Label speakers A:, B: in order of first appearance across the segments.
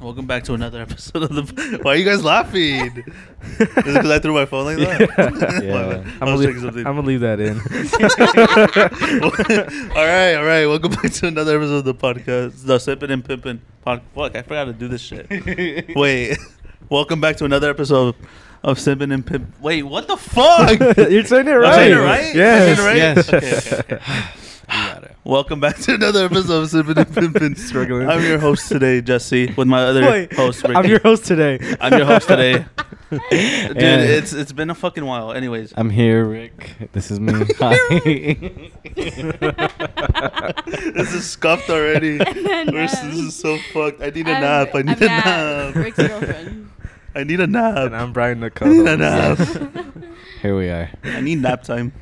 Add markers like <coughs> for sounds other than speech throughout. A: Welcome back to another episode of the. <laughs> Why are you guys laughing? <laughs> Is it because I threw my phone like that? <laughs>
B: Yeah.
A: My bad.
B: I'm,
A: I
B: gonna
A: was
B: leave,
A: checking something.
B: I'm gonna leave that in.
A: <laughs> all right, all right. Welcome back to another episode of the podcast, the Sippin' and Pimpin' Pod. Fuck, I forgot to do this shit. Wait, <laughs> welcome back to another episode of Sippin' and Pimp. Wait, what the fuck?
B: <laughs> <laughs> You're saying it
A: Am I
B: right.
A: saying it right? Am I saying
B: Yes.
A: it right?
B: Yes.
A: Okay, okay, okay. <laughs>
B: <laughs>
A: Welcome back to another episode of Sippin' and Pimpin'.
B: <laughs> Struggling.
A: I'm your host today, Jesse, with my other
B: Wait,
A: host, Ricky.
B: I'm your host today.
A: I'm your host
B: <laughs>
A: today. <laughs> Dude,
B: And-
A: it's it's been a fucking while. Anyways,
C: I'm here, Rick. This
A: <laughs>
C: is me. Hi. <laughs>
A: this is scuffed
C: <laughs>
A: already.
D: <laughs> And then,
A: We're-
C: um,
D: uh,
A: this is so fucked. I need a
D: I'm-
A: nap. I need
D: I'm
A: a
D: Nat,
A: nap. <laughs>
D: Rick's girlfriend.
A: I need a nap.
B: and I'm Brian the
A: I need a
B: co-host. <laughs>
A: nap.
C: <laughs> here
A: <laughs>
C: we are.
A: I need nap time.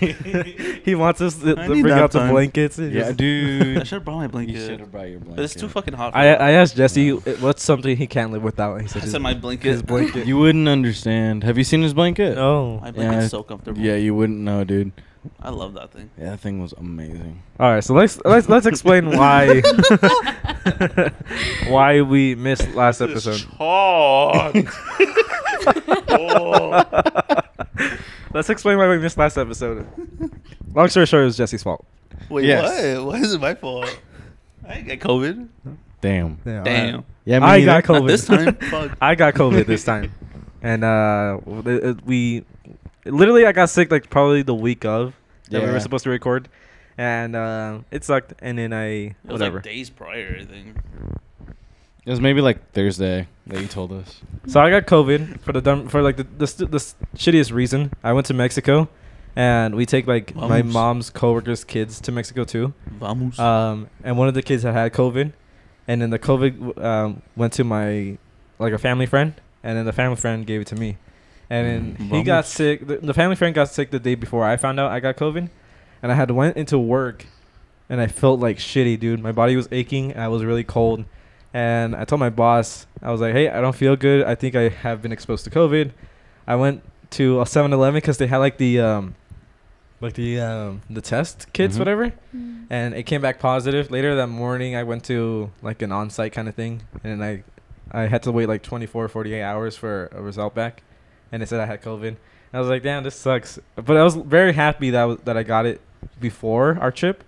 B: he wants us to,
A: I
B: to
A: need
B: bring
A: nap
B: out the
A: time.
B: blankets. It's
C: Yeah,
B: just-
C: dude.
B: <laughs>
A: I should have brought my
C: You should
A: blanket.
C: have brought your blanket.
A: But it's too fucking hot. For
B: I,
A: that.
B: I asked Jesse what's something he can't live without. and He said,
A: I
B: his-
A: said my blanket.
B: His blanket. <laughs>
C: <laughs> You wouldn't understand. Have you seen his blanket?
B: No.
A: My blanket's
C: Yeah.
A: so comfortable.
C: Yeah, you wouldn't know, dude.
A: I love that thing.
C: Yeah, that thing was amazing.
B: All right, so let's let's let's explain
C: <laughs>
B: why <laughs> why we missed last episode. <laughs>
A: Oh.
B: let's explain why we missed last episode. Long story short, it was Jesse's fault.
A: Wait,
C: Yes.
A: what? Why is it my fault? I didn't get COVID.
C: Damn.
B: Yeah,
A: Damn.
C: Yeah, me
B: I got COVID
C: neither.
A: Not this
B: <laughs>
A: time. Fuck.
B: I got COVID
A: <laughs>
B: this time, and uh, it- it- we literally I got sick like probably the week of that we
C: Yeah.
B: were supposed to record, and uh, it sucked. And then I
A: It was
B: whatever.
A: like days prior, I think.
C: It was maybe like Thursday that you told us.
B: so I got COVID for the dumb for like the the, st- the s- shittiest reason. I went to Mexico, and we take like my
A: Vamos.
B: mom's coworkers' kids to Mexico too.
A: Vamos.
B: Um, and one of the kids had had COVID, and then the COVID um, went to my like a family friend, and then the family friend gave it to me, and then he got
A: Vamos.
B: sick. The, the family friend got sick the day before I found out I got COVID, and I had went into work, and I felt like shitty, dude. My body was aching, and I was really cold, and I told my boss, I was like, hey, I don't feel good. I think I have been exposed to COVID. I went to a 7-Eleven because they had like the um, like the um, the test kits,
C: Mhm.
B: whatever and it came back positive. Later that morning, I went to like an on-site kind of thing, and I, I had to wait like 24, 48 hours for a result back, and it said I had COVID. And I was like, damn, this sucks. But I was very happy that I was, that I got it before our trip,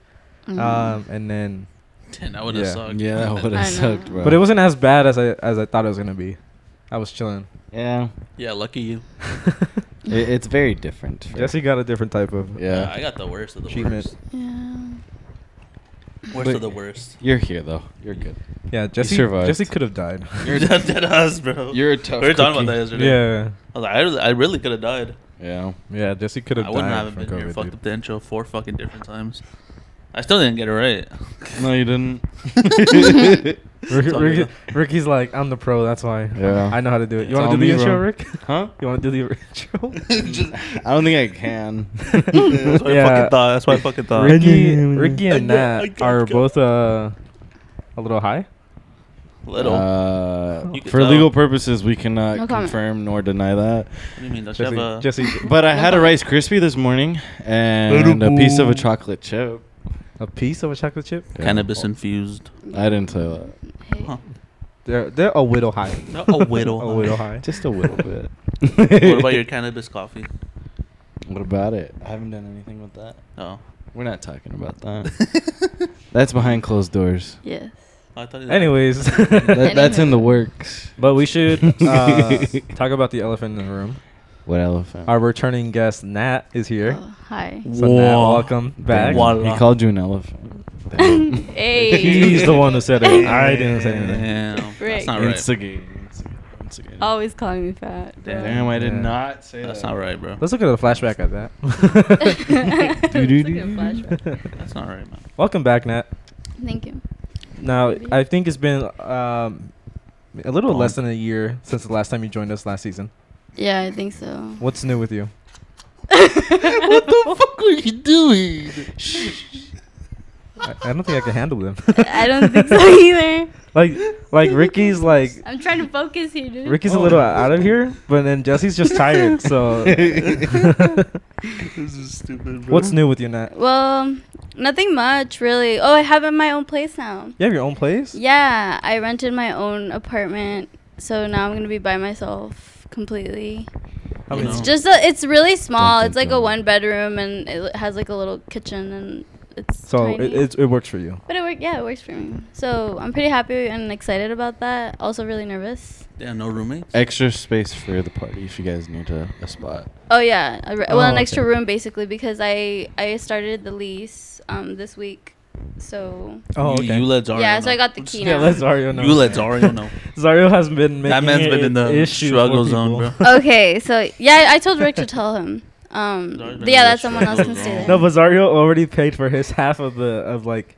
D: Mm. Mm-hmm.
B: um, and then,
A: Damn, that would have
B: yeah.
A: sucked.
C: Yeah, that would
D: I
C: have
D: know.
C: sucked, bro.
B: but it wasn't as bad as I as I thought it was gonna be. I was
C: <laughs>
B: chilling. <laughs>
C: Yeah.
A: yeah, lucky you.
C: It, it's very different. for-
B: Jesse got a different type of.
C: Yeah.
A: I got the worst of the
B: Treatment.
A: worst.
D: yeah.
A: Worst
C: But-
A: of the worst.
C: You're here though. You're good.
B: Yeah, Jesse.
C: survived.
B: Jesse could have died.
A: You're dead, dead ass, bro.
C: You're a tough
A: We were talking about
C: cookie.
A: that yesterday.
B: <laughs> yeah,
A: I was like, I really, I really could have died.
C: Yeah.
B: yeah. Jesse could have
A: I
B: died.
A: wouldn't have
B: from
A: been here.
B: COVID,
A: Fucked
B: dude.
A: up the intro four fucking different times. I still didn't get it right.
C: No,
A: <laughs>
C: you didn't.
B: Ricky,
A: It's all
B: Ricky,
A: good.
B: Ricky's like, I'm the pro. That's why.
C: Yeah.
B: I know how to do it. You
C: It's
B: want
C: all
B: to do
C: me,
B: the intro,
C: bro.
B: Rick? <laughs>
C: Huh?
B: You want to do the
C: <laughs>
B: intro?
A: Just-
C: I don't think
B: <laughs>
C: I can.
A: That's what I fucking thought. That's what I fucking thought.
C: <laughs>
B: Ricky, Ricky and
A: I got- I
B: Nat
A: got-
B: are
A: got-
B: both uh, a little high.
A: Little.
C: Uh,
A: You could
C: for
A: tell.
C: legal purposes, we cannot
D: No comment.
C: confirm nor deny
A: what
C: that.
A: do you mean? Don't you have
B: Jesse,
A: a-
B: Jesse,
A: <laughs>
C: But I had a
D: No
C: Rice Krispie this morning and a piece of a chocolate chip.
B: a piece of a chocolate chip.
C: Yeah.
A: cannabis infused?
C: I didn't say that.
D: Hey.
A: Huh.
B: They're they're a little
A: <laughs>
B: high.
A: No, a whittle.
B: <laughs> a little high.
C: Just a
B: <laughs>
C: little bit.
A: what about your cannabis coffee?
C: What about it? I haven't done anything with that.
B: <laughs>
A: No.
C: We're not talking about <laughs> that. that's behind closed doors.
D: Yes.
A: Oh, I thought you- <laughs>
B: Anyways,
C: That, that's in the works.
B: but we
C: <laughs>
B: should uh, talk about the elephant in the room.
C: What elephant?
B: Our returning guest Nat is
D: <gasps>
B: here.
D: Oh, hi.
B: So Nat,
A: Whoa.
B: welcome back.
A: Wow.
C: Damn, He
D: <laughs>
C: called you an <laughs> elephant. Damn.
D: hey.
B: He's the one who said
C: <laughs>
B: it. I didn't say anything.
A: Damn. That's
D: Rick.
A: not right.
C: Instigate. instigate, instigate.
D: Always calling me fat. bro.
A: Damn,
C: Damn,
D: <laughs>
C: I did
B: Yeah.
C: not say
A: That's
C: that.
A: not right, bro.
B: Let's look at a flashback at
D: <laughs> It's like a
B: that. <laughs>
D: flashback.
A: That's not right, man.
B: Welcome back, Nat.
D: Thank you.
B: Now,
D: Thank you.
B: I think it's been um, a little
A: Long.
B: less than a year since the last time you joined us last season.
D: Yeah, I think so. <laughs>
B: What's new with you?
A: <laughs> what the fuck are you doing?
B: I, I don't think I can handle them.
D: <laughs> I don't think so either.
B: <laughs> Like like Ricky's like
D: I'm trying to focus here, dude.
B: Ricky's a
A: Oh.
B: little out of here, but then Jesse's just tired. So
A: <laughs> This is stupid, bro.
B: what's new with you, Nat?
D: Well, nothing much really. Oh, I have in my own place now.
B: You have your own place?
D: Yeah, I rented my own apartment, so now I'm gonna be by myself completely.
B: How
A: You
B: many-
A: know.
D: It's just a, it's really small.
C: Dun,
D: It's like a
C: dun, dun.
D: one bedroom and it has like a little kitchen and it's
B: so
D: tiny.
B: it, it it works for you.
D: but it worked. Yeah, it works for me. So I'm pretty happy and excited about that. Also really nervous.
A: Yeah, no roommates.
C: <laughs> Extra space for the party if you guys need a, a spot.
D: Oh yeah, a re-
B: Oh,
D: well an
B: okay.
D: extra room basically because I I started the lease um this week, so
B: Oh,
A: You-
B: okay.
A: You let Zario
D: Yeah, so
A: know.
D: I got
B: <laughs>
D: the key
B: yeah,
D: now.
B: let Zario know.
A: You let Zario know.
B: <laughs> Zario has been making
A: That man's been in the
B: issues for
A: struggle
B: people.
A: zone, bro. <laughs>
D: Oh, okay, so yeah, I told
B: <laughs>
D: Rick to tell him. Um,
A: No,
D: but
A: no,
D: yeah,
A: no,
D: that someone
A: sure.
D: else can stay there.
B: No, but Zario already paid for his half of the of like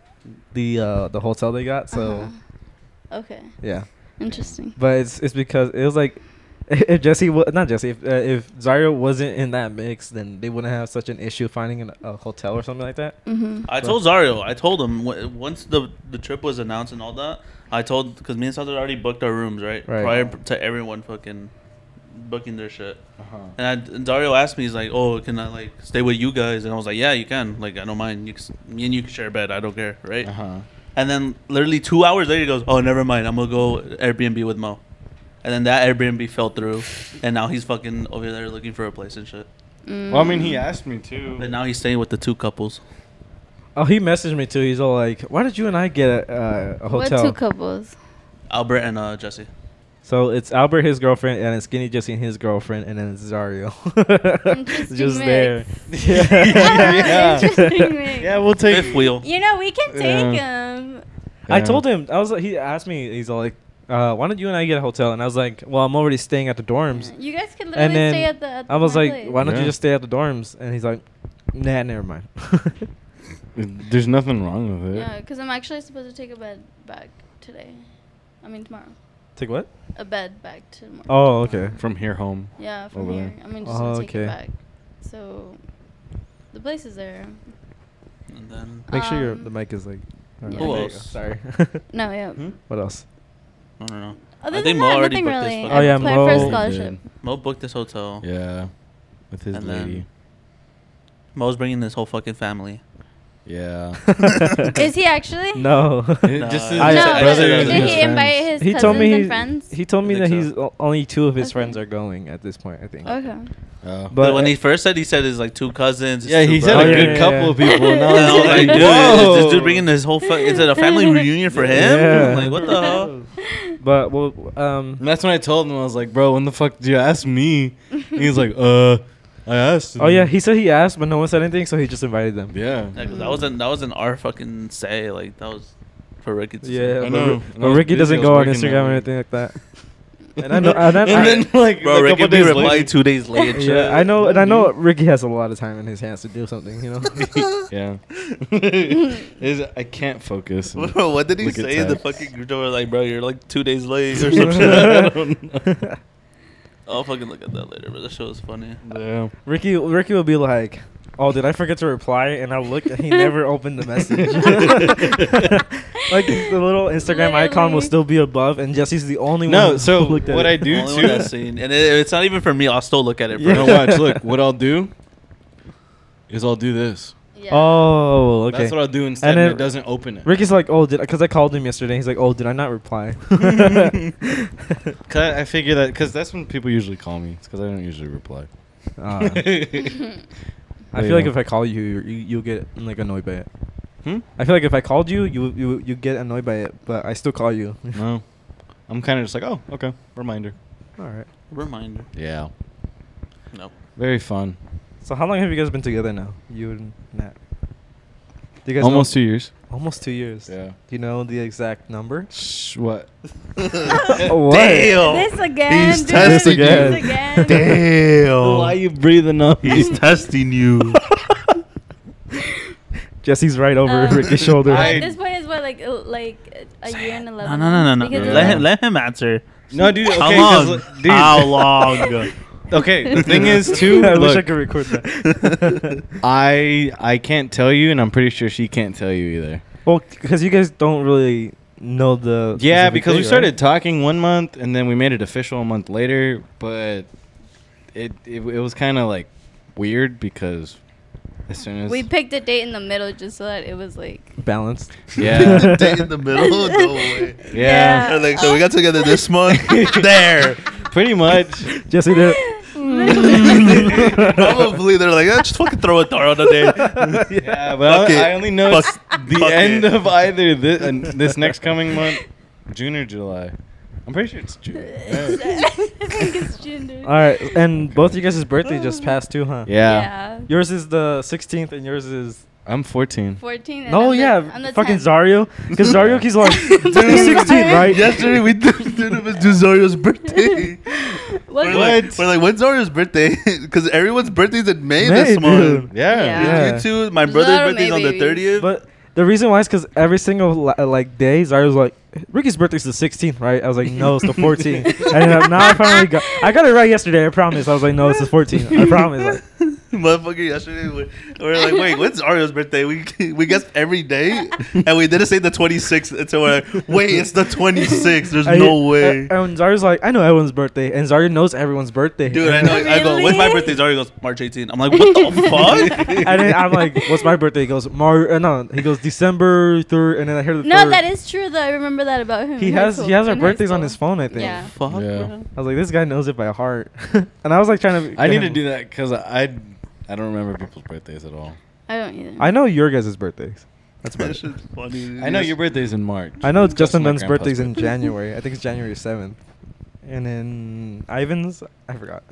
B: the uh the hotel they got. So
D: Uh-huh. okay,
B: yeah,
D: interesting.
B: but it's it's because it was like <laughs> if Jesse wa- not Jesse if uh, if Zario wasn't in that mix, then they wouldn't have such an issue finding an, a hotel or something like that.
D: Mm-hmm.
A: I told Zario. I told him w- once the the trip was announced and all that. I told because me and Santos already booked our rooms right,
B: Right.
A: prior p- to everyone fucking booking their shit.
C: Uh-huh.
A: And, I, and Dario asked me, he's like, "Oh, can I like stay with you guys?" And I was like, "Yeah, you can. Like, I don't mind. You can, s- me and you can share a bed. I don't care, right?"
C: Uh-huh.
A: And then literally two hours later, he goes, "Oh, never mind. I'm gonna go Airbnb with Mo." And then that Airbnb fell through, and now he's fucking over there looking for a place and shit.
D: Mm.
C: Well, I mean, he asked me too.
A: And now he's staying with the two couples.
B: Oh, he messaged me too. He's all like, "Why did you and I get a, uh, a
D: What two
B: hotel?"
D: couples?
A: Albert and uh, Jesse.
B: so it's Albert, his girlfriend, and it's Skinny Jesse and his girlfriend, and then it's <laughs> Zario.
D: Interesting
B: Just
D: mix.
B: there. <laughs>
D: <laughs>
C: Yeah.
D: Interesting mix.
C: yeah, we'll take
A: Fifth wheel.
D: You know, we can take him.
B: I told him I was. like- He asked me. He's all like, uh, "Why don't you and I get a hotel?" And I was like, "Well, I'm already staying at the dorms."
D: You guys can literally
B: And then
D: stay at the. At
B: I was
D: my
B: like,
D: place.
B: "Why don't you
C: Yeah.
B: just stay at the dorms?" And he's like, "Nah, never mind." <laughs>
C: There's nothing wrong with it.
D: Yeah, because I'm actually supposed to take a bed back today. I mean tomorrow.
B: Take what?
D: A bed back tomorrow.
B: Oh, okay.
C: From here home.
D: Yeah, from
C: Over
D: here.
C: there.
D: I mean, just gonna
B: Oh,
D: take
B: okay.
D: it back. So, the place is there.
A: And then
B: Make sure your
D: Um,
B: the mic is like.
D: yeah.
A: Who
B: there you go.
A: else?
B: <laughs> Sorry.
D: No, yeah.
A: Hmm?
B: what else?
A: I don't know.
D: Other
A: I
D: than
A: think Mo
D: that,
A: already
D: nothing
A: booked this
D: really.
A: fucking-
B: Oh,
D: I
B: yeah,
D: applied for
B: Mo
D: a scholarship.
A: Mo booked this hotel.
C: Yeah. With his
A: And then-
C: lady.
A: Mo's bringing this whole fucking family.
C: Yeah.
D: <laughs> Is he actually?
B: <laughs> no.
A: No,
C: Just his
A: I- I-
D: no.
A: I-
D: but
C: brother
A: I-
C: and
D: did
C: his
D: he invite his
C: friends.
B: He
D: cousins
B: told me
D: and
B: he-
D: friends?
B: He told me
A: I
B: that
A: think
B: he's o- only two of his
D: Okay.
B: friends are going at this point. I think.
D: okay.
C: Oh.
B: But-
A: But when he first said, he said it's like two cousins. it's
C: yeah,
A: two
C: he said
B: Oh,
C: a
A: brothers.
B: yeah,
C: good
B: yeah,
C: couple
B: yeah.
C: of <laughs> people. And I
A: And I was like, dude, is
B: Whoa.
A: this dude bringing his whole fuck? Is it a family reunion for him?
B: Yeah.
A: Like, what the
D: <laughs>
A: hell?
B: But well, um.
C: And that's when I told him I was like, bro, when the fuck did you ask me? And he was like, uh, I asked.
B: Oh
C: him."
B: yeah, he said he asked, but no one said anything, so he just invited them.
C: yeah.
A: Yeah, 'cause that wasn't that wasn't our fucking say. Like that was for Ricky. To
B: Yeah,
A: say.
B: but,
C: know.
B: Ri-
C: And I
B: but
C: was
B: Ricky
C: busy,
B: doesn't
C: I was
B: go on
C: working
B: Instagram or
C: that
B: anything
A: <laughs>
B: like that. And I know, and, I,
C: <laughs> And then like,
A: bro,
C: a
A: Ricky
C: couple
A: be
C: days
A: replied
C: later-
A: two days later.
B: yeah, I know, and I
C: <laughs>
B: know Ricky has a lot of time in his hands to do something, you know. <laughs>
C: yeah. <laughs> Is I can't focus.
A: Bro, <laughs> <laughs> what did he
C: Look at
A: say in the
C: text.
A: fucking group chat? We're Like, bro, you're like two days late or
C: <laughs>
A: some
C: I
A: shit.
B: <laughs>
C: don't know.
A: <laughs> I'll fucking look at that later, but that show was funny.
C: Yeah.
B: Ricky, Ricky will be like, "Oh, did I forget to reply?" And I look,
A: <laughs>
B: and he never opened the message. <laughs> like the little Instagram icon will
D: Literally.
B: still be above, and Jesse's the only one.
C: No,
B: who
C: so
B: looked at
C: what
B: it.
C: I do
A: Only
C: too.
A: one I've seen, and it, it's not even for me. I'll still look at it.
B: Yeah.
A: Bro. <laughs>
C: No, watch. Look, what I'll do is I'll do this.
D: Yeah.
B: <laughs>
A: <laughs>
B: Oh, okay.
C: That's what I'll do instead,
B: And
C: and,
B: then
C: it doesn't open it.
B: Ricky's like, "Oh, did?" Because I called him yesterday. He's like, "Oh, did I not
C: <laughs>
B: reply?" <laughs>
C: Cause I I figure that because that's when people usually call me. It's because I don't usually reply. <laughs>
B: Ah. I
C: There
B: feel
C: you
B: like
C: go.
B: if I call you, you you'll get like annoyed by it.
C: Hmm?
B: I feel like if I called you, you you you get annoyed by it, but I still call you. <laughs>
C: No, I'm kind of just like, oh, okay, reminder.
B: All right.
A: Reminder.
C: Yeah,
A: No.
C: very fun.
B: So how long have you guys been together now? You and Nat. Do you guys know-
C: Almost two years.
B: Almost two years.
C: Yeah.
B: Do you know the exact number?
C: Shh, what? <laughs>
B: Oh, What?
A: Damn.
D: This again,
A: He's
D: dude.
A: testing
D: This
B: you. <laughs>
D: again.
A: Damn.
C: Why you breathing up?
A: He's
C: <laughs>
A: testing
B: <laughs>
A: you.
B: Jesse's right
C: <laughs>
B: over
D: Um,
B: Ricky's shoulder.
C: I-
D: At this point is what like uh, like uh, a year and
A: No,
D: eleven.
A: no, no, no, no.
D: Because
C: Yeah.
A: Let him, let him answer.
C: no,
B: <laughs>
C: dude. Okay,
A: How
C: 'cause,
B: uh,
A: long?
C: like, dude,
A: How long?
C: <laughs> Okay, the thing
B: <laughs>
C: is too.
B: I wish I
C: look,
B: could record
C: <laughs>
B: that. <laughs>
C: I I can't tell you, and I'm pretty sure she can't tell you either.
B: well, because you guys don't really know the
C: Yeah,
B: specific
C: because we
B: date, right?
C: started talking one month and then we made it official a month later, but it it, it was kind of like weird because as soon as <laughs>
D: We picked a date in the middle just so that it was like.
B: balanced. <laughs>
A: <laughs>
C: Yeah.
A: Day in the middle?
D: <laughs>
A: No way.
C: Yeah.
A: I was like, so we got together this
C: <laughs>
A: month. there.
C: pretty
D: <laughs>
C: much
B: Jesse
C: <laughs>
B: there.
A: <laughs> Probably they're like, eh, just fucking throw a dart on the
B: <laughs>
A: day.
C: Yeah, but
A: Fuck it.
C: I, I only know it's
A: Fuck-
C: the
A: fuck
C: end
A: it.
C: of either this, and this next coming month, June or July. I'm pretty sure it's June. Yeah.
D: <laughs> I think it's gender.
B: All right, and both you guys' birthday just passed too, huh?
D: Yeah.
B: Yours is the 16th, and yours is.
C: I'm 14.
D: 14. and
B: No,
D: I'm the-
B: yeah,
D: I'm the
B: fucking
D: 10th.
B: Zario, because Zario keeps
D: <laughs>
B: like
D: Fucking
B: dude, 16th,
D: Zario.
B: right?
A: Yesterday we did, <laughs> did it was Zario's birthday.
D: What?
A: We're like,
C: What?
A: we're like, when's Zario's birthday? <laughs> Because everyone's birthday's in May,
B: May,
A: this month.
B: dude.
C: Yeah.
D: Yeah.
A: You two, my
D: Zaro
A: brother's
D: May
A: birthday's on the
D: babies.
C: <laughs>
A: 30th.
B: But the reason why is because every single li- uh, like day, Zario's like Ricky's birthday's the 16th, right? I was like, no, it's the
C: <laughs>
B: 14th. and uh, now I finally got, I got it right yesterday. I promise. I was like, no, it's the 14th.
C: <laughs>
B: I promise. Like,
A: <laughs> Motherfucker, yesterday we we were like, wait, when's Ario's birthday? We we guessed every day, and we didn't say the 26th until we're like, wait, it's the 26th. There's
B: I-
A: no way.
B: uh, and Zario's like, I know everyone's birthday, and Zario knows everyone's birthday.
A: Dude, I know. I go, when's my
D: Really?
A: birthday? Zario goes, March 18th. I'm like, what
D: <laughs>
A: the fuck?
B: and
A: <laughs>
B: then I'm like, "What's my birthday?" He goes, "Mar." Uh, no, he goes December third, and then I hear the
D: No,
B: third.
D: that is true though. I remember that about him.
B: He
D: in high
B: has he
D: school-
B: has our
D: in high
B: birthdays on
D: school.
B: his phone, I think.
D: Yeah.
A: Fuck.
C: Yeah.
A: bro.
B: I was like, this guy knows it by heart, <laughs> and I was like trying to.
C: I need
B: get
C: to
B: him-
C: do that because I I don't remember people's birthdays at all.
D: I don't either.
B: I know your guys' birthdays. That's about
A: That
B: it.
A: shit's funny. dude.
C: I know your birthday's in March.
B: I know it's
C: That's
B: Justin
C: my
B: Dunn's
C: grandpa's
B: birthday's in
C: birthday.
B: January. I think it's January seventh, and then Ivan's. I forgot.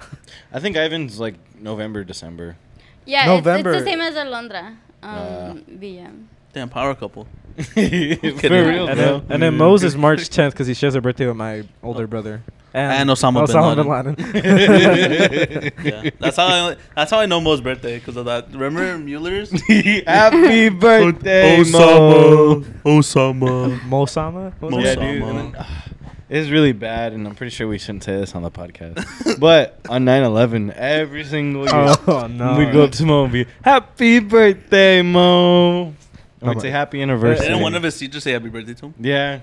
C: I think Ivan's like November, December.
D: yeah,
B: November.
D: It's, it's the same as Alondra. Um,
C: Uh,
D: Villa.
A: Damn power
C: <laughs>
A: couple.
C: For real,
B: and,
C: bro.
B: then, and then Mo's
C: <laughs>
B: is March tenth because he shares a birthday with my older brother
A: And Osama bin Laden.
C: <laughs>
A: Yeah. That's how I, that's how I know Mo's birthday because of that. Remember
D: <laughs>
A: Mueller's?
C: <laughs>
A: Oh,
C: Happy birthday, Mo. <laughs>
A: Osama.
B: Mosama. What was
A: Mo
C: yeah,
B: it?
A: Sama.
C: dude. and then, <sighs> ah, it's really bad, and I'm pretty sure we shouldn't say this on
A: <laughs>
C: the podcast. but on 9/11, every single year,
B: Oh no. <laughs>
C: we'd go up to Mo and be, "Happy birthday, Mo," and we'd
B: but-
C: say, "Happy
A: And
C: anniversary."
A: then one of his teachers say happy birthday to him.
C: yeah.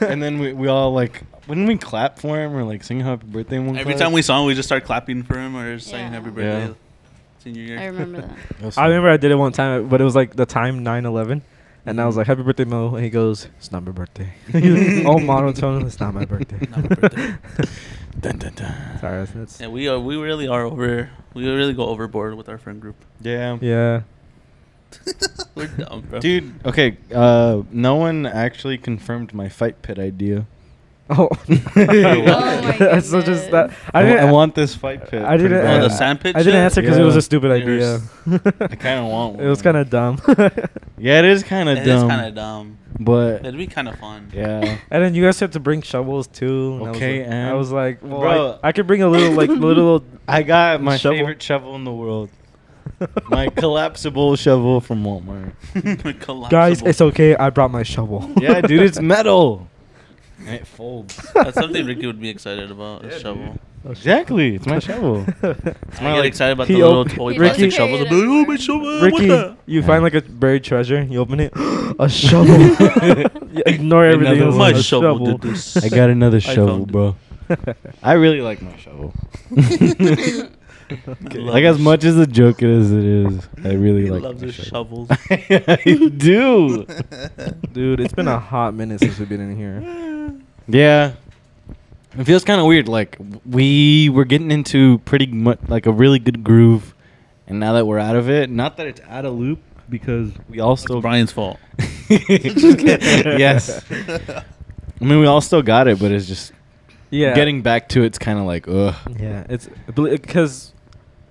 C: and then we, we all like, wouldn't we clap for him or like sing "Happy Birthday"? in One
A: Every
C: clap?
A: time we saw him, we just start clapping for him or saying
D: Yeah.
A: happy birthday.
C: Yeah.
A: Senior
D: I
A: year. <laughs>
D: remember that.
C: That's-
B: I remember I did it one time, but it was like the time 9-11. And I was like, happy birthday, Mo. And he goes, it's not my birthday. <laughs> All monotone, it's not my birthday.
A: Not my birthday.
C: Dun, dun, dun.
B: <laughs> Sorry, that's- that's...
A: Yeah, we are. We really are over. We really go overboard with our friend group. <laughs>
C: Yeah.
B: Yeah.
A: We're dumb, <laughs> bro.
C: Dude, okay. Uh, no one actually confirmed my fight pit idea.
B: Oh.
D: my
B: that's <laughs> so just that. I
C: I,
B: didn't,
C: wa- I want this fight pit.
B: I didn't,
C: pretty
A: Oh,
B: uh,
A: the
C: bad.
A: sand pit
B: I didn't
A: shit?
B: answer because it
C: Yeah.
B: was a stupid idea. <laughs>
A: Yours.
C: I kind of want one.
B: It was kind of dumb.
C: <laughs> Yeah, it is kind of
A: It is
C: dumb.
A: kind of dumb.
C: But
A: It'd be kind of fun.
C: <laughs> yeah,
B: and then you guys had to bring shovels too. and
C: Okay, and?
B: I was like, I was like, well,
C: Bro.
B: I, I could bring a little,
C: <laughs>
B: like, little. <laughs>
C: I got my
B: Shovel.
C: favorite shovel in the world, <laughs> my collapsible shovel from Walmart.
B: Guys,
A: <laughs> Collapsible.
B: it's okay. I brought my shovel.
C: <laughs> Yeah,
B: <laughs>
C: dude, it's metal. And it folds.
A: That's something Ricky would be excited about. a shovel.
B: Oh,
C: Exactly, it's
B: <laughs>
C: my shovel.
A: I
C: my,
A: get
C: like,
A: excited about
B: he
A: the little
B: op-
A: toy
D: He
A: plastic
B: Ricky-
A: shovels. I'm like,
D: created
A: oh,
D: it.
A: my shovel! what
B: Ricky,
A: the-"
B: you find like a buried treasure, you open it, <gasps> a
C: <laughs>
B: shovel. You ignore everything.
C: Another
B: else,
C: one.
B: a
A: My shovel did this.
C: I got
A: <laughs>
C: another
A: I
C: shovel,
A: found it.
C: bro.
B: <laughs>
C: I really <laughs> like
A: <laughs>
C: my shovel. <laughs> like
A: love
C: as much as a joke as it is, I really
A: He
C: like.
A: loves
C: my
A: his
C: shovel.
A: shovels.
C: <laughs> I do. <laughs>
B: Dude, it's been a hot minute since we've been in here.
C: Yeah. It feels kind of weird. Like we were getting into pretty much like a really good groove, and now that we're out of it, not that it's out of loop because we all still
A: It's Brian's fault. <laughs>
C: yes. <laughs> I mean, we all still got it, but it's just
B: <laughs> Yeah.
C: getting back to it's kind of like ugh. <laughs>
B: Yeah, it's because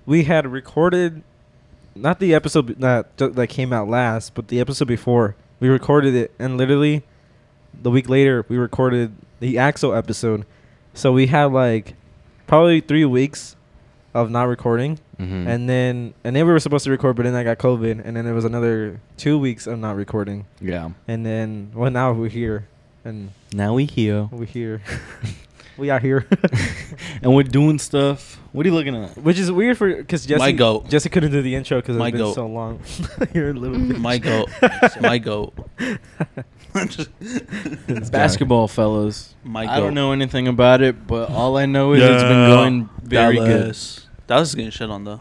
B: we had recorded not the episode b- that that came out last, but the episode before. We recorded it, and literally the week later we recorded the Axel episode. So we had like probably three weeks of not recording.
C: Mhm.
B: and then and then we were supposed to record, but then I got COVID, and then it was another two weeks of not recording,
C: yeah.
B: and then well now we're here, and
C: Now we here,
B: we're
C: <laughs>
B: here, <laughs> we are here,
C: and we're doing stuff. What are you looking at?
B: which is weird for because Jesse
A: My goat.
B: Jesse couldn't do the intro because it's <laughs>
A: My
B: been
A: goat.
B: <laughs> so long. You're a little
D: Mhm.
B: bitch.
A: My goat. My goat. Just-
C: Basketball fellows.
A: My
C: I
A: goat.
C: don't know anything about it, but all I know is it's
A: Yeah.
C: been going very
A: Dallas. Dallas is getting shit on though.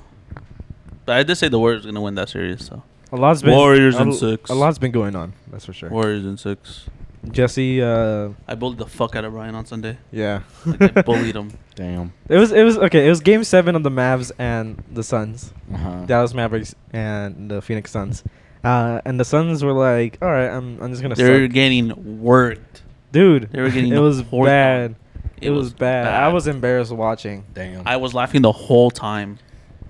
A: But I did say the Warriors are gonna win that series, so
B: A lot's been
A: Warriors
B: a,
A: in
B: l-
A: six.
B: A lot's been going on. That's for sure.
A: Warriors in six.
B: Jesse. Uh,
A: I bullied the fuck out of Ryan on Sunday.
B: yeah.
A: Like, I bullied him.
C: good. Damn.
B: <laughs> It was. It was okay. It was Game Seven of the Mavs and the Suns.
C: Uh-huh.
B: Dallas Mavericks and the Phoenix Suns. Uh, and the Suns were like, all right, I'm, I'm just gonna.
A: They're
B: suck."
A: getting worked.
B: Dude,
A: they were getting
B: it was
A: poured
B: bad.
A: on.
B: It, was, bad. I was embarrassed watching.
C: Damn.
A: I was laughing the whole time.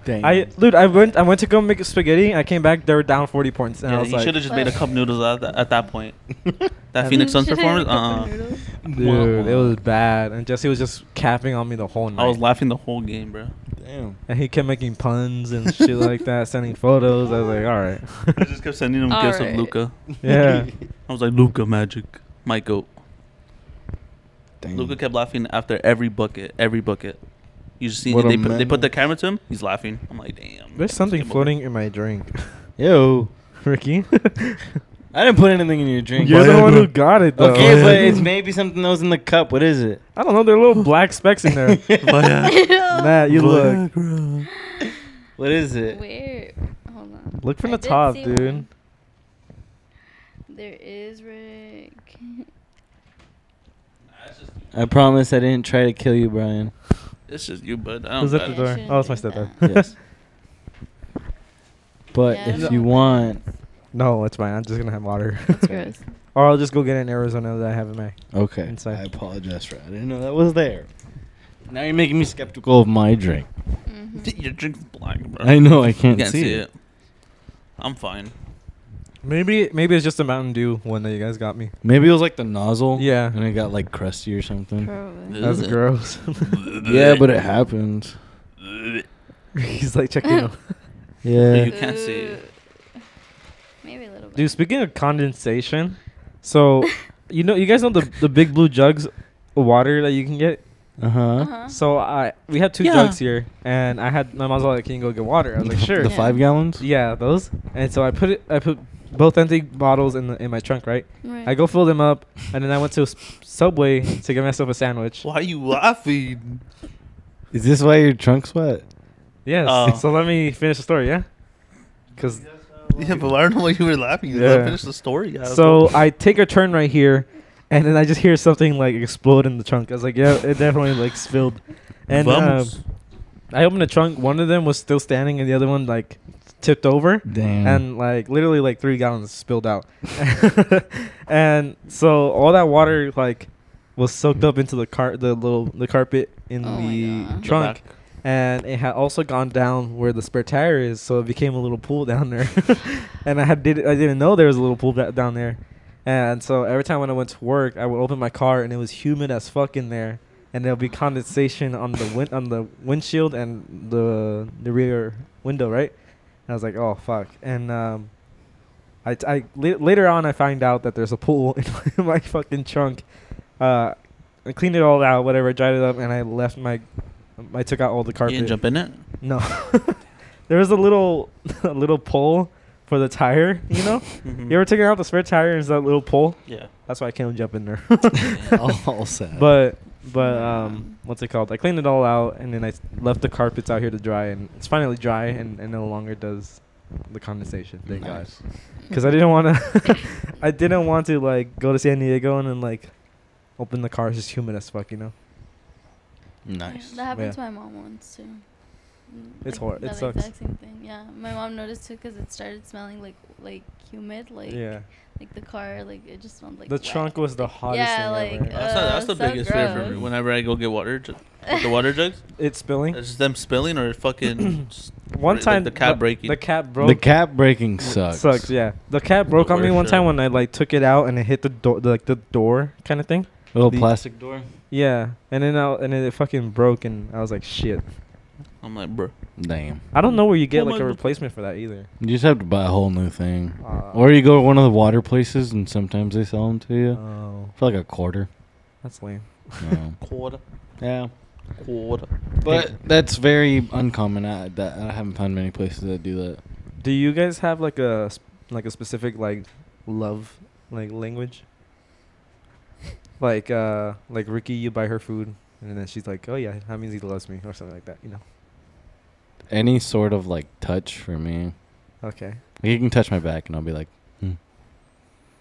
C: Damn.
B: I dude,
C: <laughs>
B: I went I went to go make spaghetti. I came back, they were down forty points, and I
A: Yeah,
B: was
A: he
B: like,
A: should have just made a cup noodles at that, at that
D: <laughs>
A: point. <laughs> That
B: And-
A: Phoenix Suns
D: Should've
A: performance.
D: had a cup of
A: Uh,
D: noodles.
B: dude, it was bad. And Jesse was just capping on me the whole night.
A: I was laughing the whole game,
B: <laughs>
A: bro.
C: Damn.
B: and he kept making puns and
A: <laughs>
B: shit like that, sending photos. I was like, all
A: I
B: right,
A: just kept sending him
D: All
A: gifts of
D: right.
A: Luca.
C: <laughs>
B: yeah.
A: I was like, Luca magic, my goat.
C: Damn.
A: Luca kept laughing after every bucket, every bucket. You just see
C: What a
A: they put, they
C: man.
A: put the camera to him. He's laughing. I'm like, damn.
B: There's something floating in my drink, <laughs>
C: Yo.
B: Ricky. <laughs>
C: I didn't put anything in your drink.
B: You're the
C: Why-
B: one who got it though.
C: <laughs> Okay,
B: <laughs>
C: but it's maybe something that was in the cup. What is it?
B: I don't know. There are little black specks
A: <laughs>
B: in there.
C: <laughs>
A: Oh,
B: uh, <laughs> Matt, you look.
D: <laughs>
C: What is it?
D: Where? Hold on.
B: Look from
D: I
B: the
D: did
B: top,
D: see
B: dude.
D: one. There is Rick.
C: I promise I didn't try to kill you, <laughs> Brian.
A: It's just you, bud. I don't
B: Who's at the
A: got
D: I
B: door?
D: shouldn't
B: Oh, it's my
D: do
B: stepdad.
D: that.
C: Yes. But
D: Yeah, I
C: if
D: don't
C: you
D: know.
C: want,
B: <laughs> No, it's fine. I'm just gonna have water. <laughs>
D: That's gross.
B: or I'll just go get it in Arizona that I have in May.
C: okay.
B: Inside.
C: I apologize for. I didn't know that was there. Now you're making me skeptical of my drink.
D: Mm-hmm.
A: it. <laughs> Your drink's black, bro.
C: I know I
A: You
C: can't,
A: can't
C: see, it.
A: I'm fine.
B: Maybe maybe it's just the Mountain Dew one that you guys got me.
C: Maybe it was like the nozzle.
B: Yeah.
C: And it got like crusty or something.
D: Probably.
B: Mm. That's
A: Ugh.
B: gross.
A: <laughs>
B: <laughs>
C: Yeah, but it happened.
B: <laughs> He's like checking. out.
A: You
C: Yeah.
A: can't see it.
D: Ooh. Maybe a little bit.
B: Dude, speaking of condensation, so you know you guys know the the big blue jugs of water that you can get.
C: Uh huh.
D: Uh-huh.
B: So I we had two
A: Yeah.
B: jugs here, and I had my mom's like, "Can you go get
C: Uh-huh.
B: water?" I was <laughs> like, "Sure."
C: <laughs> The
D: Yeah.
C: five gallons.
B: yeah, those. And so I put it. I put both empty bottles in the in my trunk, right?
D: Right.
B: I go fill them up, and then I went to s- Subway to get myself a
A: <laughs>
B: sandwich.
A: Why are you laughing?
C: Is this why your trunk's wet?
B: Yes.
A: Oh.
B: So let me finish the story, yeah? Because
A: Yeah, but I don't know why you were laughing. You
B: Yeah.
A: finish the story. guys.
B: so I take a turn right here, and then I just hear something like explode in the trunk. I was like, yeah, it definitely like spilled. And uh,
A: Vamos.
B: I opened the trunk. One of them was still standing, and the other one like tipped over.
C: Damn.
B: and
C: <laughs>
B: like literally like three gallons spilled out <laughs> and so all that water like was soaked up into the car the little the carpet in
D: Oh my
B: the
D: God.
B: trunk
A: The back.
B: and it had also gone down where the spare tire is so it became a little pool <laughs> down there and i had did i didn't know there was a little pool da- down there and so every time when i went to work i would open my car and it was humid as fuck in there and there'll be condensation on the win- on the windshield and the the rear window right and I was like, oh fuck. And um, I, t- I la- later on I find out that there's a pool <laughs> in my, in my fucking trunk. Uh, I cleaned it all out, whatever, dried it up, and I left my, I took out all the
A: You
B: carpet.
A: didn't jump in it.
B: No, <laughs> there was a little, <laughs> a little pole for the tire.
A: <laughs>
B: You know,
A: Mhm.
B: you ever taken out the spare tire? Is that little pole?
A: <laughs> yeah.
B: That's why I can't jump in there.
C: all, all sad.
B: But but um, what's it called? I cleaned it all out, and then I s- left the carpets out here to dry, and it's finally dry, and, and no longer does the condensation. Thank God.
C: Nice.
B: Because I didn't want to, <laughs> I didn't want to like go to San Diego and then like open the car. It's just humid as fuck, you know.
D: Yeah,
C: Nice.
D: that happened
B: Yeah.
D: to my mom once too. Mm,
B: It's
D: like,
B: hor- it
D: that
B: sucks.
D: Exact same thing. Yeah, my mom noticed too because it started smelling like like humid, like
B: yeah,
D: like the car, like it just smelled like
B: the
D: wet.
B: trunk
D: <laughs>
B: was the hottest
D: Yeah,
B: thing
D: like,
B: ever.
A: That's, not, that's the
D: Uh, so
A: biggest fear for me.
D: gross.
A: Whenever I go get water, <laughs> ju- with the water jugs,
B: it's spilling.
A: it's just them spilling or
B: <clears throat>
A: fucking. just
B: One
A: like
B: time
A: the cap breaking.
B: The cap broke.
C: The cap breaking sucks.
B: Sucks. Yeah, the cap broke on me
A: worst
B: one time
A: shit.
B: when I like took it out and it hit the door, like the door kind of thing.
C: Little
B: The-
C: plastic door.
B: Yeah, and then I, and then it fucking broke, and I was like, shit.
A: I'm like, bro.
C: Damn.
B: I don't know where you get
A: Oh
B: like
A: my
B: a
A: God.
B: replacement for that either.
C: You just have to buy a whole new thing.
B: Uh,
C: or you go to one of the water places and sometimes they sell them to you
B: Oh,
C: for like a <laughs> quarter.
B: that's lame.
C: No.
A: Quarter,
C: yeah.
A: quarter.
C: But that's very uncommon. I, that, I haven't found many places that do that.
B: Do you guys have like a sp- like a specific like love like language? like uh like Ricky, you buy her food, and then she's like, oh yeah, that means he loves me or something like that. You know?
C: Any sort of like touch for me.
B: Okay.
C: Like, you can touch my back and I'll be like, hmm.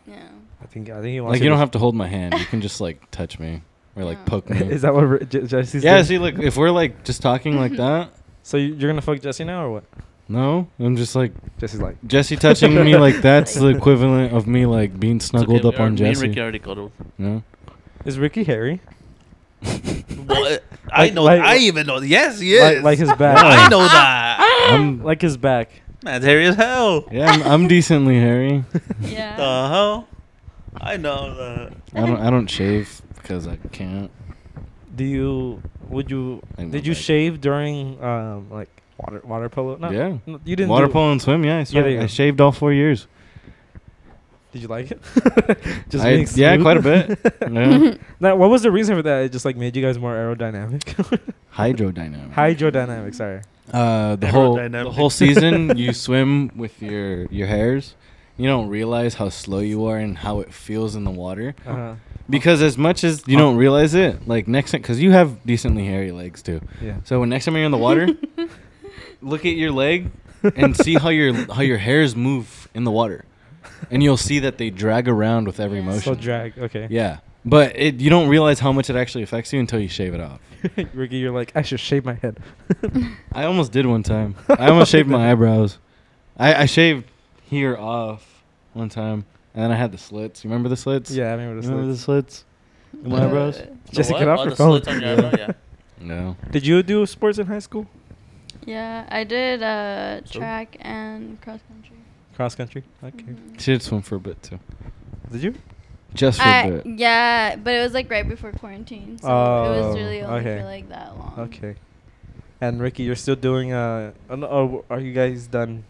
D: Yeah.
B: I think I think he wants.
C: like
B: her
C: you don't
B: to-
C: have to hold my hand. You can just like touch me or like
D: Yeah.
B: <laughs>
C: poke me.
B: Is that what Ri- Je- Jesse's?
C: yeah.
B: doing?
C: See, look, if we're like just talking <laughs> like that,
B: So you- you're gonna fuck Jesse now or what?
C: no, I'm just like
B: Jesse's like,
C: <laughs> Jesse touching me like that's <laughs> the equivalent of me like being
A: It's
C: snuggled
A: okay,
C: up on
A: me and
C: Jesse.
A: Ricky already cuddled.
C: No.
B: is Ricky hairy?
A: <laughs> <laughs> What? I know.
B: like-
A: I even know. Yes, he
B: Like-
A: is.
B: like his back.
A: <laughs> I know <laughs> that.
C: <laughs> I'm,
B: Like his back.
A: Man's hairy as hell.
C: yeah, I'm, I'm decently hairy.
D: Yeah.
A: <laughs> The hell? I know that.
C: I don't I don't shave because I can't.
B: Do you? Would you?
C: I know
B: Did you
C: back.
B: shave during um like water water polo? No.
C: Yeah.
B: no, you didn't.
C: Water
B: do-
C: polo and swim, yeah. I, swam.
B: there you go.
C: I shaved all four years.
B: Did you
C: <laughs>
B: like it?
C: I-
B: being
C: yeah,
B: smooth?
C: quite a bit. Yeah.
B: <laughs> Now, what was the reason for that? It just like made you guys more aerodynamic. <laughs>
C: Hydrodynamic.
B: Hydrodynamic. Sorry.
C: Uh, the whole the
A: Aerodynamic.
C: whole season you swim with your your hairs. You don't realize how slow you are and how it feels in the water
B: Uh-huh.
C: because as much as you don't realize it, like next time, because you have decently hairy legs too.
B: Yeah.
C: So when next time you're in the
D: <laughs>
C: water, look at your leg and see how your how your hairs move in the water, and you'll see that they drag around with every
D: Yeah.
B: So
C: motion.
B: drag. Okay.
C: yeah, but it, you don't realize how much it actually affects you until you shave it off.
B: <laughs> Ricky, you're like I should shave my head.
C: <laughs> I almost did one time. I almost
B: <laughs>
C: shaved my eyebrows. I, I shaved here off one time, and then I had the slits. You remember the slits?
B: yeah, I remember this.
C: Remember the
B: list.
C: slits? in my eyebrows?
B: Jesse,
A: The what?
B: get off
A: Oh,
B: your
A: the slits
B: phone.
A: on your eyebrow,
C: <laughs>
A: yeah.
C: No.
B: Did you do sports in high school?
D: Yeah, I did uh,
B: So-
D: track and cross country.
B: Cross country. Okay.
D: Mhm.
C: She did swim for a bit too.
B: Did you?
C: Just for a
D: I,
C: bit.
D: Uh, yeah, but it was like right before quarantine, so it
B: Oh,
D: was really only
B: okay.
D: for like that long.
B: Okay. And Ricky, you're still doing uh, oh, no, oh, are you guys done?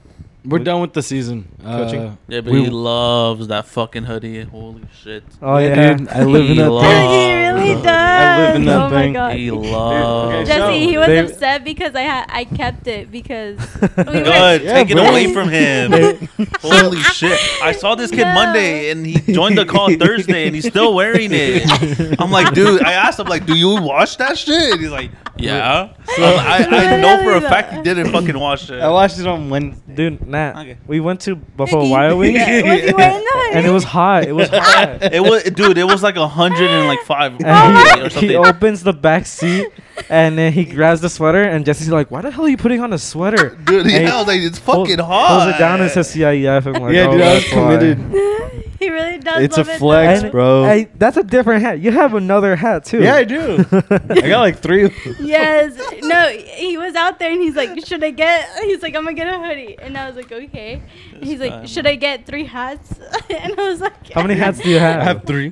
C: We're
B: Wh-
C: done with the season.
B: Coaching?
C: Uh,
A: Yeah, but
C: we-
A: he loves that fucking hoodie. Holy shit.
B: Oh
C: Yeah,
B: yeah,
C: dude, I live in
A: He
C: that
D: Dude,
C: thing.
D: <laughs> he really
A: Oh,
D: does.
C: I live in that
D: oh
C: thing.
D: my god.
A: He loves.
B: okay,
D: Jesse,
B: so
D: he was
B: they- <laughs>
D: upset because I had I kept it because we
A: Good.
C: Yeah,
A: Take it
C: bro.
A: away from him.
B: <laughs>
A: Holy shit. I saw this kid
D: <laughs> No.
A: Monday and he joined the call Thursday and he's still wearing it.
B: <laughs>
A: I'm like, dude, I asked him, like, do you wash that shit? And he's like, yeah. I'm like, I, I know for a fact he didn't fucking wash it.
C: I watched it on Wednesday.
B: dude, Nat.
A: Okay.
B: We went to Buffalo Wild Wings,
D: <laughs> Yeah, was
B: <laughs>
D: he wearing that?
B: and it was hot. It
C: <laughs>
B: was hot.
A: It
B: <laughs>
A: was, dude, it was like a hundred and like five
B: And
A: or
B: he, he
A: something.
B: opens the back seat, and then he grabs the sweater, and Jesse's like, "Why the hell are you putting on a sweater?"
A: Dude,
B: And
A: yeah, I was like, it's
B: pulls-
A: fucking hot.
B: Pulls it down and says CIEF. I'm like,
C: Yeah,
B: oh,
C: dude, I was
B: that's why."
C: committed.
D: <laughs> he really does.
C: It's a
D: love it,
C: flex,
D: though.
C: bro.
B: Hey, that's a different hat. You have another hat too.
C: Yeah,
B: <laughs>
C: I do. I got like three. of them.
D: Yes. No, he was out there and he's like, Should I get he's like, I'm gonna get a hoodie and I was like, Okay. And he's
A: This guy,
D: like, Should I get three hats? <laughs> and I was like
B: How many hats
D: <laughs>
B: do you have?
C: I have three.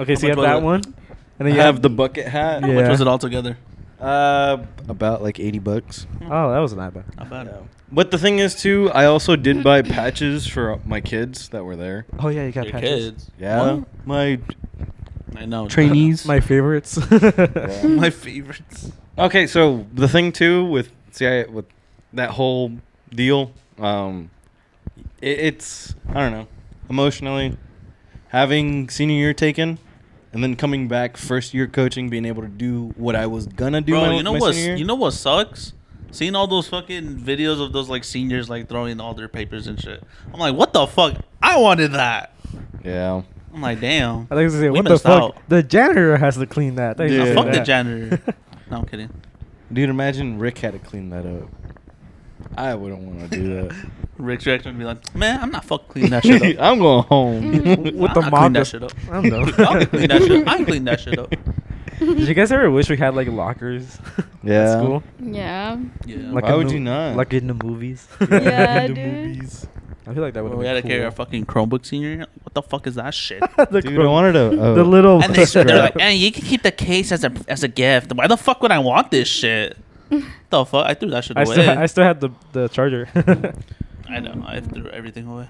B: Okay, so
A: How much
B: you have
A: was
B: that
A: it?
B: one, and
C: I
B: then you
C: have the bucket hat.
A: How
B: Yeah.
A: much was it all together?
C: Uh, about like eighty bucks.
B: Oh, that was not bad.
A: Not bad.
C: But the thing is, too, I also did buy patches for my kids that were there.
B: Oh yeah, you got
A: Your
B: patches.
A: kids.
C: Yeah, my
A: I <laughs> know.
C: trainees.
B: My favorites. <laughs>
A: My favorites.
C: okay, so the thing too with see I, with that whole deal, um, it, it's I don't know, emotionally having senior year taken. And then coming back, first year coaching, being able to do what I was gonna do.
A: Bro,
C: my,
A: you know
C: my
A: what?
C: senior year.
A: You know what sucks? Seeing all those fucking videos of those like seniors like throwing all their papers and shit. I'm like, what the fuck? I wanted that.
C: Yeah.
A: I'm like, damn.
B: I like to say,
A: We
B: what the
A: missed
B: fuck?
A: out.
B: The janitor has to clean that. Thank you
C: Yeah.
B: for
A: fuck the
B: that.
A: janitor. no, I'm kidding.
C: Dude, imagine Rick had to clean that up. I wouldn't want to do that.
A: Rick's reaction would be like, man, I'm not fucking cleaning that shit
B: <laughs>
A: up.
C: <laughs> I'm
A: <laughs>
C: going home.
B: <laughs> With
A: I'm
B: the
A: not
B: mob.
A: cleaning that shit up.
B: I don't know.
A: <laughs> I can clean that shit up. I can clean that shit up.
B: Did you guys ever wish we had like lockers? <laughs>
C: Yeah.
B: At school?
D: Yeah.
A: Yeah.
C: Like- Why
B: in
C: would
B: the-
C: you not?
B: Like in the
A: <laughs>
B: movies. <laughs>
D: Yeah,
C: The
D: dude.
C: movies.
B: I feel like that would.
A: Bro, we had to carry our
B: <laughs>
A: fucking Chromebook senior. year? What the fuck is that shit?
B: the,
C: Dude,
B: cro-
C: I wanted a,
B: <laughs>
C: a
B: the little.
A: And they,
B: strap.
A: they're like, and you can keep the case as a as a gift. Why the fuck would I want this shit? the fuck? I threw that shit
B: I
A: away.
B: still, I still had the the charger. <laughs>
A: I know. I threw everything away.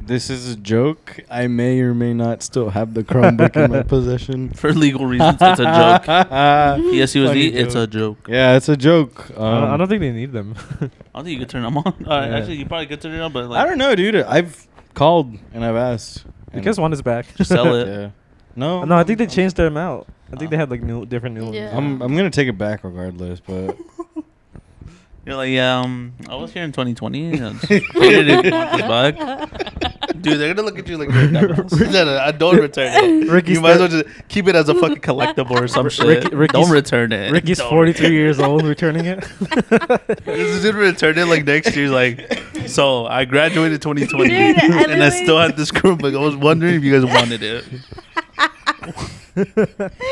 C: This is a joke. I may or may not still have the Chromebook
B: <laughs>
C: in my possession.
A: For legal reasons, it's a joke.
C: <laughs>
A: Yes, he was
C: Funny
A: the. It's a
C: joke.
A: joke.
C: Yeah, it's a joke. Um,
B: I don't- I don't think they need them. <laughs>
A: I don't think you could turn them on. <laughs> Uh,
B: Yeah.
A: Actually, you probably could turn it on, but like,
C: I don't know, dude. I've called and I've asked. and-
B: because one is back.
A: Just sell it.
C: <laughs> Yeah. No,
B: No, I think they changed their amount. I think they had like new, different new ones.
D: Yeah.
C: I'm I'm gonna take it back
A: <laughs>
C: regardless, but
A: You're like, yeah, um, I was here in 2020.
C: <laughs>
A: and I just
B: <laughs>
A: hated it. Fuck. Dude, they're gonna look at you like <laughs> you're a dumbass. No, no, I don't return it.
B: <laughs> Ricky
A: you might as well
B: Stan-
A: just keep it as a fucking collectible or <laughs> some shit.
B: Ricky- Ricky's-
A: don't return it.
B: Ricky's
A: Don't
B: 43
A: return it.
B: years old, returning it.
A: This is gonna return it like next year. Like, <laughs> so I graduated 2020
D: Dude, I
A: <laughs> and I
D: literally-
A: still had this group. Like, I was wondering if you guys wanted it.
C: <laughs>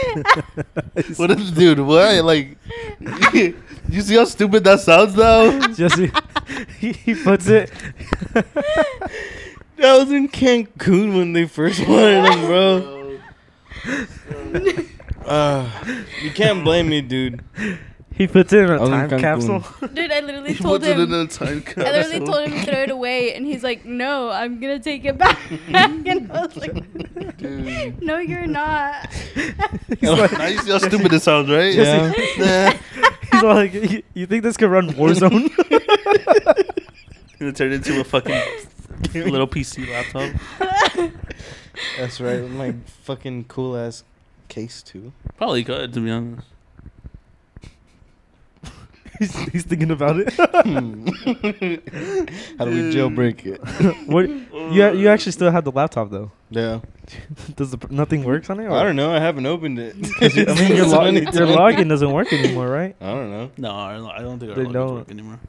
A: What is,
B: <laughs>
A: dude? What? Like, <laughs> <laughs> you see how stupid that sounds now?
B: Jesse, he, he puts it. <laughs>
C: <laughs> I was in Cancun when they first <laughs> wanted them, bro.
D: <laughs>
C: Uh, you can't blame me, dude.
B: He puts it in a
C: I was in
B: time
C: Cancun.
B: capsule.
D: Dude, I literally
A: He
D: told
A: puts it in
D: him.
A: a
D: <laughs>
A: time
D: I literally
A: capsule.
D: told him to throw it away, and he's like, "No, I'm gonna take it back." <laughs> and I was like,
A: Dude.
D: "No, you're not."
B: He's like-
A: Now you see how stupid it sounds,
D: <laughs>
A: right?
C: Yeah.
A: Nah.
B: <laughs> He's
A: <laughs>
B: all like, "You- you think this could run Warzone?
A: Gonna turn it into a
D: <laughs>
A: fucking little PC laptop.
C: That's right. With my fucking cool ass
B: <laughs>
C: case too.
A: Probably could, to be honest.
B: <laughs> he's, he's thinking about it.
C: Hmm. How do we jailbreak
B: <laughs>
C: it?
B: what? You you actually still have the laptop though.
C: Yeah.
B: <laughs> Does the, pr- nothing works on it?
C: I
B: <laughs>
C: don't know. I haven't opened it.
B: I
C: <laughs>
B: mean, your,
C: So
B: log,
C: many
B: your
C: times.
B: login doesn't work anymore, right?
C: I don't know.
A: No, I don't- I don't think our
B: They
A: logins
B: don't.
A: work anymore.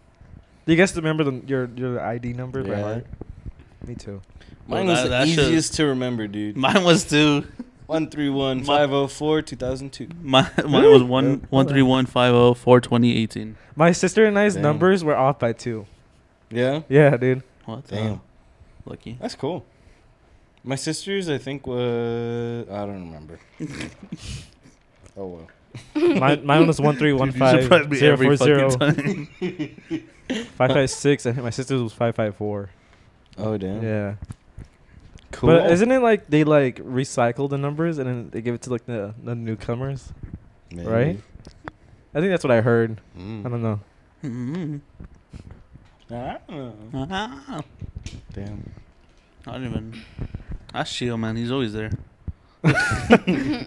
B: Do you guys remember the, your your ID number by
C: Yeah.
B: heart? Me too.
C: Mine
A: Well,
C: was
A: that-
C: the
A: that should-
C: easiest to remember, dude.
A: Mine was too.
C: One three one five zero four two thousand two.
B: <laughs>
A: My, mine was
B: Yeah.
A: one one three one five zero four twenty eighteen.
B: My sister and I's
C: Damn.
B: numbers were off by two.
C: Yeah.
B: Yeah, dude.
A: What? the
C: Damn.
A: hell? Lucky.
C: That's cool. My sister's, I think, was I don't remember. <laughs> oh well. <laughs>
B: Mine, mine was one three one
A: Dude, you
B: five
A: surprise me
B: zero four
A: every
B: zero
A: fucking
B: <laughs>
A: time.
B: five five six. I think my sister's was five five four.
C: Oh damn.
B: Yeah.
C: Cool.
B: But isn't it like they like recycle the numbers and then they give it to like the, the newcomers?
C: Maybe.
B: right? I think that's what I heard. I
C: Mm.
B: don't know.
A: Mm.
C: Ah.
A: Ah,
C: Damn. <laughs>
A: I don't even. That's Shio, man. He's always there.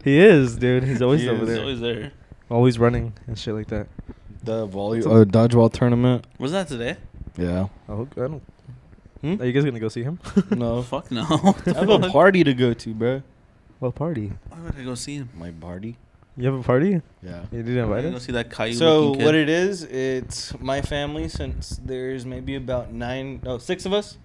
B: He is, dude. He's always
C: He
B: over
C: is.
A: He's
B: there.
A: always there.
B: Always running and shit like that.
C: The volley uh, dodgeball tournament.
A: Was that today?
C: Yeah.
B: Oh, I don't.
C: Hmm?
B: Are you guys gonna go see him? <laughs>
A: Oh
C: No.
A: fuck no. What
C: I
A: the <laughs>
C: have a
A: fuck?
C: party to go to, bro.
B: Well, party.
A: Why would I go see him?
C: My party.
B: You have a party?
C: Yeah.
B: You didn't
A: I'm
B: invite
A: gonna go
B: us?
A: see that Caillou.
C: So
A: looking kid.
C: what it is, it's my family since there's maybe about nine, no, six of us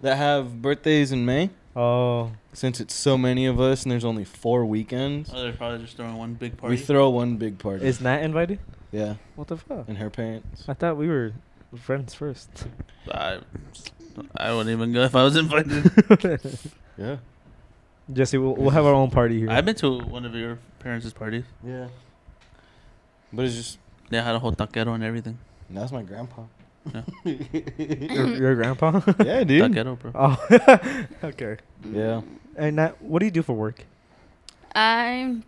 C: that have birthdays in May.
B: Oh,
C: Since it's so many of us and there's only four weekends,
A: Oh, they're probably just throwing one big
C: we
A: party.
C: throw one big party.
B: is Nat invited?
C: yeah,
B: What the fuck?
C: and her <laughs> parents.
B: I thought we were
A: <laughs>
B: friends first.
A: I, I wouldn't even go if I was invited.
B: <laughs>
C: Yeah.
B: Jesse, we'll, we'll have our own party here.
A: I've been to one of your parents' parties.
C: Yeah. But it's just
A: They had a whole taquero and everything.
C: that's my grandpa.
A: Yeah.
B: your,
C: <laughs>
A: <laughs>
B: your grandpa.
C: yeah, dude.
A: Taquero, bro.
B: oh, <laughs> okay.
C: Yeah.
B: And Nat, what do you do for work?
D: I'm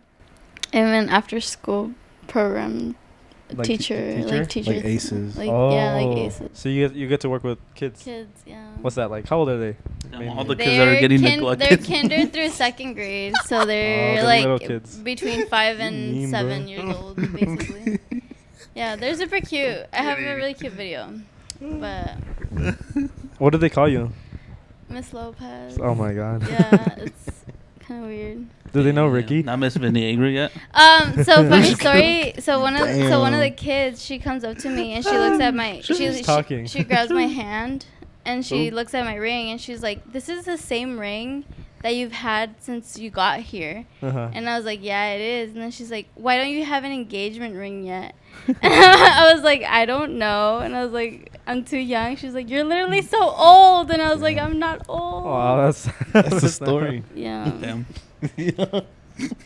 D: am an after-school program
B: Like t-
D: teacher,
B: teacher?
D: like teacher,
C: Like aces.
D: like yeah, like aces.
B: Oh. So you get, you get to work with kids.
D: Kids, yeah.
B: What's that like? How old are they?
A: Yeah, all the Oh,
B: Maybe.
A: kids that are getting
D: kin-
A: <laughs>
D: They're
A: neglected.
D: kinder through second grade, so they're
B: they're little
D: like
B: kids.
D: between five and
B: mean, bro.
D: seven years old, basically. yeah, they're super cute. I have a really cute video, but
B: What do they call you?
D: Miss Lopez.
B: Oh my god. <laughs>
D: Yeah, it's kind of weird.
B: Do they know
A: Yeah,
B: Ricky?
A: Not Miss Vinegra yet.
D: Um, so funny story. So one of so one of the
C: Damn.
D: kids, she comes up to me and she looks at my she
B: She's
D: she,
B: talking.
D: she grabs
B: <laughs>
D: my hand and she
B: Ooh.
D: looks at my ring and she's like, "This is the same ring that you've had since you got here."
B: Uh-huh.
D: And I was like, "Yeah, it is." And then she's like, "Why don't you have an engagement ring yet?" <laughs> I was like, "I don't know." And I was like, "I'm too young." She's like, "You're literally so old." And I was like, "I'm not old."
B: Wow, that's <laughs>
C: That's the story.
D: yeah. <laughs>
A: Damn.
C: <laughs> yeah.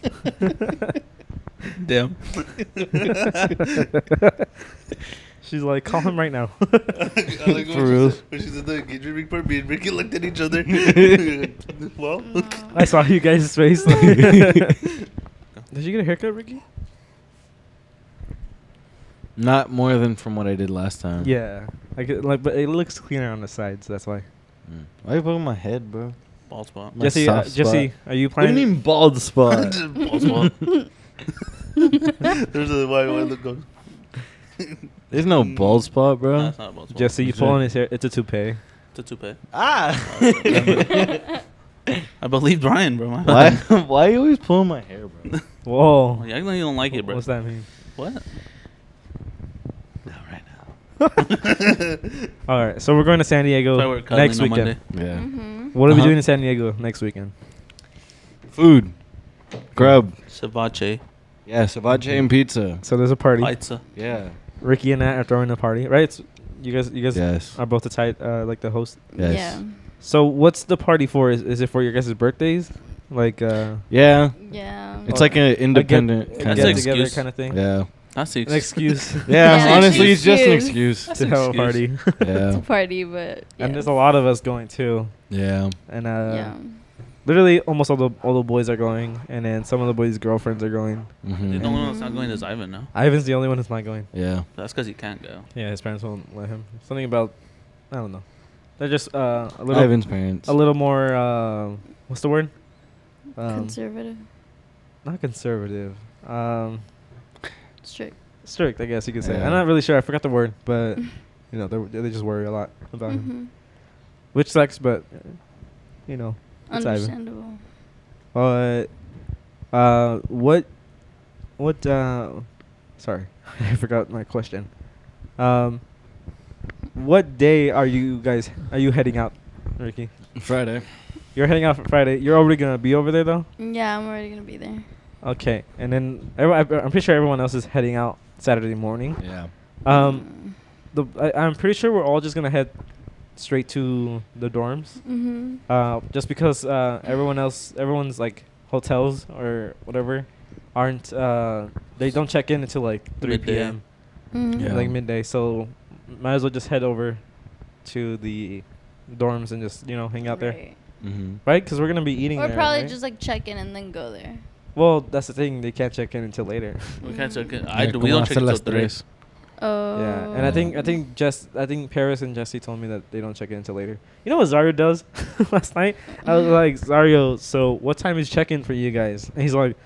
A: <laughs> Damn.
B: <laughs> She's like, <laughs> call him
A: <laughs>
B: right now.
C: For real.
A: When she said the engagement ring part, me and Ricky looked at each other. <laughs>
B: <laughs>
A: well,
B: I saw you
A: <laughs>
B: guys' face. Did you get a haircut, Ricky?
C: Not more than from what I did last time.
B: Yeah, I get, like, but it looks cleaner on the sides. That's why.
C: Mm. Why you put it on my head, bro?
A: Bald spot.
C: My
B: Jesse, uh,
E: soft spot.
B: Jesse,
E: What
B: are you
E: do you
B: planning?
E: mean bald spot?
A: <laughs> Bald spot.
D: Mm-hmm.
A: <laughs> There's a why why look goes.
E: There's no bald spot, bro.
A: Nah, it's not a bald spot.
B: Jesse, you pulling his hair? It's a toupee.
A: it's a toupee.
E: ah.
C: <laughs>
A: I believe Brian, bro. My
E: why?
A: <laughs> bad.
E: Why you always pulling my hair,
C: <laughs>
E: bro?
B: Whoa.
A: You act like you Oh, don't like it, bro.
B: What's that mean?
A: What?
E: Not right now.
B: All right, so we're going to San Diego
A: That's why we're cuddling
B: next
A: on
B: weekend.
A: Monday.
E: <laughs> Yeah.
D: Mm-hmm.
B: What are we
C: Uh-huh.
B: doing in San Diego next weekend?
C: Food. Grub.
A: Ceviche,
E: Yeah, ceviche and pizza.
B: So there's a party.
A: pizza.
E: Yeah.
B: Ricky and I are throwing a party, right? It's, you guys, you guys
E: Yes.
B: are both the tight, uh, like the host.
E: Yes.
B: So what's the party for? Is, is it for your guys' birthdays? Like uh,
E: Yeah.
D: Yeah. Yeah.
E: It's like an independent
B: a
E: kind
A: That's an
B: get
E: of.
B: together
A: excuse.
B: kind of thing.
E: Yeah.
A: That's the <laughs>
B: An excuse
E: <laughs> Yeah.
D: Yeah,
E: honestly, it's just an
D: excuse.
E: <laughs> excuse.
A: That's
B: <laughs> to
A: an
B: have a
A: excuse.
B: party.
C: <laughs>
D: it's
E: Yeah.
A: uh,
D: a party, but yeah.
B: And there's a lot of us going too.
E: Yeah.
B: And uh,
D: yeah.
B: literally almost all the all the boys are going, and then some of the boys' girlfriends are going.
A: The
E: hmm
A: only one that's not going is
B: Mm.
A: Ivan now.
B: Ivan's the only one who's not going.
E: Yeah.
A: That's because he can't go.
B: Yeah, his parents won't let him. Something about I don't know. They're just uh, a little
E: Ivan's parents.
B: a little more uh, what's the word? Um,
D: Conservative,
B: not conservative. Um,
D: strict.
B: strict, I guess you could say.
E: Yeah.
B: I'm not really sure. I forgot the word, but you know, they they just worry a lot about him,
D: hmm
B: which sucks. But uh, you know, it's Ivan.
D: Understandable.
B: But uh, what what uh, sorry, <laughs> I forgot my question. Um, what day are you guys? Are you heading out, Ricky?
E: Friday.
B: You're heading out for Friday. You're already gonna be over there though.
D: Yeah, I'm already gonna be there.
B: Okay, and then every, I'm pretty sure everyone else is heading out Saturday morning.
E: Yeah.
B: Um,
D: Mm.
B: the I, I'm pretty sure we're all just gonna head straight to the dorms.
D: Mm-hmm.
B: Uh, just because uh, everyone else, everyone's like hotels or whatever, aren't uh, they don't check in until like 3
A: Midday.
B: p.m.
D: hmm
E: Yeah.
B: like midday. So might as well just head over to the dorms and just you know hang out there,
D: Right.
E: Mm-hmm.
B: right? Because we're gonna be eating.
D: Or
B: there,
D: probably
B: right?
D: just like check in and then go there.
B: Well, that's the thing. They can't check in until
D: <laughs>
B: later.
A: We can't check it.
E: Yeah,
A: I do.
E: como
A: We don't
E: hacer
A: check it till
E: las
A: three.
B: <laughs>
E: tres.
D: Oh.
B: Yeah, and I think I think Jess, I think Paris and Jesse told me that they don't check in until later. You know what Zario does? <laughs> Last night I was like, Zario, so what time is check in for you guys? And he's like,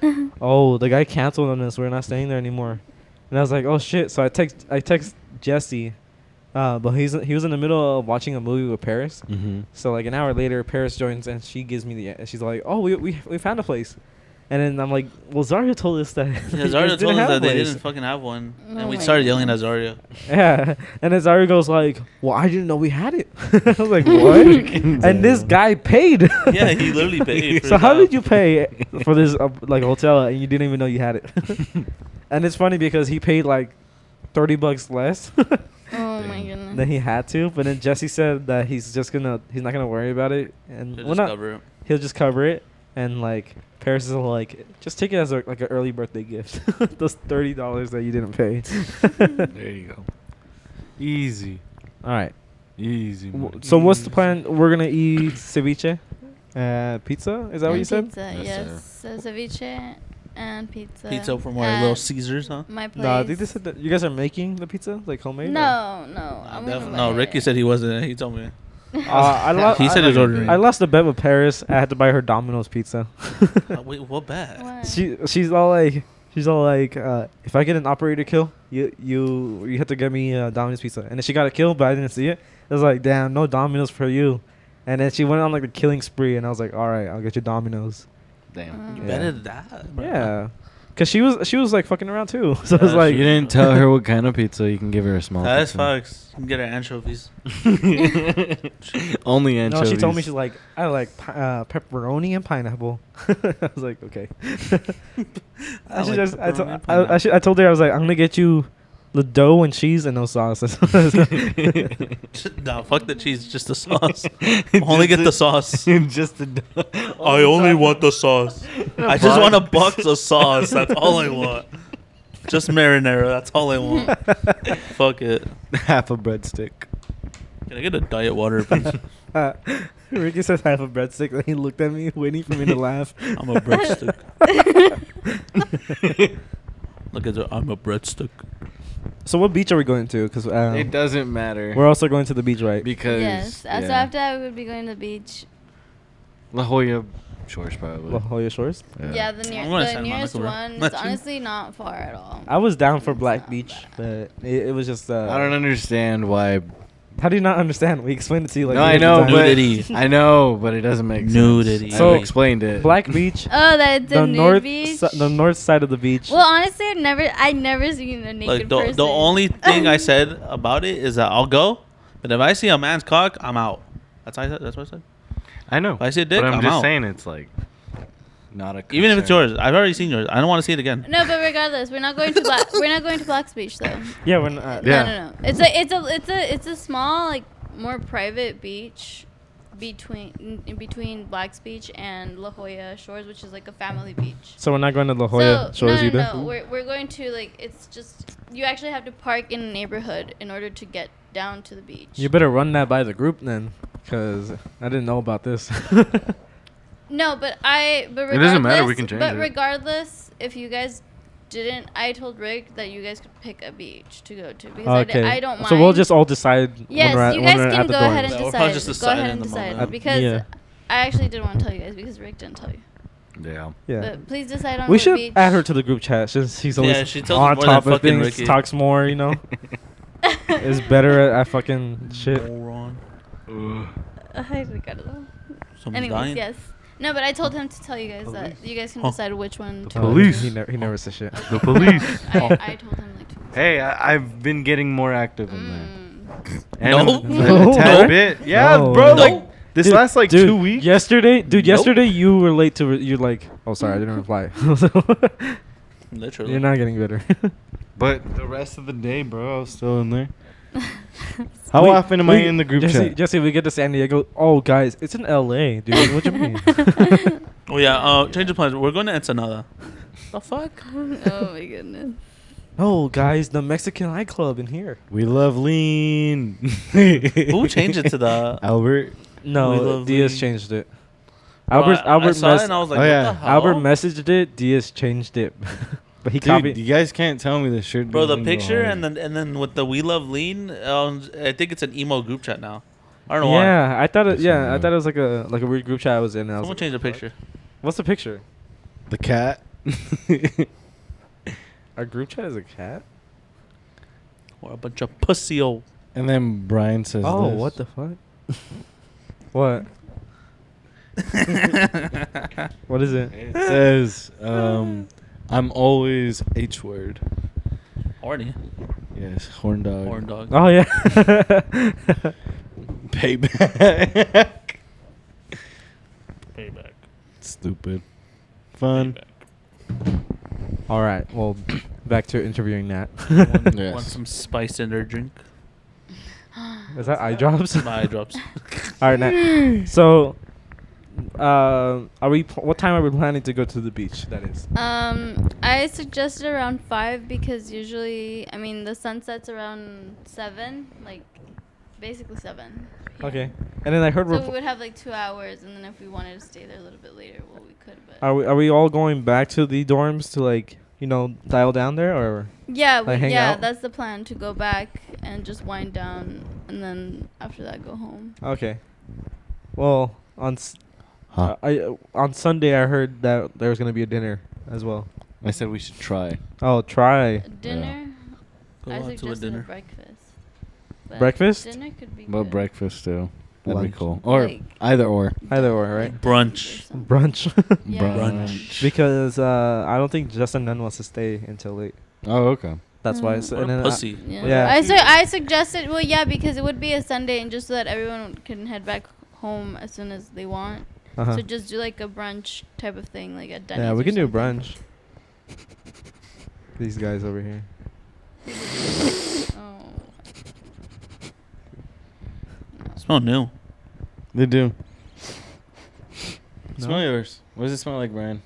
B: Oh, the guy canceled on us. We're not staying there anymore. And I was like, Oh shit! So I text I text Jesse, uh, but he's he was in the middle of watching a movie with Paris.
E: Mm-hmm.
B: So like an hour later, Paris joins and she gives me the. She's like, "Oh, we we, we found a place," and then I'm like, "Well, Zario told us that."
A: Yeah,
B: <laughs> you guys
A: Zarya
B: didn't
A: told us
B: have a
A: that they
B: place."
A: didn't fucking have one,
D: Oh
A: and we
D: my
A: started yelling at
D: goodness.
A: Zarya.
B: <laughs> Yeah, and then Zario goes like, "Well, I didn't know we had it." <laughs> I
A: <laughs>
B: was like, "What?" and this guy paid. <laughs>
A: Yeah, he literally paid for
B: so how
A: that.
B: did you
A: <laughs>
B: pay for this uh, like hotel and you didn't even know you had it?
A: <laughs>
B: and it's funny because he paid like thirty bucks less <laughs>
D: Oh my
E: Dang.
D: goodness.
B: than he had to, but then Jesse said that he's just gonna he's not gonna worry about it and
A: They
B: well,
A: just
B: not,
A: cover it.
B: he'll just cover it and like Paris is like just take it as a, like an early birthday gift <laughs> those thirty dollars that you didn't
A: <laughs>
B: pay. <laughs>
E: There you go. Easy.
B: All right.
E: <laughs> Easy.
B: W- So what's the plan? We're gonna eat ceviche, uh, pizza. Is that what
D: And
B: you said?
D: Pizza,
E: Yes,
D: yes. So ceviche and pizza.
A: Pizza from where? Little
D: at
A: Caesars, huh?
D: My place.
B: No, I think they said that you guys are making the pizza, like homemade. or-
D: <laughs> No, no. I'm gonna
A: Def-
D: buy
A: no,
D: it.
A: Ricky said he wasn't. He told me.
B: Uh, I lo-
A: He said
B: I,
A: he's ordering.
B: I lost a bet with Paris. I had to buy her Domino's pizza. <laughs>
A: Uh, wait, what bad?
D: Why?
B: she she's all like she's all like uh, if I get an operator kill, you you you have to get me uh, Domino's pizza. And then she got a kill, but I didn't see it. I was like, damn, no Domino's for you. And then she went on like a killing spree, and I was like, all right, I'll get you Domino's.
E: Damn.
A: You
B: Yeah.
A: better that. Bro.
B: Yeah. Cause she was she was like fucking around too. <laughs> So I was
A: Yeah,
B: like,
E: you didn't tell her what
B: <laughs>
E: kind of pizza. You can give her a small.
A: That's
E: pizza.
A: fucks. You can get our anchovies. <laughs>
E: Only anchovies.
B: No, she told me she's like, I like pi- uh, pepperoni and pineapple. <laughs> I was
E: <laughs>
B: like, okay. I,
A: I like
B: should just, I,
A: pepperoni
B: to-
A: and
B: I, I, should, I told her I was like, I'm gonna get you the dough and cheese and no
E: <laughs>
A: <laughs>
B: sauce. <laughs>
A: nah, fuck the cheese. Just
B: <laughs>
A: the sauce. <laughs> only get the sauce.
E: just the.
A: I only want the sauce. <laughs> I just want a box of sauce.
B: <laughs>
A: That's all I want. Just marinara. That's all I want.
B: <laughs>
A: Fuck it.
E: half a
A: <laughs>
E: breadstick.
A: Can I get a diet water,
B: <laughs>
A: please?
B: uh, Ricky says I have a breadstick. And he looked at me, waiting for me to laugh.
A: <laughs> I'm a breadstick. Look at that. I'm a breadstick.
B: <laughs> So what beach are we going to? Because
E: It
B: um,
E: doesn't matter.
B: we're also going to the beach, right?
E: because
D: Yes. uh, So after I would be going to the beach.
C: La Jolla Shores, probably.
B: La Jolla Shores.
D: Yeah, the, near,
A: I'm going to
D: the
A: Santa
D: nearest
A: Monica, bro.
D: one
A: Not
D: is
A: you.
D: honestly not far at all.
B: I was down for
D: It's
B: Black
D: not
B: Beach,
D: bad.
B: but it, it was just. Uh,
C: I don't understand why.
B: How do you not understand? We explained it to you like.
C: no, I
B: millions of
C: know,
B: times.
C: but
A: Nudity.
C: I know, but it doesn't make
A: Nudity.
C: sense.
B: So-
C: So explained it. <laughs>
B: Black Beach,
D: Oh, that the,
B: the
D: nude
B: north,
D: beach.
B: si- the north side of the beach.
D: Well, uh, honestly, I never, I never seen a naked
A: Like the,
D: person.
A: the
D: <laughs>
A: only thing I said about it is that I'll go, but if I see a man's cock, I'm out. That's what I said. That's what I said.
C: I know.
A: I see a dick,
C: But I'm,
A: I'm
C: just
A: out.
C: saying it's like not a.
A: Even if it's
C: concern.
A: yours, I've already seen yours. I don't want to see it again.
D: No, but regardless, we're not going to Black. we're not going to Black's
B: <laughs>
D: Beach though.
B: yeah, when uh,
C: Yeah.
D: No, no, no. It's a, it's a, it's a, it's a small, like more private beach between in- in between Black's Beach and La Jolla Shores, which is like a family beach.
B: So we're not going to La Jolla
D: so,
B: Shores
D: no, no,
B: either.
D: no. We're, we're going to like it's just you actually have to park in a neighborhood in order to get down to the beach.
B: You better run that by the group then, because I didn't know about
D: <laughs>
B: this.
D: No, but I. But regardless,
C: It doesn't matter, we can change
D: But
C: it.
D: regardless, if you guys didn't, I told Rick that you guys could pick a beach to go to because I, di-
B: okay.
D: I don't mind.
B: So we'll just all decide.
D: Yes,
B: when we're at,
D: you
B: when
D: guys
B: we're
D: can
B: at
D: go
B: the
D: ahead and
A: Yeah,
B: dorms.
A: we'll
D: decide.
A: probably just
D: go
A: decide
D: ahead
A: in
D: and
A: the
D: decide
A: moment.
D: because
B: Um, Yeah.
D: I actually didn't want to tell you guys because Rick didn't tell you.
C: Yeah.
B: Yeah.
D: But please decide on
B: We
D: what
B: should
D: beach.
B: add her
D: <laughs>
B: to the group chat since she's always
A: Yeah, she tells
B: on
A: us more
B: top
A: than
B: of
A: fucking
B: things,
A: Ricky.
B: talks more.
A: <laughs>
B: You
C: <laughs>
B: know, is better at, at fucking shit.
A: Moron.
D: I forgot it all.
A: Someone's
D: Uh, Anyways,
A: dying.
D: yes. No can tell him to tell you guys that you guys can
A: Huh.
D: decide which one.
B: Oh,
D: to
B: he-
C: police.
B: He, never he never says shit.
C: The
A: <laughs>
C: police.
D: <laughs>
C: Oh.
D: I, I told him like. To
C: Hey,
D: <laughs>
C: I, I've been getting more active in there.
D: Mm.
A: No. <laughs>
C: I'm- a tad
B: No.
C: bit. Yeah,
B: No,
A: no.
C: bro. Like this
B: Dude,
C: last like
B: dude,
C: two weeks.
B: Yesterday, dude.
A: Nope.
B: Yesterday, you were late to. Re- you're like, oh, sorry, I didn't reply. <laughs>
A: Literally.
B: you're not getting better.
C: But the rest of the day, bro, I was still in there.
B: How
C: How often am I in the group
B: Jesse,
C: chat?
B: Jesse, we get to San Diego. Oh, guys, it's in L.A., dude. What you mean?
A: <laughs> Oh yeah. Uh, change of plans. We're going to Ensenada. the fuck?
D: <laughs> oh my goodness.
B: oh, guys, the Mexican Eye Club in here.
C: <laughs> We love lean.
A: Who changed it to the?
C: <laughs> Albert?
A: We
B: No,
A: love
B: Diaz
A: Lee.
B: changed it.
A: Well,
B: Albert,
A: I- Uh, I,
B: Albert,
A: saw
B: mess-
A: it and I was like,
C: Oh,
A: what
C: yeah.
A: the hell?
B: Albert messaged it. Diaz changed it, <laughs> but he
C: Dude,
B: copied.
C: you guys can't tell me this shirt.
A: Bro, the
C: doesn't go
A: picture
C: hard.
A: and then and then with the we love lean. Um, I think it's an emo group chat now. I don't know why.
B: yeah, I thought it.
C: That's
B: Yeah, I
C: weird.
B: thought it was like a like a weird group chat I was in. And I was
A: Someone
B: like,
A: change the picture.
B: What's the picture?
C: the cat. <laughs>
B: Our group chat is a cat.
A: Or a bunch of pussy old.
C: and then Brian says,
B: Oh,
C: this.
B: what the fuck? what? <laughs> What is it?
C: It says, um, I'm always H word.
A: <laughs> Horny.
C: Yes, horn dog.
A: Horn dog.
B: <laughs> Oh <laughs> yeah.
C: Payback.
A: Payback.
C: Stupid. Fun.
A: Payback.
B: All right. Well, <clears throat> back to
A: <laughs>
B: interviewing Nat.
A: <laughs> Want-
B: <laughs>
C: Yes.
A: Want some spice in their drink?
B: is that eye drops?
A: Some eye drops.
B: <laughs> All right, <gasps> Nat. So, uh, are we? Pl- what time are we planning to go to the beach? That is.
D: Um, I suggested around five because usually, I mean, the sun sets around seven, like basically seven. Yeah.
B: Okay. And then I heard we're.
D: So we would have like two hours, and then if we wanted to stay there a little bit later, well, we could. But
B: Are we are we all going back to the dorms to like you know dial down there or
D: yeah,
B: like,
D: we,
B: hang
D: yeah,
B: out?
D: that's the plan to go back and just wind down, and then after that go home.
B: okay? Well, on s
C: Huh.
B: I uh, on Sunday I heard that there was gonna be a dinner as well.
C: I said we should try.
B: Oh, try
D: Dinner.
A: Go
D: I
A: out to a
D: suggested
A: dinner.
D: breakfast. but
B: Breakfast?
D: Dinner could be.
C: But
D: good.
C: breakfast too. That'd
B: Lunch.
C: be cool. Or
D: Like-
C: either or.
B: either or right
A: Brunch.
B: brunch <laughs>
D: Yeah.
A: Brunch.
B: because uh, I don't think Justin Nunn wants to stay until late.
C: Oh, okay.
B: That's why.
D: Mm.
B: It's,
A: What
B: and
A: a
B: then I-
A: pussy.
D: Yeah.
B: Yeah.
D: I su- I suggested well yeah because it would be a Sunday and just so that everyone can head back home as soon as they want.
B: uh-huh.
D: So just do like a brunch type of thing like at Denny's.
B: yeah, we
D: or
B: can do
D: something.
B: brunch. These guys over here.
D: Oh.
A: Smell new.
C: They do.
B: No?
C: Smell yours. What does it smell like, Brian?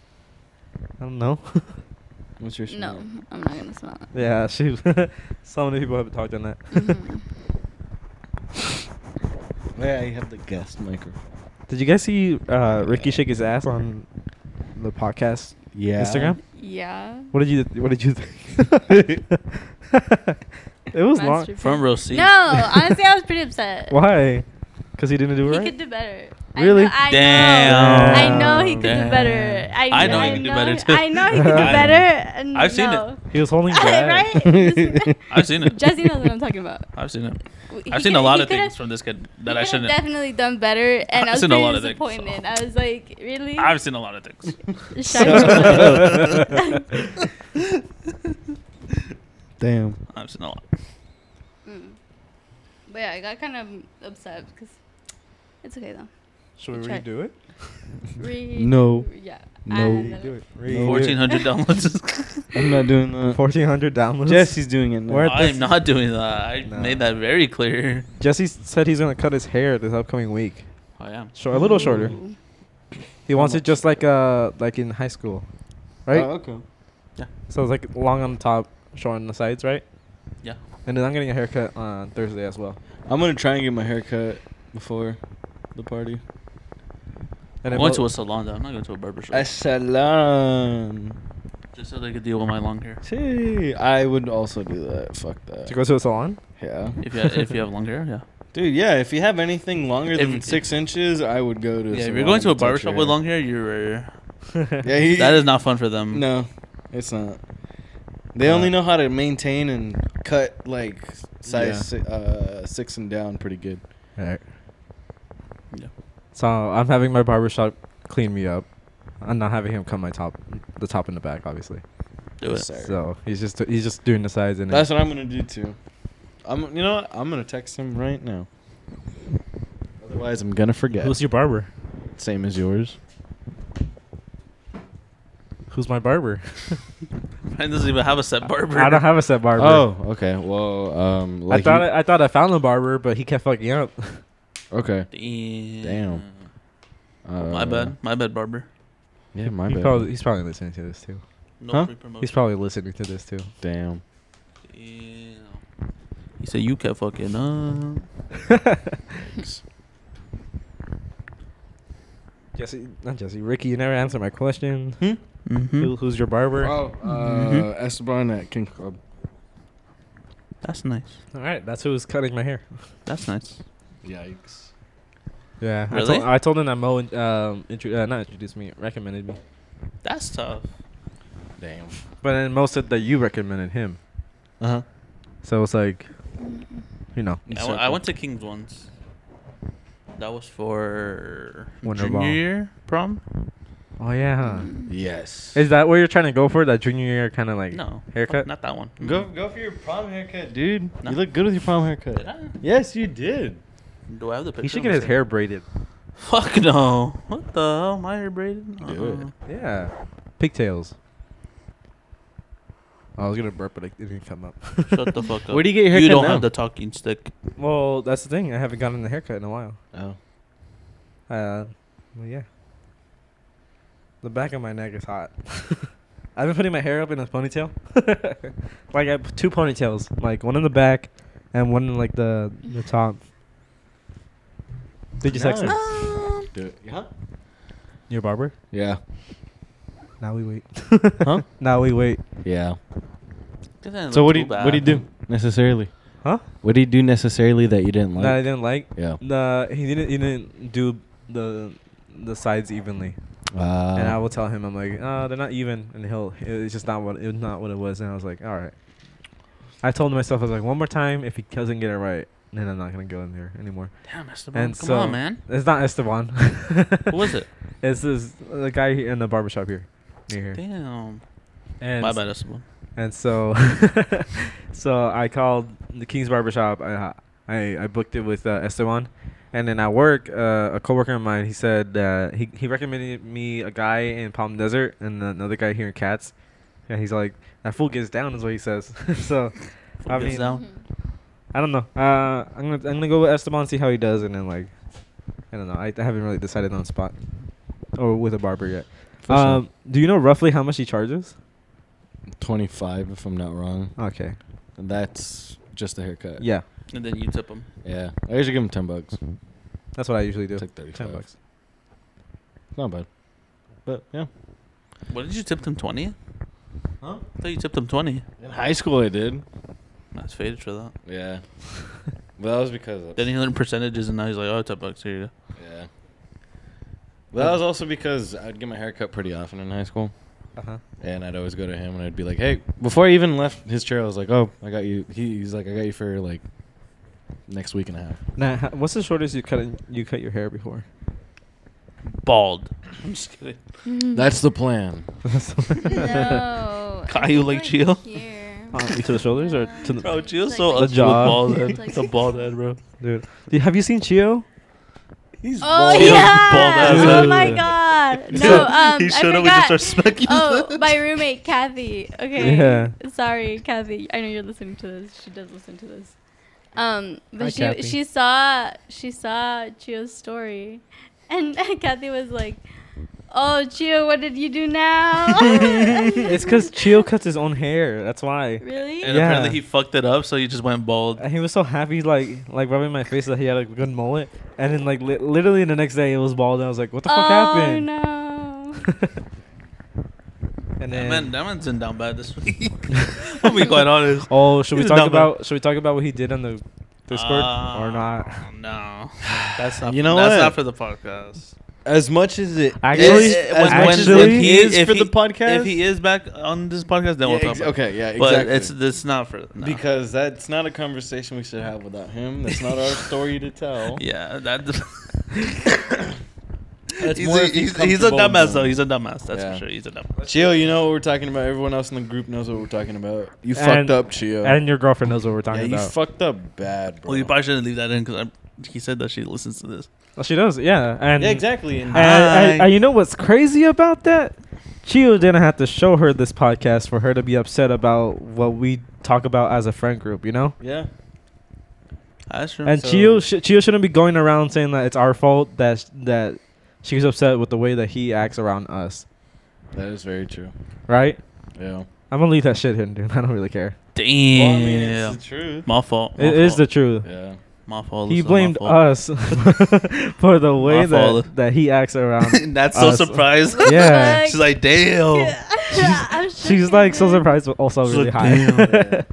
B: I don't know. <laughs>
C: What's your smell?
D: No, I'm not gonna smell it.
B: yeah, she. <laughs> so many people haven't talked on that.
D: Mhm.
C: Yeah, you have the guest microphone.
B: Did you guys see uh, Ricky shake his ass on the podcast
C: Yeah.
B: Instagram?
D: <laughs> yeah.
B: What did you What did you
C: <laughs>
B: think? <laughs> it was long.
D: Masterpiece.
A: Front row seat.
D: No, honestly, I was pretty
B: <laughs>
D: upset.
B: Why? because he didn't do it
D: He
B: right.
D: could do better.
B: Really?
D: I know, I
A: Damn.
D: Know. I know he could
A: Damn.
D: do better. I,
A: I know
D: I
A: he could do better, too.
D: I know
A: <laughs>
D: he could do
B: I-
D: better. and
A: I've seen
D: no.
B: he
D: <laughs>
B: was holding back. <laughs>
C: <laughs>
D: right?
A: I've seen it.
D: Jesse knows what I'm
A: <laughs>
D: talking about.
A: I've seen it.
D: He
A: I've seen a
D: coulda-
A: lot
D: he
A: of
D: coulda-
A: things from this kid that
D: he
A: I
D: coulda
A: shouldn't.
D: definitely done better, and
A: I've
D: I was
A: seen a
D: pretty
A: lot of things,
D: disappointed.
A: so.
D: I was like, really?
A: I've seen a lot of things.
D: Shut
B: up.
C: Damn.
A: I've seen a
B: <laughs>
A: lot.
D: Mm. <laughs> But yeah, I got kind of upset because it's okay though.
B: Should
D: we
B: we
D: Try.
B: redo it?
D: Re-
C: No.
D: Yeah.
C: No.
D: I-
B: Redo it.
C: No.
A: Fourteen hundred
B: <laughs>
A: downloads.
C: I'm not doing that.
B: Fourteen hundred downloads.
C: Jesse's doing it
B: <laughs>
C: now.
B: Where-
A: I'm not doing that. I
B: No.
A: made that very clear.
B: Jesse said he's gonna cut his hair this upcoming week.
A: I am.
B: Short, a little shorter.
D: Ooh.
B: He wants it just like uh like in high school, right?
C: Oh, okay.
B: so it's like long on the top, short on the sides, right?
A: Yeah.
B: And then I'm getting a haircut on Thursday as well.
C: I'm gonna try and get my hair cut before the party.
B: And
A: I
B: then
A: went to
B: we'll-
A: a salon though. I'm not going to a barber shop.
C: A salon.
A: just so they could deal with my long hair.
C: Gee, I would also do that. Fuck that.
B: to go to a <laughs> salon.
C: yeah.
A: If you if you have long hair, yeah.
C: Dude, yeah. If you have anything longer
A: If-
C: than six inches, I would go to. a
A: Yeah, if you're
C: salon
A: going to a
C: touch
A: barber
C: your
A: shop with
C: hair.
A: long hair, you're
C: Yeah, he,
A: that is not fun for them.
C: No, it's not. They only know how to maintain and cut like size si- uh, six and down pretty good.
B: Alright.
A: Yeah.
B: So I'm having my barbershop clean me up. I'm not having him cut my top, the top and the back, obviously.
A: do it.
C: Sorry.
B: So he's just he's just doing the sides and
C: That's what I'm gonna do too. I'm, you know, what? I'm gonna text him right now. Otherwise, I'm gonna forget.
B: Who's your barber?
C: Same as yours.
B: Who's my barber?
A: Ryan doesn't even have a set barber.
B: I don't have a set barber.
C: Oh, okay. Well, um,
B: I thought I, I thought I found a barber, but he kept fucking up.
C: okay.
A: <laughs> Damn.
C: Damn.
B: Oh,
C: Uh,
A: My bad. My bad, barber.
C: <laughs> Yeah, my
B: he
C: bad.
B: probably, he's probably listening to this too.
A: No
C: Huh?
A: free promotion.
B: He's probably listening to this too.
C: Damn.
A: Damn. He said you kept fucking up.
B: Jesse, not Jesse, Ricky, you never answered my question.
C: Hmm?
A: Mm-hmm.
B: Who, who's your barber?
C: Oh,
A: Mhm.
C: Esteban at King Club.
A: That's nice.
B: All right, that's who's cutting my hair.
A: That's nice.
C: Yikes.
B: Yeah, I,
A: Really?
B: told, I told him that Mo um intro, uh, not introduced me, recommended me.
A: That's tough.
C: Damn.
B: But then Mo said that you recommended him,
C: Uh huh.
B: so it's like, you know,
A: I, w- I went to King's once. That was for
B: Wonder
A: junior
B: Ball.
A: year prom.
B: oh yeah, huh?
C: Yes.
B: is that what you're trying to go for? That junior year kind of like
A: No
B: haircut?
A: Not that one.
C: Go go for your prom haircut, dude.
A: No.
C: You look good with your prom haircut.
A: Did I?
C: Yes, you did.
A: Do I have the picture?
B: he should
A: on
B: get
A: my
B: his
A: set?
B: hair braided.
A: Fuck no. What the hell? My hair braided?
C: Do
A: Uh-uh.
B: Yeah, pigtails. I was gonna burp, but it didn't come up.
A: Shut the fuck up.
C: Where do you get your
A: You
C: haircut
A: don't
C: now?
A: have the talking stick.
B: Well, that's the thing. I haven't gotten a haircut in a while.
C: Oh.
B: Uh, well, yeah. The back of my neck is hot. <laughs> I've been putting my hair up in a ponytail. <laughs> like I have two ponytails, like one in the back and one in like the the top. Did you text him?
C: Nice.
D: Um,
C: Do it. Huh?
B: Your barber?
C: Yeah.
B: Now we <laughs> wait.
C: Huh?
B: Now we wait.
C: Yeah.
A: Doesn't it
C: So
A: look too
C: what do you
A: bad?
C: what do you do necessarily?
B: Huh?
C: What do you do necessarily that you didn't like?
B: That I didn't like.
C: yeah.
B: The he didn't he didn't do the the sides evenly.
C: Uh,
B: and I will tell him I'm like, uh, they're not even, and he'll it's just not what it's not what it was, and I was like, all right. I told myself I was like, one more time, if he doesn't get it right, then I'm not gonna go in there anymore.
A: Damn, Esteban.
B: And
A: come
B: so
A: on, man.
B: it's not Esteban.
A: Who was it?
B: <laughs> It's this the guy here in the barbershop here, near here.
A: Damn.
B: And
A: My bad, Esteban.
B: and so, <laughs> so I called the King's Barbershop. I I, I booked it with uh, Esteban, and then at work, uh, a coworker of mine, he said uh, he he recommended me a guy in Palm Desert and another guy here in Cats, and he's like that fool gets down is what he says. <laughs> so, I
A: Gets
B: mean,
A: down.
D: <laughs>
B: I don't know. Uh, I'm gonna I'm gonna go with Esteban see how he does, and then like, I don't know. I, I haven't really decided on spot or with a barber yet.
C: For sure.
B: Um, do you know roughly how much he charges?
C: 25 Uh, if I'm not wrong.
B: Okay.
C: And that's just the haircut.
B: Yeah,
A: And then you tip him.
C: Yeah. I usually give him 10 bucks.
B: that's what I usually do.
C: It's like 35.
B: Ten bucks.
C: Not bad. But yeah.
A: What did you tip them? 20?
C: Huh?
A: I thought you tipped them 20.
C: In high school I did.
A: That's faded for that.
C: Yeah. But that was because of,
A: Then he learned percentages, and now he's like, oh, ten bucks here. you go."
C: yeah. But that was also because I'd get my hair cut pretty often in high school,
B: Uh-huh.
C: and I'd always go to him and I'd be like, "Hey!" Before I even left his chair, I was like, "Oh, I got you." He, he's like, "I got you for like next week and a half."
B: Now, ho- what's the shortest you cut in, you cut your hair before?
A: Bald. I'm just kidding.
B: <laughs>
C: That's the plan.
D: no.
A: Caillou like
D: it's right
A: Gio?
D: here.
B: <laughs> Uh, to the shoulders or to
A: <laughs>
B: the?
A: Bro,
D: It's
A: Gio's
D: like-
A: so
D: The
A: ugly with
B: jaw.
A: bald head.
D: It's like-
A: It's a bald head, bro.
B: Dude, Dude, <laughs> have you seen Chio?
E: He's
D: Oh
A: Gio's bald
D: yeah!
A: ass
D: Oh
A: head.
B: <laughs>
D: my god!
A: He
D: No,
A: showed-
D: um,
A: he showed
D: I
A: up. We just
D: forgot.
A: started smacking.
D: Oh, my roommate Kathy. Okay.
B: Yeah.
D: Sorry, Kathy. I know you're listening to this. She does listen to this. Um, but
B: Hi,
D: she
B: Kathy.
D: she saw she saw Chio's story, and <laughs> Kathy was like, "Oh, Chio, what did you do now?"
B: <laughs> It's because Chio cuts his own hair. That's why.
D: <laughs> really.
A: And
B: Yeah.
A: apparently he fucked it up, so he just went bald.
B: And he was so happy, like like rubbing my face that he had a good mullet. And then like li- literally the next day it was bald. And I was like, what the
D: oh
B: fuck happened? <laughs>
D: no! <laughs>
A: That
B: and then.
A: man, that man's in down bad this week. I'll be quite honest.
B: Oh, should we
A: He's
B: talk
A: not bad.
B: about should we talk about what he did on the Discord or
E: Ah.
A: Uh,
B: not?
A: No, that's not.
C: You know
A: that's
C: what?
A: not for the podcast.
E: as much as it
B: Actually-
E: is-
A: It's-
B: when-
A: when- when-
B: actually-
A: when he
E: is
A: if
E: for
A: he-
E: the podcast?
A: If he is back on this podcast, then
E: Yeah,
A: we'll talk
E: ex-
A: about.
E: okay, yeah,
A: it.
E: exactly.
A: But it's it's not for no.
E: because that's not a conversation we should have without him. That's not our story to tell.
A: <laughs> yeah, that.
E: <coughs> That's
A: he's,
E: more
A: a,
E: if he's
A: he's, he's a
E: comfortable
A: dumbass
E: doing
A: though.
E: it.
A: He's a dumbass. That's
E: Yeah.
A: for sure. He's a dumbass.
E: Chio, you know what we're talking about. Everyone else in the group knows what we're talking about. You
B: And-
E: fucked up, Chio.
B: And your girlfriend knows what we're
E: yeah,
B: talking
E: you
B: about.
E: fucked up bad, bro.
A: Well, you probably shouldn't leave that in because he said that she listens to this.
B: Well, she does, yeah. And
E: yeah, exactly.
B: <laughs>
E: And
B: And, and-
A: Hi.
B: and you know what's crazy about that? Chio didn't have to show her this podcast for her to be upset about what we talk about as a friend group, you know?
E: yeah,
A: That's true.
B: And
A: So-
B: Chio, sh- Chio shouldn't be going around saying that it's our fault that sh- that she's upset with the way that he acts around us,
E: that is very true.
B: right?
E: Yeah.
B: I'm gonna leave that shit hidden, dude. <laughs> I don't really care.
A: damn,
E: Well, I mean, it's the truth.
A: my fault. my
B: It is the
A: fault,
B: truth.
E: Yeah.
A: My fault.
B: He
A: it's not my
B: blamed
A: fault. <laughs>
B: us <laughs> for the way
A: My fault.
B: that, that he
A: <laughs>
B: acts around.
A: That's so
B: um, us.
A: surprised.
B: <laughs> Yeah.
A: <laughs> She's like, damn.
D: <laughs> I'm
B: She's
D: shook,
B: like so
D: man.
B: surprised, but also
A: She's
B: really
A: like,
B: high.
A: "Damn."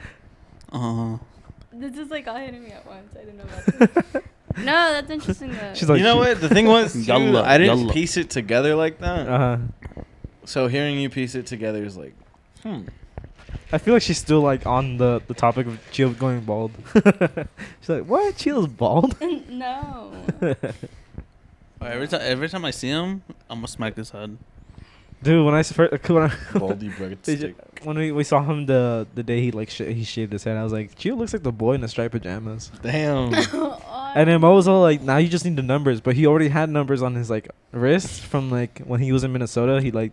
A: Uh-huh.
D: This is like all hitting me at once. I didn't know.
B: <laughs>
D: About that. no, that's interesting though.
B: She's like-
E: you know
B: she-
E: what? The thing
A: <laughs>
E: was, too,
A: Yalla,
E: I didn't
A: yalla.
E: piece it together like that.
B: <laughs> uh-huh.
E: So hearing you piece it together is like, hmm.
B: I feel like she's still like on the, the topic of Chio going bald. <laughs> she's like, what? Chio's bald?
D: <laughs>
B: <laughs>
D: no.
A: Every time, every time I see him, I'm gonna smack his head.
B: Dude, when I s- first <laughs> when, I,
E: Baldy bread
B: Did
E: stick.
B: you- when we, we saw him the the day he like sh- he shaved his head, I was like, Chio looks like the boy in the striped pajamas.
E: <laughs> Damn.
D: Uh,
B: And then Mo was all like, now you just need the numbers, but he already had numbers on his like wrist from like when he was in Minnesota. He like,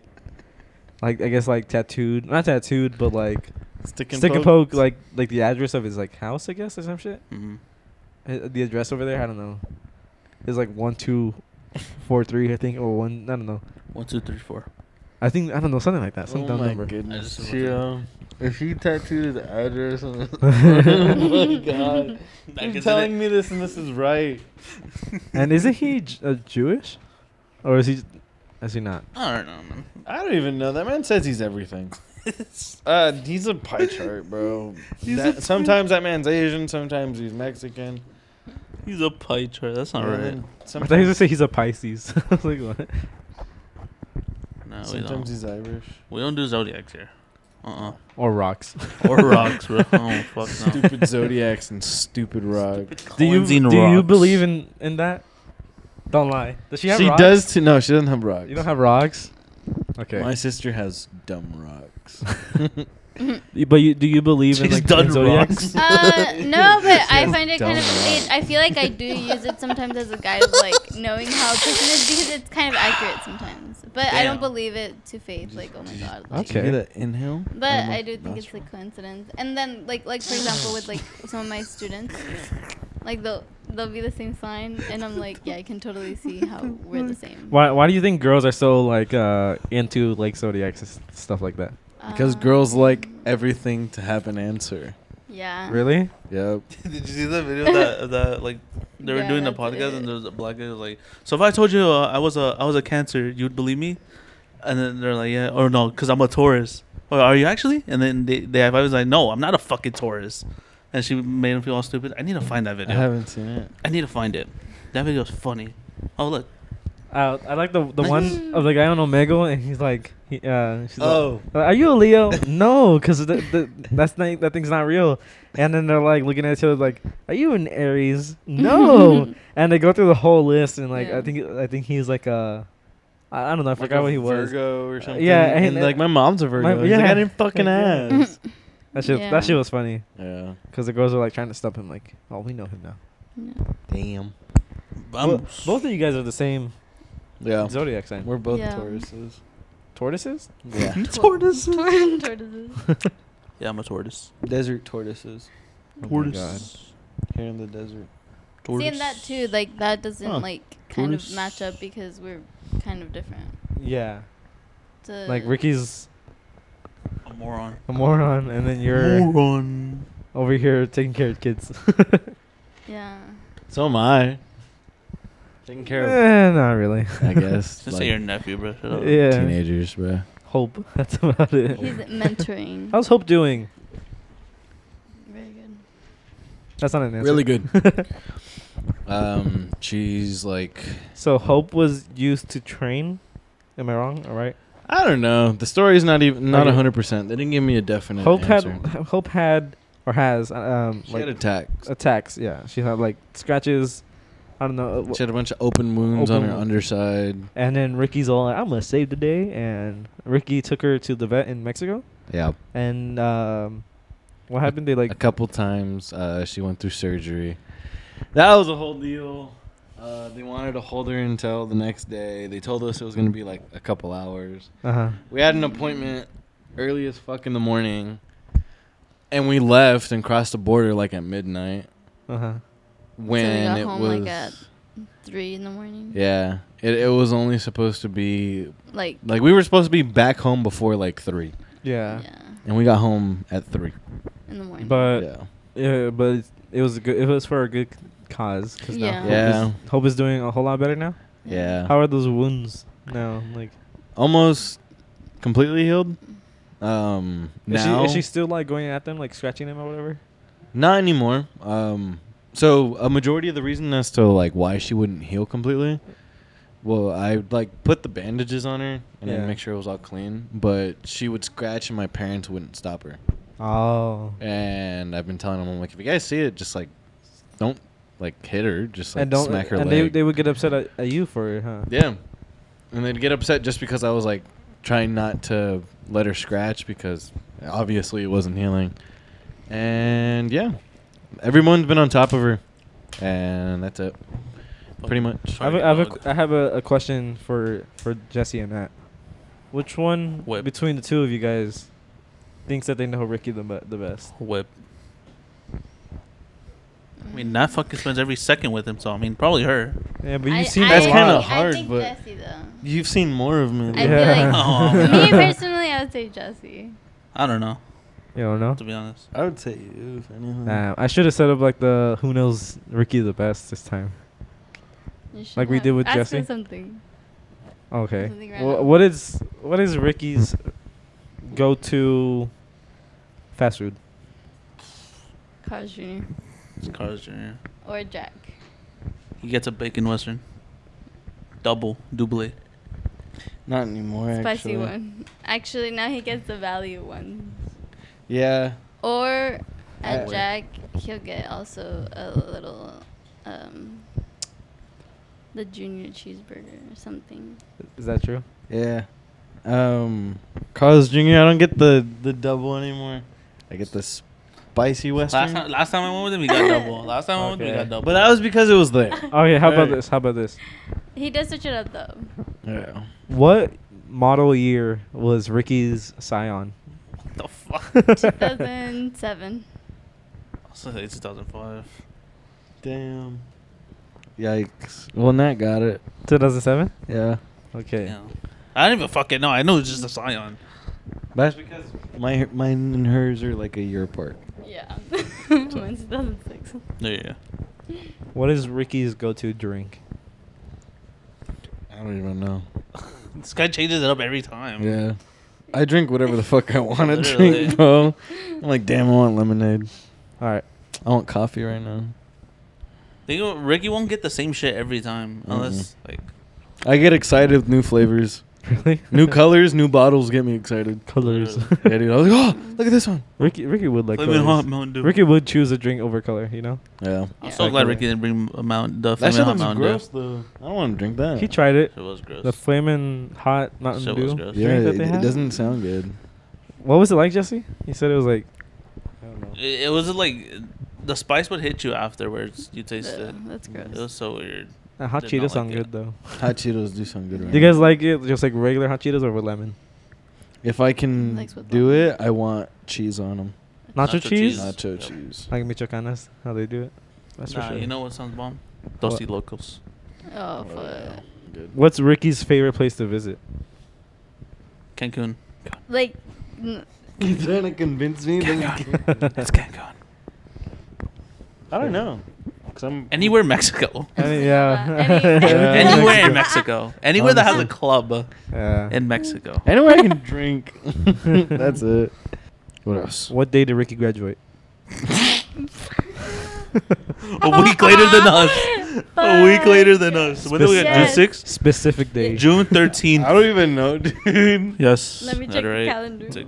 B: like I guess like tattooed, not tattooed, but like
E: Stick
B: stick and poke like like the address of his like house, I guess, or some shit.
A: Mm-hmm.
B: Uh, the address over there. I don't know. It's like one two four three, I think, or one. I don't know.
A: One, two, three, four.
B: I think I don't know something like that. Some
E: oh
B: dumb
E: my
B: number.
A: I
E: goodness.
A: just-
E: Chio. If he tattooed his address on
B: <laughs>
E: his. <laughs> <laughs> oh my god. You're telling me this and this is right.
B: And isn't he J- uh, Jewish, or is he? Is he not?
A: I don't know, man.
E: I don't even know. That man says he's
A: <laughs>
E: everything. Uh, he's a pie chart, bro. That- sometimes that man's Asian, sometimes he's Mexican.
A: He's a pie chart. That's not
E: and
A: right.
E: then
B: I thought he was gonna
E: Sometimes,
B: say he's a Pisces. <laughs> I was like, what?
A: No, we
E: sometimes
A: don't.
E: he's Irish.
A: We don't do zodiacs here. Uh-uh. <laughs>
B: Or rocks.
A: Or rocks, bro. Oh fuck no.
C: <laughs>
E: Stupid zodiacs and stupid rock.
B: do you do
A: Cleansing
B: you
A: rocks.
B: believe in in that? Don't lie. Does she have?
E: She
B: rocks?
E: does too. No, she doesn't have rocks.
B: You don't have rocks. Okay.
E: My sister has dumb
C: <laughs>
E: rocks.
B: Y- But you, do you believe in
A: She's
B: like
A: done
B: in
A: rocks.
B: zodiacs?
D: Uh, no, but I
E: Yes,
D: find it kind of.
E: dumb.
D: It, I feel like I do use it sometimes as a guide of like knowing how a person is because it's kind of accurate sometimes. But I
A: Damn.
D: don't believe it to faith. Like, oh my god. Like,
E: Did you
B: Okay.
E: hear that
B: <laughs>
E: inhale?
D: But
E: Animal
D: I do think it's
E: nostril.
D: like coincidence. And then like like for example with like some of my students, like they'll they'll be the same sign, and I'm like, yeah, I can totally see how we're the same.
B: Why Why do you think girls are so like uh into like zodiacs and s- stuff like that?
E: <laughs> Because
D: Um,
E: girls like everything to have an answer.
D: Yeah.
B: Really?
E: Yep.
A: Did you see that video that
B: <laughs>
A: that like they were
D: Yeah,
A: doing the
D: that's
A: podcast
D: it.
A: and there was a black guy who was like, "So if I told you uh, I was a I was a Cancer, you'd believe me?" And then they're like, "Yeah," or no, because I'm a Taurus. Or are you actually? And then they they I was like, "No, I'm not a fucking Taurus." and she made him feel all stupid. I need to find that
C: I
A: video. I,
C: haven't seen it.
A: need to find it. That video's funny. Oh look,
B: Uh, I like the the one
D: Nice.
B: of the guy on Omega, and he's like, he, uh, she's like,
C: Oh.
B: uh, are you a
C: <laughs>
B: Leo? no, because the, the, that's not that thing's not real. And then they're like looking at each other like, are you an Aries?
D: <laughs>
B: No. and they go through the whole list, and like
D: Yeah.
B: I think I think he's like a, I, I don't know, I
C: Like
B: forgot
C: a
B: what he was. Uh,
C: Virgo or something.
B: yeah,
C: and,
B: and-
C: like my mom's a Virgo. He's like,
B: yeah.
C: I didn't fucking
B: Like, yeah.
D: <laughs>
C: ask.
B: That shit,
D: Yeah.
B: that shit was funny,
C: yeah.
B: because the girls are like trying to stop him, like, oh, we know him now.
C: Damn.
A: I'm,
B: Well, both of you guys are the same
C: Yeah.
B: zodiac sign.
C: We're both
D: Yeah.
C: Tauruses.
B: tortoises.
C: Yeah.
B: <laughs>
D: Tortoises. <laughs> Tortoises.
A: yeah, I'm a tortoise.
C: desert tortoises
A: Tortoise.
C: here in the desert.
A: tortoise.
D: Seeing that too, like that doesn't
C: Huh.
D: like kind
A: Tortoise.
D: of match up because we're kind of different.
B: Yeah,
D: The-
B: like Ricky's
A: A moron.
B: a moron, and then you're
A: moron.
B: over here taking care of
C: <laughs>
B: kids.
D: Yeah.
C: So am I. Taking care
B: <laughs> Eh, not really.
C: of,
B: <laughs>
C: I guess.
A: Just say your nephew, bro. Shut up.
B: Yeah.
C: Teenagers, bro.
B: Hope. <laughs> That's about it.
D: He's mentoring.
B: <laughs> How's Hope doing?
D: Very good.
B: That's not an answer.
C: Really good. um, she's like,
B: <laughs> So Hope was used to train. Am I wrong? All right.
C: I don't know. The story's not even not
B: Okay.
C: hundred percent. They didn't give me a definite
B: Hope had. <laughs>
C: answer.
B: Hope had or has uh, um
C: she
B: like
C: had attacks.
B: attacks. Yeah, she had like scratches. I don't know. uh, wh-
C: She had a bunch of open wounds
B: Open
C: on her
B: wo-
C: underside.
B: And then Ricky's all like, "I'm gonna save the day," and Ricky took her to the vet in Mexico.
C: Yeah,
B: And um, what happened? They
C: a
B: like
C: couple times uh, she went through surgery. That was a whole deal. Uh, they wanted to hold her until the next day. They told us it was gonna be like a couple hours.
B: uh huh.
C: We had an appointment early as fuck in the morning, and we left and crossed the border like at midnight.
B: Uh huh.
C: When
D: got
C: it
D: home,
C: was,
D: like, at- Three in the morning.
C: yeah, it, it was only supposed to be
D: Like.
C: like we were supposed to be back home before like three,
B: Yeah.
D: Yeah.
C: and we got home at three.
D: In the morning.
B: But
C: yeah,
B: yeah, but it's- it was a good. It was for a good cause. Cause
D: Yeah.
B: Now Hope,
C: Yeah.
B: Is, Hope is doing a whole lot better now.
C: yeah.
B: How are those wounds now? Like
C: almost completely healed.
D: Mm-hmm.
C: Um,
B: is
C: now
B: she, is she still like going at them, like scratching them or whatever?
C: not anymore. Um, so a majority of the reason as to like why she wouldn't heal completely, well, I like put the bandages on her and
B: Yeah.
C: then make sure it was all clean. But she would scratch, and my parents wouldn't stop her.
B: Oh.
C: And I've been telling them, I'm like, if you guys see it, just like don't like hit her, just like
B: and don't
C: smack her
B: and
C: leg.
B: they they would get upset at, at you for it, huh?
C: Yeah. And they'd get upset just because I was like trying not to let her scratch because obviously it wasn't healing. And yeah, everyone's been on top of her. And that's it. Pretty much.
B: I have, a, I have, a, qu- I have a, a question for for Jesse and Matt. Which one
A: Whip.
B: between the two of you guys thinks that they know Ricky the be- the best?
A: Whip. I mean, Nat fucking spends every second with him, so I mean, probably her.
B: Yeah, but
D: I-
B: you've seen
D: I
C: That's
B: a
D: think-
B: lot.
C: kinda
D: I
C: hard,
D: think
C: but-
D: Jesse, though.
C: You've seen more of me.
D: I
A: <laughs>
C: though.
A: Oh,
B: Yeah.
D: feel like <laughs> me personally, I would say Jesse.
A: I don't know,
B: You don't know.
A: to be honest.
C: I would say you, if anything.
B: Nah, I should have set up like the who knows Ricky the best this time.
D: You should
B: Like we
D: have-
B: did with
D: ask
B: Jesse?
D: him something.
B: Okay.
D: Something
B: Wha
D: random.
B: what is what is Ricky's go to fast food?
D: Carl's Jr.
A: It's Carl's Jr.
D: or Jack.
A: He gets a bacon western, double, double.
C: Not anymore.
D: Spicy
C: actually.
D: one. Actually, now he gets the value one.
C: Yeah. Uh,
D: Or at Jack, he'll get also a little, um, the junior cheeseburger or something.
B: Is that true?
C: Yeah. Um, Carlos Jr., I don't get the, the double anymore. I get the spicy
A: Last
C: Western.
A: time, last time I went with him, he got double. Last time I went with him, he
B: Okay.
A: got double.
C: But that was because it was
D: <laughs>
C: there.
B: Okay, how about
C: Hey.
B: this? How about this?
D: He does switch it up though.
B: <laughs>
C: Yeah.
B: What model year was Ricky's Scion?
A: what the fuck. <laughs>
D: 2007.
A: so it's 2005.
C: Damn. Yikes. Well, Nat got it.
B: 2007?
C: Yeah.
B: Okay.
A: Yeah. I don't even fucking know. I knew it was just a Scion.
C: That's because my mine and hers are like a year apart.
D: Yeah. <laughs> Mine's 2006.
A: Yeah.
B: What is Ricky's go to drink?
C: I don't even know.
A: <laughs> This guy changes it up every time.
C: Yeah. <laughs>
D: <laughs>
C: I drink whatever the fuck I want to
A: Literally.
C: drink, bro. I'm like, damn, I want lemonade.
B: <laughs> All right.
C: I want coffee right now.
A: They go- Ricky won't get the same shit every time unless like
C: I get excited with new flavors,
B: Really?
C: <laughs> new colors, new bottles get me <laughs> excited.
A: <laughs>
B: colors.
C: Yeah, dude. I was like, oh, look at this one.
B: Ricky Ricky would like
A: Flamin' Hot
B: colors.
A: Mountain Dew.
B: Ricky would choose a drink over color. You know,
C: Yeah.
A: I'm
D: Yeah.
A: so glad Ricky didn't bring a Mount the
C: That
A: Flamin'
C: shit
A: Hot
C: looks
A: Mountain Dew.
C: gross, though. I don't want to drink that.
B: he tried it.
A: It was gross.
B: The flaming hot Mountain
A: Shit
B: Dew.
A: was gross.
C: yeah,
B: drink that
C: it,
B: they
C: it
B: had?
C: doesn't sound good.
B: What was it like, Jesse? He said it was like. I don't know.
A: It, it was like the spice would hit you afterwards. You taste
D: Ugh,
A: it.
D: that's gross.
A: It was so weird.
B: Uh, hot
A: Did not
B: Cheetos
A: like
B: sound
A: it.
B: good though.
C: Hot Cheetos do sound good right
B: Do you
C: now.
B: guys like it just like regular hot Cheetos or with lemon?
C: If I can
D: Likes with
C: do
D: lemon.
C: it, I want cheese on them.
B: Nacho,
A: Nacho
B: cheese?
A: cheese.
C: Nacho
A: Yep.
C: cheese.
B: Like Michoacanas, how they do it. That's
A: nah,
B: for sure.
A: you know what sounds bomb?
B: What?
A: Dusty locals.
D: Oh,
C: yeah.
D: fuck.
C: Good.
B: What's Ricky's favorite place to visit?
A: Cancun.
C: <laughs>
D: Like, <laughs> n-
C: You trying to convince me?
B: Cancun.
C: <laughs>
A: It's Cancun.
C: I don't know. <laughs> Cause I'm
A: Anywhere in
B: <laughs>
A: Mexico.
C: <laughs>
B: Any- yeah.
D: Any-
B: Yeah.
A: Anywhere
D: <laughs>
A: in Mexico. Anywhere that has a
B: Honestly.
A: club
B: Yeah.
A: in Mexico.
C: <laughs> Anywhere I can drink. <laughs> That's it. What else?
B: What day did Ricky graduate?
A: a week later
C: <laughs>
A: than us. A week later than us. When did we get June
D: Yes.
A: 6th?
B: Specific day.
A: June
B: <laughs>
A: 13th.
C: I don't even know, dude.
A: Yes.
D: Let me check the calendar.
A: Take,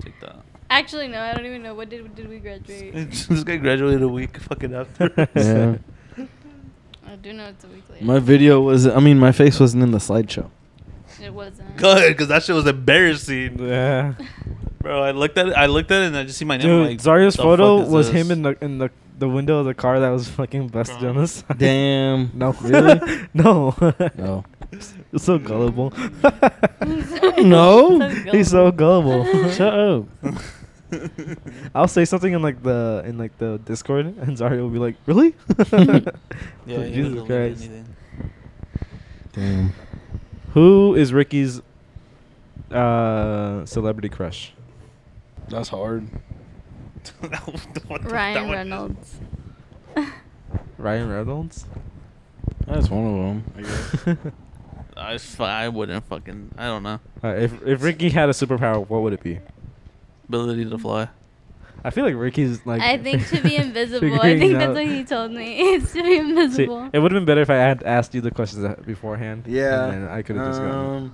A: take that.
D: <laughs> Actually, no, I don't even know. What did, did we
A: <laughs>
D: graduate?
A: this guy graduated a week fucking after. <laughs>
C: Yeah.
D: I do know it's a week later.
C: My video was. I mean, my face wasn't in the slideshow.
D: it wasn't.
A: Good,
D: <laughs>
A: <laughs> because that shit was embarrassing,
B: Yeah.
A: bro. I looked at it. I looked at it, and I just see my name. I'm
B: Dude,
A: like,
B: Zario's
A: "The
B: photo
A: fuck is
B: was
A: this?"
B: him in the <laughs> in the the window of the car that was fucking busted on us.
C: Damn.
B: <laughs> No.
C: Really?
B: no. <laughs>
C: No.
B: You're so
A: <laughs>
C: <laughs>
B: gullible. <laughs>
C: No.
B: He's so gullible. <laughs>
C: Shut up.
B: I'll say something in like the in like the Discord, and Zario will be like,
C: <laughs>
B: "Really?" <laughs>
A: Yeah, he doesn't
B: Jesus
A: look
B: Christ.
A: anything. <laughs>
C: Damn.
B: Who is Ricky's uh, celebrity crush?
C: That's hard.
A: That was the one- that
D: Ryan
A: one-
D: Reynolds. <laughs>
B: Ryan Reynolds.
C: That's one of them. I guess.
B: <laughs>
A: I, s- I wouldn't fucking. I don't know.
B: Alright, Uh, if if Ricky had a superpower, what would it be?
A: Ability to fly.
B: I feel like Ricky's like.
D: I think to
B: <laughs>
D: be invisible. I think
B: figuring
D: that's
B: out-
D: what he told me. <laughs> It's to be
B: See,
D: invisible.
B: it would have been better if I had asked you the questions a- beforehand.
C: Yeah.
B: And then I could have just gone.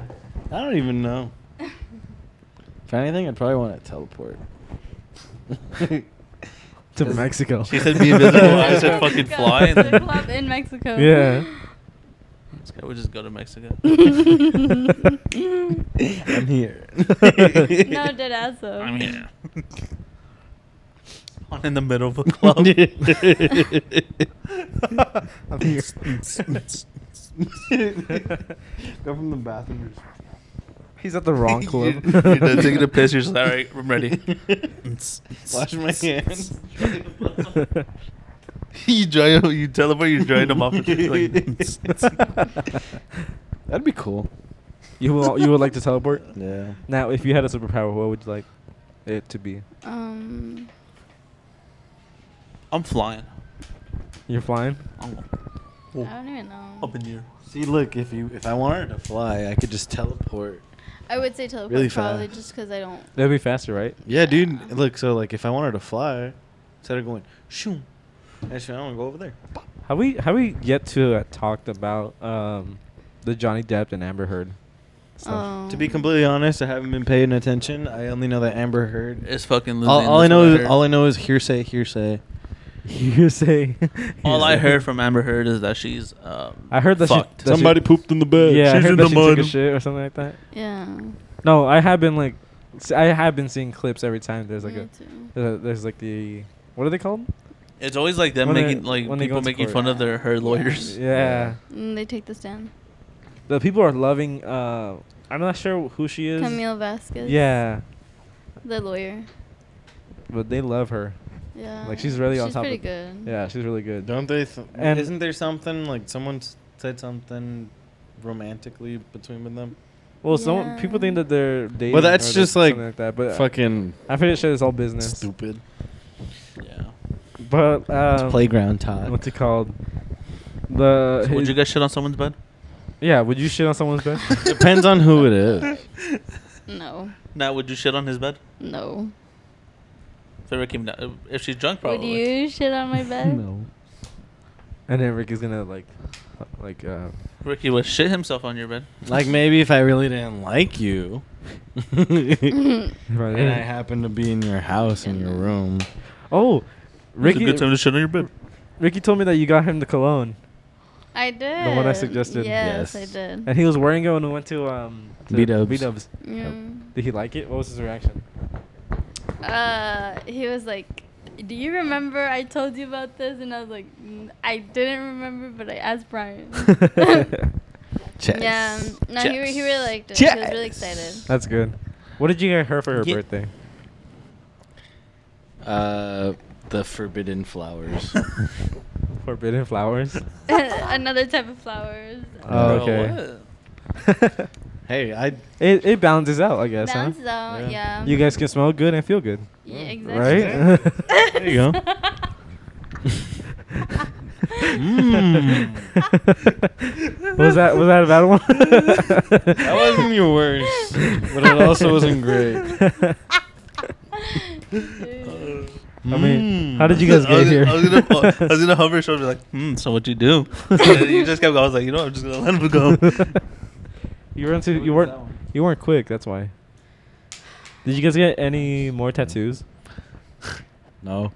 C: Um, I don't even know. If anything, I'd probably want to teleport.
B: To Mexico.
A: She said be <laughs>
B: <laughs>
A: invisible, I said fuck.
D: <laughs>
A: fucking
D: Mexico.
A: fly and
D: It's a
A: then-
D: club in Mexico.
B: Yeah.
A: This guy would just go to
B: <laughs>
A: Mexico.
C: <laughs> I'm here. <laughs>
D: No, dead ass though.
A: I'm here. <laughs> On in the middle of a
C: <laughs>
A: club.
B: <laughs>
A: <laughs>
B: I'm here.
C: Go from the bathroom.
B: He's at
A: <laughs>
B: the wrong club.
A: You're done taking
B: <laughs>
A: a piss. You're just like, all right, I'm ready.
C: <laughs> Wash <laughs>
A: <laughs>
C: my hands.
A: you dry, you teleport, you dry
B: <laughs>
A: them off. and just like, <laughs>
C: That'd be cool.
B: you will, you would like to teleport?
C: Yeah.
B: Now, if you had a superpower, what would you like it to be?
D: Um,
A: I'm flying.
B: You're flying.
A: I'm
D: I
A: Oh.
D: don't even know.
A: up in here.
C: See, look, if you if I wanted to fly, I could just teleport.
D: I would say teleport
C: Really
D: probably
C: fast.
D: just because I don't.
B: That'd be faster, right?
C: Yeah, dude. Look, so like if I wanted to fly, instead of going shoo, actually I want to go over there. Pop.
B: Have we have we yet to uh, talked about um, the Johnny Depp and Amber Heard stuff?
D: Um,
C: To be completely honest, I haven't been paying attention. I only know that Amber Heard.
A: It's fucking losing.
C: All, all I
A: this
C: know is
A: weather.
C: all I know is hearsay, hearsay.
B: <laughs> <laughs> you say.
A: All I heard from Amber Heard is that she's. Um,
B: I heard that she-
A: fucked.
B: that she- Somebody
C: pooped in the
B: <laughs>
C: bed.
B: Yeah, I heard that she took a shit or something like that.
D: Yeah.
B: No, I have been like, s- I have been seeing clips every time. There's like
D: me
B: a,
D: too.
B: there's, a, there's like the, what are they called?
A: it's always like them
B: When they-
A: making like
B: when they go
A: people
B: to
A: making
B: court.
A: fun of their her lawyers.
B: <laughs> Yeah,
D: Mm, they take the stand.
B: the people are loving. uh I'm not sure who she is.
D: Camille Vasquez.
B: Yeah,
D: The lawyer.
B: but they love her.
D: Yeah.
B: Like, she's really on top of-
D: She's pretty good.
B: Yeah, she's really good.
C: Don't they? Th-
B: And-
C: isn't there something like someone s- said something romantically between them?
B: Well, some people think
D: Yeah.
B: that they're dating.
C: Well,
B: or
C: that's
B: that-
C: just like, uh,
B: something like that. But
C: fucking
B: I figured shit is all business.
C: stupid.
A: Yeah.
B: But um,
C: playground talk. <laughs>
B: What's it called? The
A: So would
B: his-
A: you guys shit on someone's bed?
B: yeah. Would you shit on
A: <laughs>
B: someone's bed?
C: Depends on who it is. <laughs>
D: No.
A: Now, would you shit on his bed?
D: No.
A: ever came down. If she's drunk,
D: Would
A: probably.
D: you shit on my bed? <laughs>
B: <laughs> And then Rick is gonna like, uh, like, uh,
A: Ricky would shit himself on your bed.
C: Like maybe if I really didn't like <laughs> you, and
B: right
C: I happened to be in your house in your room.
B: oh, Ricky,
A: it's a good time to shit on your bed.
B: Ricky told me that you got him the cologne,
D: I did.
B: one I suggested.
D: Yes,
C: Yes.
D: I did.
B: and he was wearing it when we went to um to
C: B-dubs.
B: B-dubs.
D: Mm.
B: Did he like it? What was
A: <laughs>
B: his reaction?
D: Uh, he was like, "Do you remember I told you about this?" And I was like, "Mm, "I didn't remember, but I
B: <laughs>
D: asked Brian." <laughs>
C: Chess.
D: Yeah, um, no, he re- he
A: Chess.
D: really liked it. He was really
C: Chess.
D: excited.
B: That's good. What did you get her for her
A: Yeah.
B: birthday?
C: Uh, the
B: <laughs>
C: forbidden flowers.
B: Forbidden
A: <laughs>
B: flowers.
D: Another type of flowers.
B: Oh,
A: Bro,
B: okay.
A: <laughs> what?
C: hey, I
B: it it balances out, I guess, huh?
D: Bounces out, yeah.
B: You guys can smell good and feel good,
D: Yeah,
B: right?
D: exactly.
B: <laughs>
C: There you
D: <laughs>
C: go. Hmm.
B: <laughs>
A: Mm.
B: was that was that a bad one?
C: <laughs> that wasn't your worst, but it also wasn't great.
D: Dude.
B: I mean, how did you
A: Mm. I was
B: guys get
A: gonna-
B: here?
A: I
B: <laughs>
A: was gonna, I was gonna hover his shoulder like, hmm, so what'd you do? and then you just kept going. I was like, you know, what, I'm just gonna let him go.
B: you weren't too, you weren't you weren't quick. That's why. Did you guys get any more tattoos?
C: No.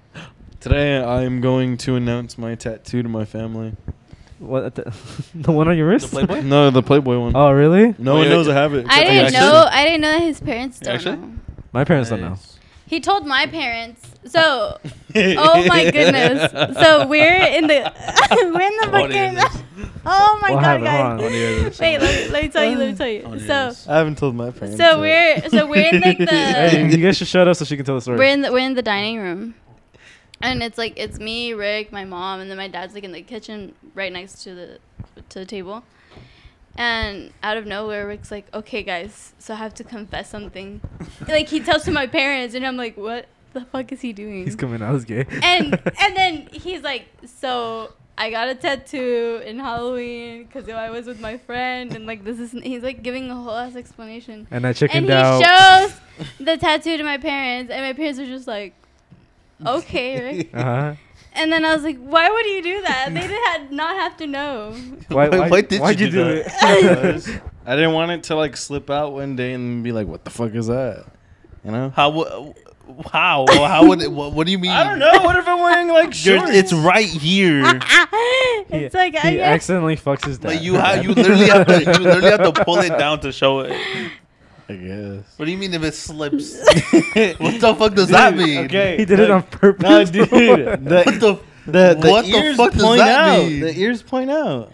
C: Today I'm going to announce my tattoo to my family.
B: What the, <laughs> the one on your wrist?
A: Playboy?
C: No, the Playboy
B: <laughs>
C: one.
B: oh, really?
C: No
A: Oh,
C: one
A: yeah.
C: knows I have it. except
D: I
C: for
D: didn't
C: Jackson.
D: know. I didn't know that his parents don't
A: Actually?
D: know.
B: My <laughs> parents don't know.
D: He told my parents.
B: <laughs>
D: So,
C: <laughs>
D: oh my goodness. So we're in the <laughs> we're in
A: I
D: the
A: wanna hear
D: fucking.
A: this.
D: <laughs> Oh my
B: What
D: god,
B: happened? Hold on, I wanna
A: hear
D: guys!
A: this.
D: Wait, let me, let me tell you. Let me tell
A: I wanna
D: you.
A: hear
D: So,
A: this.
C: I haven't told my parents.
D: so
C: yet.
D: we're so we're in like
B: Hey, you
D: the
B: guys should shut up so she can tell the story.
D: Uh, we're in the we're in the dining room, and it's like it's me, Rick, my mom, and then my dad's like in the kitchen right next to the to the table. And out of nowhere, Rick's like, "Okay, guys, so I have to confess something." like he tells to my parents, and I'm like, "What the fuck is he
B: <laughs>
D: doing?"
B: He's coming out as gay. <laughs>
D: and and then he's like, so I got a tattoo in Halloween because I was with my friend, and like this is he's like giving a whole ass explanation,
B: and I chickened
D: and he
B: out.
D: shows <laughs> the tattoo to my parents, and my parents are just like, okay,
B: <laughs>
D: right?
B: uh-huh.
D: and then I was like, why would you do that? They did had not have
B: <laughs>
D: to know.
B: Why,
A: Why-
B: why,
A: why did
B: why'd
A: you
B: you,
A: do
B: do, <laughs>
C: that?
B: it?
C: I didn't want it to like slip out one day and be like, "What the fuck is that?" You know.
A: How? w- How? How would? It, what, what do you mean?
C: I don't know. What if I'm wearing <laughs> like
A: You're-
C: shorts?
A: it's right here.
B: <laughs>
D: it's like I
B: he
D: guess.
B: accidentally fucks his dad.
A: <laughs> Like you have, you literally have to, you
B: <laughs>
A: literally have to pull it down to show it.
C: I guess.
A: What do you mean if it <laughs> slips? <laughs> what the fuck does that mean?
C: Okay.
B: He did it on purpose.
C: No, dude. <laughs> The,
A: What the?
C: the, the
A: what the
C: ears
A: fuck does
C: point
A: that
C: out.
A: mean?
C: The ears point out.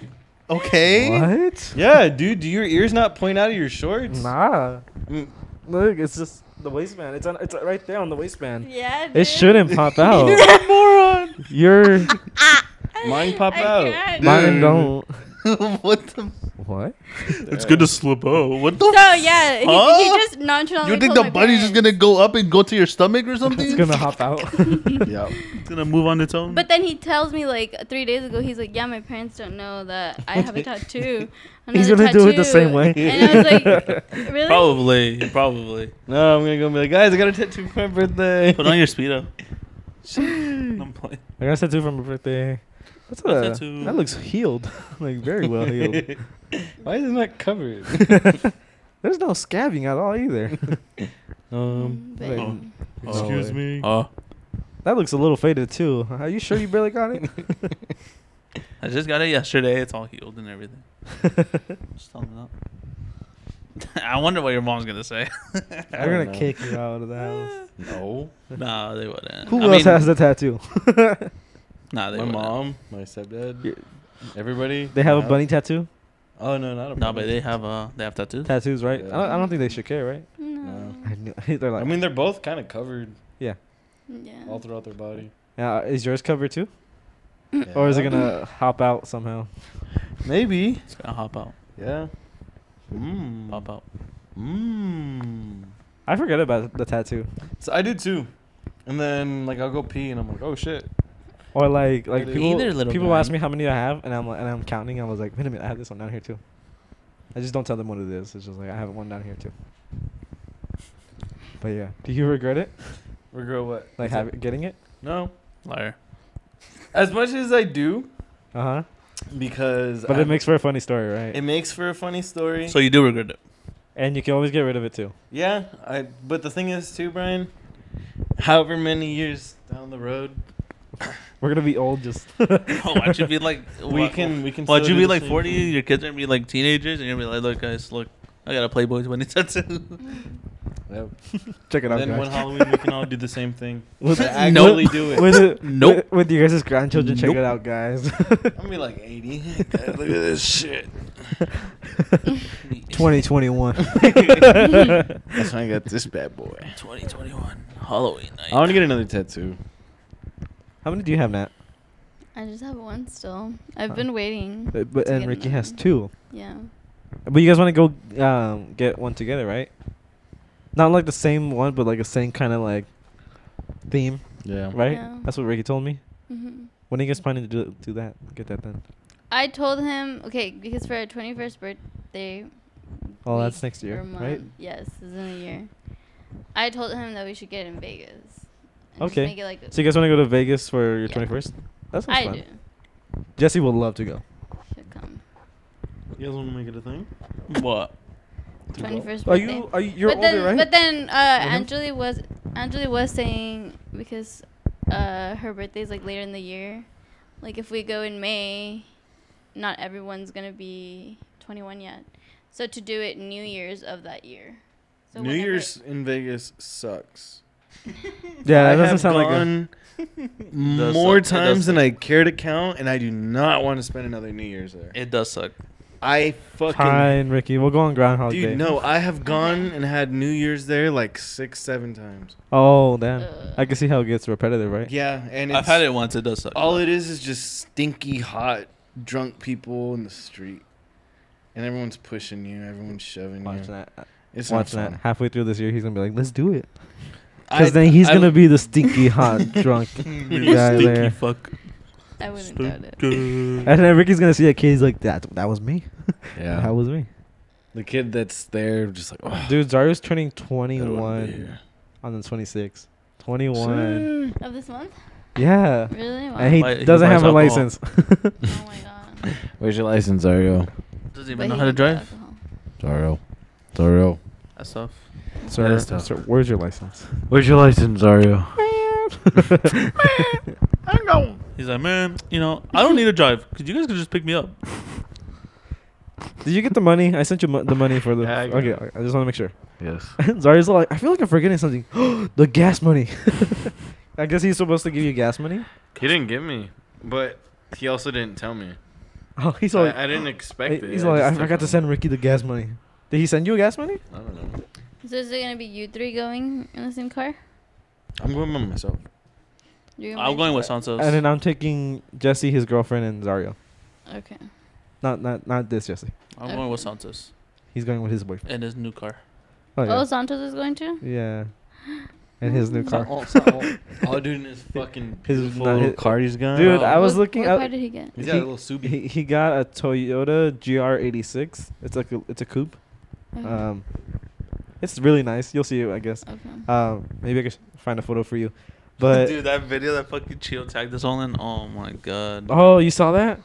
A: Okay.
B: what?
C: Yeah, dude. Do your ears not point out of your shorts? <laughs>
B: Nah.
C: Mm.
B: Look, it's just the waistband. It's on. It's right there on the waistband.
D: Yeah, dude.
B: It shouldn't pop out.
C: moron.
B: You're
C: Mine pop
D: I
C: out.
D: can't.
B: mine don't.
A: <laughs> what the?
B: What?
A: It's gonna slip out. What the?
D: So yeah, he, he
A: Huh?
D: just nonchalantly.
A: you think
D: told
A: the
D: my
A: bunny's just
D: parents.
A: gonna go up and go to your stomach or something? <laughs>
B: It's gonna hop out.
C: Yeah.
A: It's gonna move on its own.
D: But then he tells me like three days ago, he's like, "Yeah, my parents don't know that
B: <laughs>
D: I have a tattoo."
B: He's
D: Another
B: gonna do it the same way.
D: And I was
B: <laughs>
D: like, "Really?"
A: probably, <laughs> probably.
C: No, I'm gonna go and be like, guys, I got a tattoo for my birthday.
A: Put
C: <laughs>
A: on your <laughs> speedo. I'm playing.
B: I got a tattoo from my birthday. That's
A: A
B: a,
A: tattoo.
B: that looks healed, like very well <laughs>
C: <laughs>
B: healed.
C: Why isn't that covered?
B: There's no scabbing at all either.
C: Um,
D: Mm,
A: Oh.
D: But-
C: excuse me.
A: Oh,
B: That looks a little faded too. Are you sure you barely got
C: <laughs>
B: it?
A: I just got it yesterday. It's all healed and
B: <laughs>
A: everything. Just thumbs up. <laughs> I wonder what your mom's gonna
B: <laughs>
A: say.
B: They're
C: don't
B: gonna
C: know.
B: kick you out of the
C: <laughs>
B: house.
C: No.
A: no, they wouldn't.
B: Who
A: I
B: else
A: mean,
B: has the tattoo? <laughs>
A: Nah, they
C: My
A: wouldn't.
C: mom, my stepdad,
B: Your-
C: everybody.
B: they have a
C: Yeah.
B: bunny tattoo.
C: Oh no, not a bunny.
A: No, but they have uh, they have tattoos.
B: Tattoos, right? I, don't, I don't think they should care, right?
D: No.
B: I knew, <laughs> they're
C: I
B: like,
C: mean, they're both kind of covered
D: Yeah.
C: all throughout their body.
B: uh, is yours covered too, or is it
C: Yeah.
B: gonna hop out somehow?
C: Maybe.
A: It's gonna hop out,
C: Yeah.
B: Hmm.
C: Mmm.
A: pop out.
C: Mmm.
B: I forget about the tattoo.
C: So I do too. And then like I'll go pee and I'm like, oh shit.
B: Or like, like
C: Either
B: people,
A: little
B: people
A: guy.
B: ask me how many I have, and I'm like, and I'm counting. I was like, wait a minute, I have this one down here too. I just don't tell them what it is. It's just like I have one down here too. But yeah, do you regret it?
F: Regret what?
B: Like have, getting it?
F: No.
A: Liar.
F: As much as I do,
B: Uh huh.
F: because
B: But
F: I-
B: it makes for a funny story, right?
F: it makes for a funny story.
A: So you do regret it. <laughs>
B: and you can always get rid of it too.
F: yeah, I. But the thing is, too, Brian. However many years down the road,
B: We're gonna be old
F: <laughs>
B: just.
A: Oh, why would you be like
F: we can we can.
A: Why would
F: still
A: you
F: do
A: be
F: the
A: like
F: same
A: forty?
F: thing.
A: Your kids are gonna be like teenagers, and you're gonna be like, look, guys, look, I got a Playboy's wedding <laughs> tattoo.
D: Mm.
F: Yep.
B: <laughs> Check it out,
F: Then one
B: guys.
F: Halloween we can all do the same thing.
B: <laughs>
F: <laughs>
B: With,
F: I actually do it. <laughs>
B: With, it-
A: Nope.
B: with, with you guys' grandchildren, check
A: Nope.
B: it out, guys.
F: I'm gonna be
B: <laughs>
F: like <laughs> eighty. Look at this shit. <laughs>
B: <laughs> 2021.
C: That's when I got this bad boy.
A: Twenty twenty one Halloween night.
C: I want to get another tattoo.
B: How many do you have, Nat?
D: I just have one still. I've
B: Huh.
D: been waiting.
B: Uh, But
D: to
B: and
D: get
B: Ricky has
D: another.
B: two.
D: Yeah.
B: But you guys want to go um, get one together, right? Not like the same one, but like the same kind of like theme,
C: Yeah.
B: right?
D: Yeah.
B: That's what Ricky told me.
D: hmm
B: When are you guys planning to do do that? Get that done.
D: I told him okay because for our twenty first birthday.
B: Oh, that's
D: week
B: next year,
D: or month-
B: right?
D: Yes, it's in a year. I told him that we should get it in Vegas. and just
B: Okay.
D: Make it like a-
B: So you guys want to go to Vegas for your
D: Yeah.
B: twenty first? That's
D: I
B: fun.
D: do.
B: Jesse would love to go.
D: Should come.
C: You guys want to make it a thing?
A: What?
D: Twenty first
B: Are
D: birthday.
B: you? Are you? You're
D: but
B: older,
D: then,
B: right?
D: But then uh,
A: Uh-huh.
B: Mhm.
D: Angeli was Angeli was saying because uh, her birthday's like later in the year, like if we go in May, not everyone's gonna be 21 yet. So to do it New Year's of that year. So
C: New
D: whenever- <laughs>
C: Year's in Vegas sucks.
B: yeah, that
C: I
B: doesn't
C: have
B: sound like a,
C: gone
A: does
C: more
A: suck. It does
C: times than
A: suck.
C: I care to count, and I do not want to spend another New Year's there.
A: It does suck.
C: I fucking
B: Fine, Ricky. We'll go on Groundhog
C: dude,
B: Day.
C: no, I have gone and had New Year's there like six, seven times.
B: Oh damn! I
D: Ugh.
B: can see how it gets repetitive, right?
C: Yeah, and it's,
A: I've had it once. It does suck.
C: All it is is just stinky, hot, drunk people in the street, and everyone's pushing you, everyone's shoving
B: Watch
C: you.
B: that.
C: It's
B: Watch
C: not
B: that.
C: fun.
B: Halfway through this year, he's gonna be like, "Let's do it,"
C: I-
B: because then he's
C: I-
B: gonna be the
A: <laughs>
B: stinky
C: <laughs>
B: hot drunk
A: Really
B: guy
A: stinky
B: there.
A: fuck.
D: I wouldn't doubt it.
B: And then Ricky's gonna see a kid. He's like, "That that was me. <laughs>
C: Yeah,
B: That was me."
C: the kid that's there, just like oh,
B: Dude, Zario's turning
C: I don't wanna be
B: 21
C: here.
B: on the 26th. 21.
D: Of this month?
B: Yeah.
D: Really? Wow.
B: And he
A: Why- he
B: doesn't
A: buys
B: have a
A: alcohol.
D: <laughs>
B: license. <laughs>
D: oh my
A: <laughs>
D: god.
C: Where's your license, Dario?
A: Doesn't
D: But
A: even know
D: he
A: how to
D: can do
A: drive.
D: alcohol.
C: Dario, Dario.
A: That's tough.
B: sir,
C: tough.
B: sir, where's your
D: <laughs>
B: license? <laughs>
C: Where's your license, Dario?
A: He's like, man, you know, I don't need to drive because you guys can just pick me up.
B: Did you get the money? I sent you mo- the money for the.
C: <laughs> Yeah, I got
B: okay,
C: it.
B: okay, I just want to make sure. <laughs>
C: Yes.
B: Zario's all like, I feel like I'm forgetting something. <gasps> the gas money. <laughs> I guess he's supposed to give you gas money.
C: <laughs>
B: <laughs>
C: He didn't give me, but he also didn't tell me.
B: Oh, he's
C: So
B: all.
C: I, I didn't expect it.
B: He's all like, I
C: just
B: forgot
C: took
B: to
C: it."
B: send Ricky the gas money. Did he send you gas money?
C: I don't know.
D: So is it gonna be you three going in the same car?
C: I'm going by myself.
D: You're
A: I'm
D: be-
A: going with Santos.
B: And then I'm taking Jesse, his girlfriend, and Zario.
D: Okay.
B: Not not not this Jesse.
A: I'm going with Santos
B: He's going with his boyfriend.
A: and his new car.
B: Oh, yeah.
D: Oh, Santos is going too.
B: Yeah. And his
D: <gasps>
B: new car.
C: All,
B: <laughs>
C: all, all dude is fucking
B: His-
C: beautiful
B: not
C: little
B: his-
C: car he's got.
B: Dude, I was
D: What-
B: looking
D: What
B: at-
D: car did he get?
C: He's got a little Subi.
B: He, he got a Toyota GR86. It's like a, it's a coupe.
D: Okay.
B: Um, it's really nice. You'll see it, I guess.
D: okay.
B: Um, maybe I could find a photo for you.
A: <laughs>
B: But
A: dude, that video that fucking Chio tagged us all in. Oh my god.
B: oh, you saw that?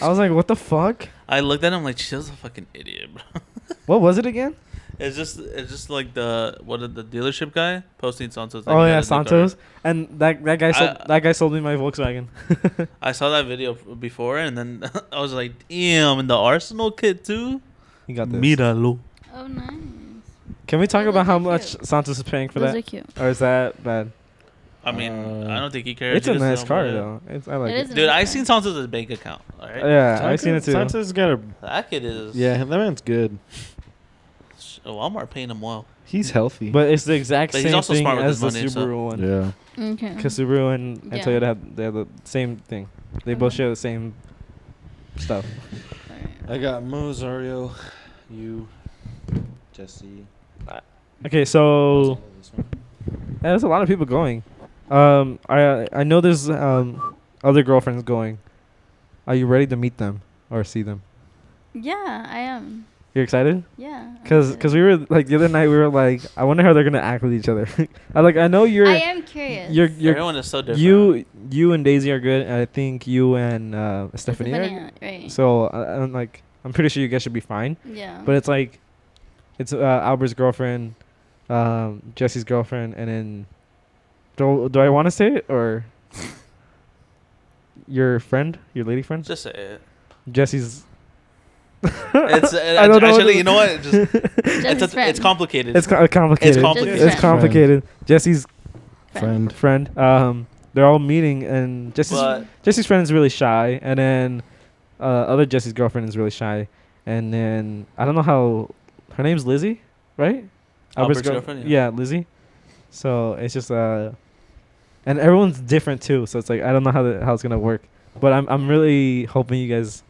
B: I was like, what the fuck?
A: I looked at him like Chio's a fucking idiot, bro. <laughs>
B: What was it again?
A: It's just it's just like the what did the dealership guy posting Santos. like,
B: oh
A: he
B: yeah,
A: got his new car.
B: Santos. And that that guy sold
A: I-
B: that guy sold me my Volkswagen. <laughs>
A: I saw that video f- before, and then <laughs> I was like, damn, and the Arsenal kid too.
B: he got this.
A: Míralo.
D: Oh, nice.
B: Can we talk
D: Those
B: about
D: are
B: how
D: cute.
B: much Santos is paying for
D: Those
B: that?
D: are cute.
B: Or is that bad?
A: I mean,
C: Uh,
A: I don't think he cares.
B: It's
A: He
B: a
A: just
B: nice
A: don't
B: car
A: want it.
B: though. It's I like
D: It
B: it.
D: is a
A: Dude,
D: nice
A: I
D: car.
A: seen Santos' bank account. All right,
B: Yeah, I seen it too.
C: Santa's got a.
A: that kid is.
C: Yeah, that man's good.
A: Sh- Walmart paying him well.
C: He's healthy.
B: But it's the exact
A: But he's
B: same
A: also
B: thing
A: smart with
B: as
A: his
B: the
A: money, so-
B: Subaru one.
C: yeah.
D: Okay.
B: Because Subaru and, and
D: Yeah.
B: Toyota have they have the same thing. They both
D: Mhm.
B: share the same stuff.
D: Alright.
C: I got Mozario, you, Jesse.
B: Okay, so yeah, there's a lot of people going. Um, I I know there's um other girlfriends going. Are you ready to meet them or see them?
D: Yeah, I am.
B: You're excited?
D: Yeah. I'm
B: Cause,
D: good.
B: 'cause we were like the other night we were like, I wonder how they're gonna act with each other. <laughs> I like I know you're
D: I am curious.
B: you're you're
A: Everyone is so different.
B: you you and Daisy are good. and I think you and uh,
D: It's a
B: Stephanie. Are,
D: banana, right?
B: so I, I'm like I'm pretty sure you guys should be fine.
D: yeah.
B: But it's like, it's uh, Albert's girlfriend, um, Jesse's girlfriend, and then do do I want to say it or your friend, your lady friend,
A: Just say it.
B: Jesse's.
A: <laughs> It's uh,
B: <laughs> I don't know what
A: actually,
B: to-
A: you know
B: <laughs>
A: what? Just, it's,
D: Jesse's
A: a, it's
D: friend.
A: complicated.
B: it's co- complicated.
A: complicated.
B: It's complicated. Jesse's
D: Friend.
B: friend. Um, they're all meeting, and Jesse's
A: but
B: Jesse's friend is really shy, and then uh, other Jesse's girlfriend is really shy, and then I don't know how her name's Lizzie, right?
A: Albert's
B: girl-
A: girlfriend,
B: Yeah.
A: yeah.
B: Lizzie. So it's just uh, and everyone's different too. So it's like I don't know how the, how it's gonna work, but I'm I'm really hoping you guys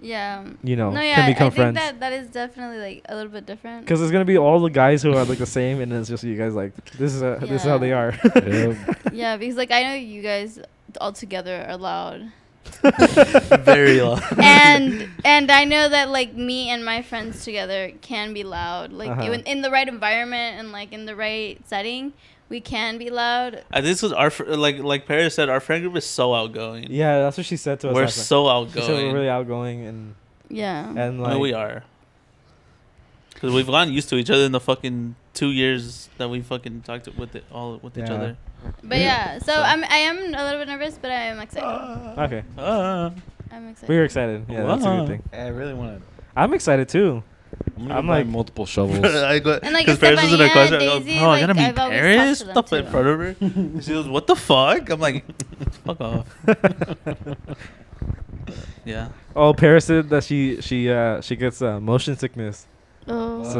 D: yeah.
B: you know
D: No, yeah.
B: can
D: I
B: become
D: think
B: friends
D: that that is definitely like a little bit different.
B: because it's gonna be all the guys who are like the same, and then it's just you guys like this is uh this is how they
D: Yeah.
B: are. <laughs>
D: <laughs> yeah, because like I know you guys all together are loud,
A: very low.
B: <laughs>
D: and and I know that like me and my friends together can be loud. Like
B: Uh-huh.
D: in, in the right environment and like in the right setting, we can be loud.
A: Uh, this is our fr- like like Paris said. Our friend group is so outgoing.
B: yeah, that's what she said to us.
A: we're
B: last night.
A: so
B: She
A: outgoing.
B: said we're really outgoing and
D: Yeah.
B: and
A: I
B: like
A: mean, Oh, we are. Because we've gotten used to each other in the fucking two years that we fucking talked with it, all with each
B: Yeah.
A: other.
D: But
A: Yeah.
D: yeah, so
A: So-
D: I'm I am a little bit nervous, but I am excited.
B: <gasps> Okay.
A: Ah.
D: I'm excited.
B: We were excited. Yeah, that's a
A: Wow.
B: good thing.
E: I really want to.
B: I'm excited too.
E: I'm,
B: I'm
E: like
B: like-
E: multiple shovels.
A: <laughs> I go,
D: And, like,
A: 'cause Paris was in a
D: Estefania,
A: classroom, I go,
D: Daisy,
A: oh, I
D: like,
A: gotta meet
D: I've always talked to
A: Paris.
D: them,
A: Stop in
D: too.
A: front of her.
D: <laughs>
A: And she goes, what the fuck? I'm like, <laughs> fuck off. <laughs>
E: <laughs>
A: yeah.
B: Oh, Paris said that she she uh she gets uh, motion sickness.
D: Oh.
B: So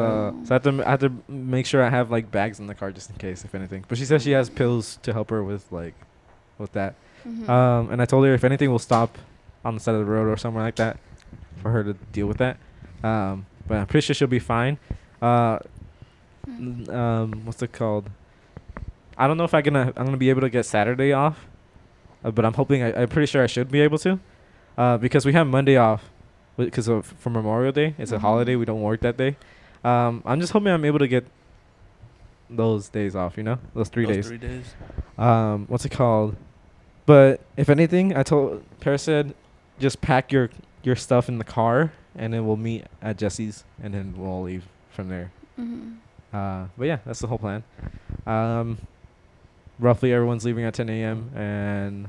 B: so I have to I have to make sure I have like bags in the car just in case if anything. But she says she has pills to help her with like with that.
D: Mhm.
B: Um and I told her if anything we'll stop on the side of the road or somewhere like that for her to deal with that. Um but I'm pretty sure she'll be fine. Uh
D: Mm.
B: n- um what's it called i don't know if i gonna i'm gonna be able to get saturday off uh, but i'm hoping I, i'm pretty sure i should be able to uh because we have monday off because of for memorial day it's a
A: Mm-hmm.
D: Mhm.
B: holiday we don't work that day um i'm just hoping i'm able to get those days off you know those three
A: Those
B: days
A: Three days.
B: um what's it called but if anything i told paris said just pack your your stuff in the car and then we'll meet at jesse's and then we'll leave from there
D: Mhm.
B: uh, but yeah, that's the whole plan. Um, roughly everyone's leaving at 10 a.m. And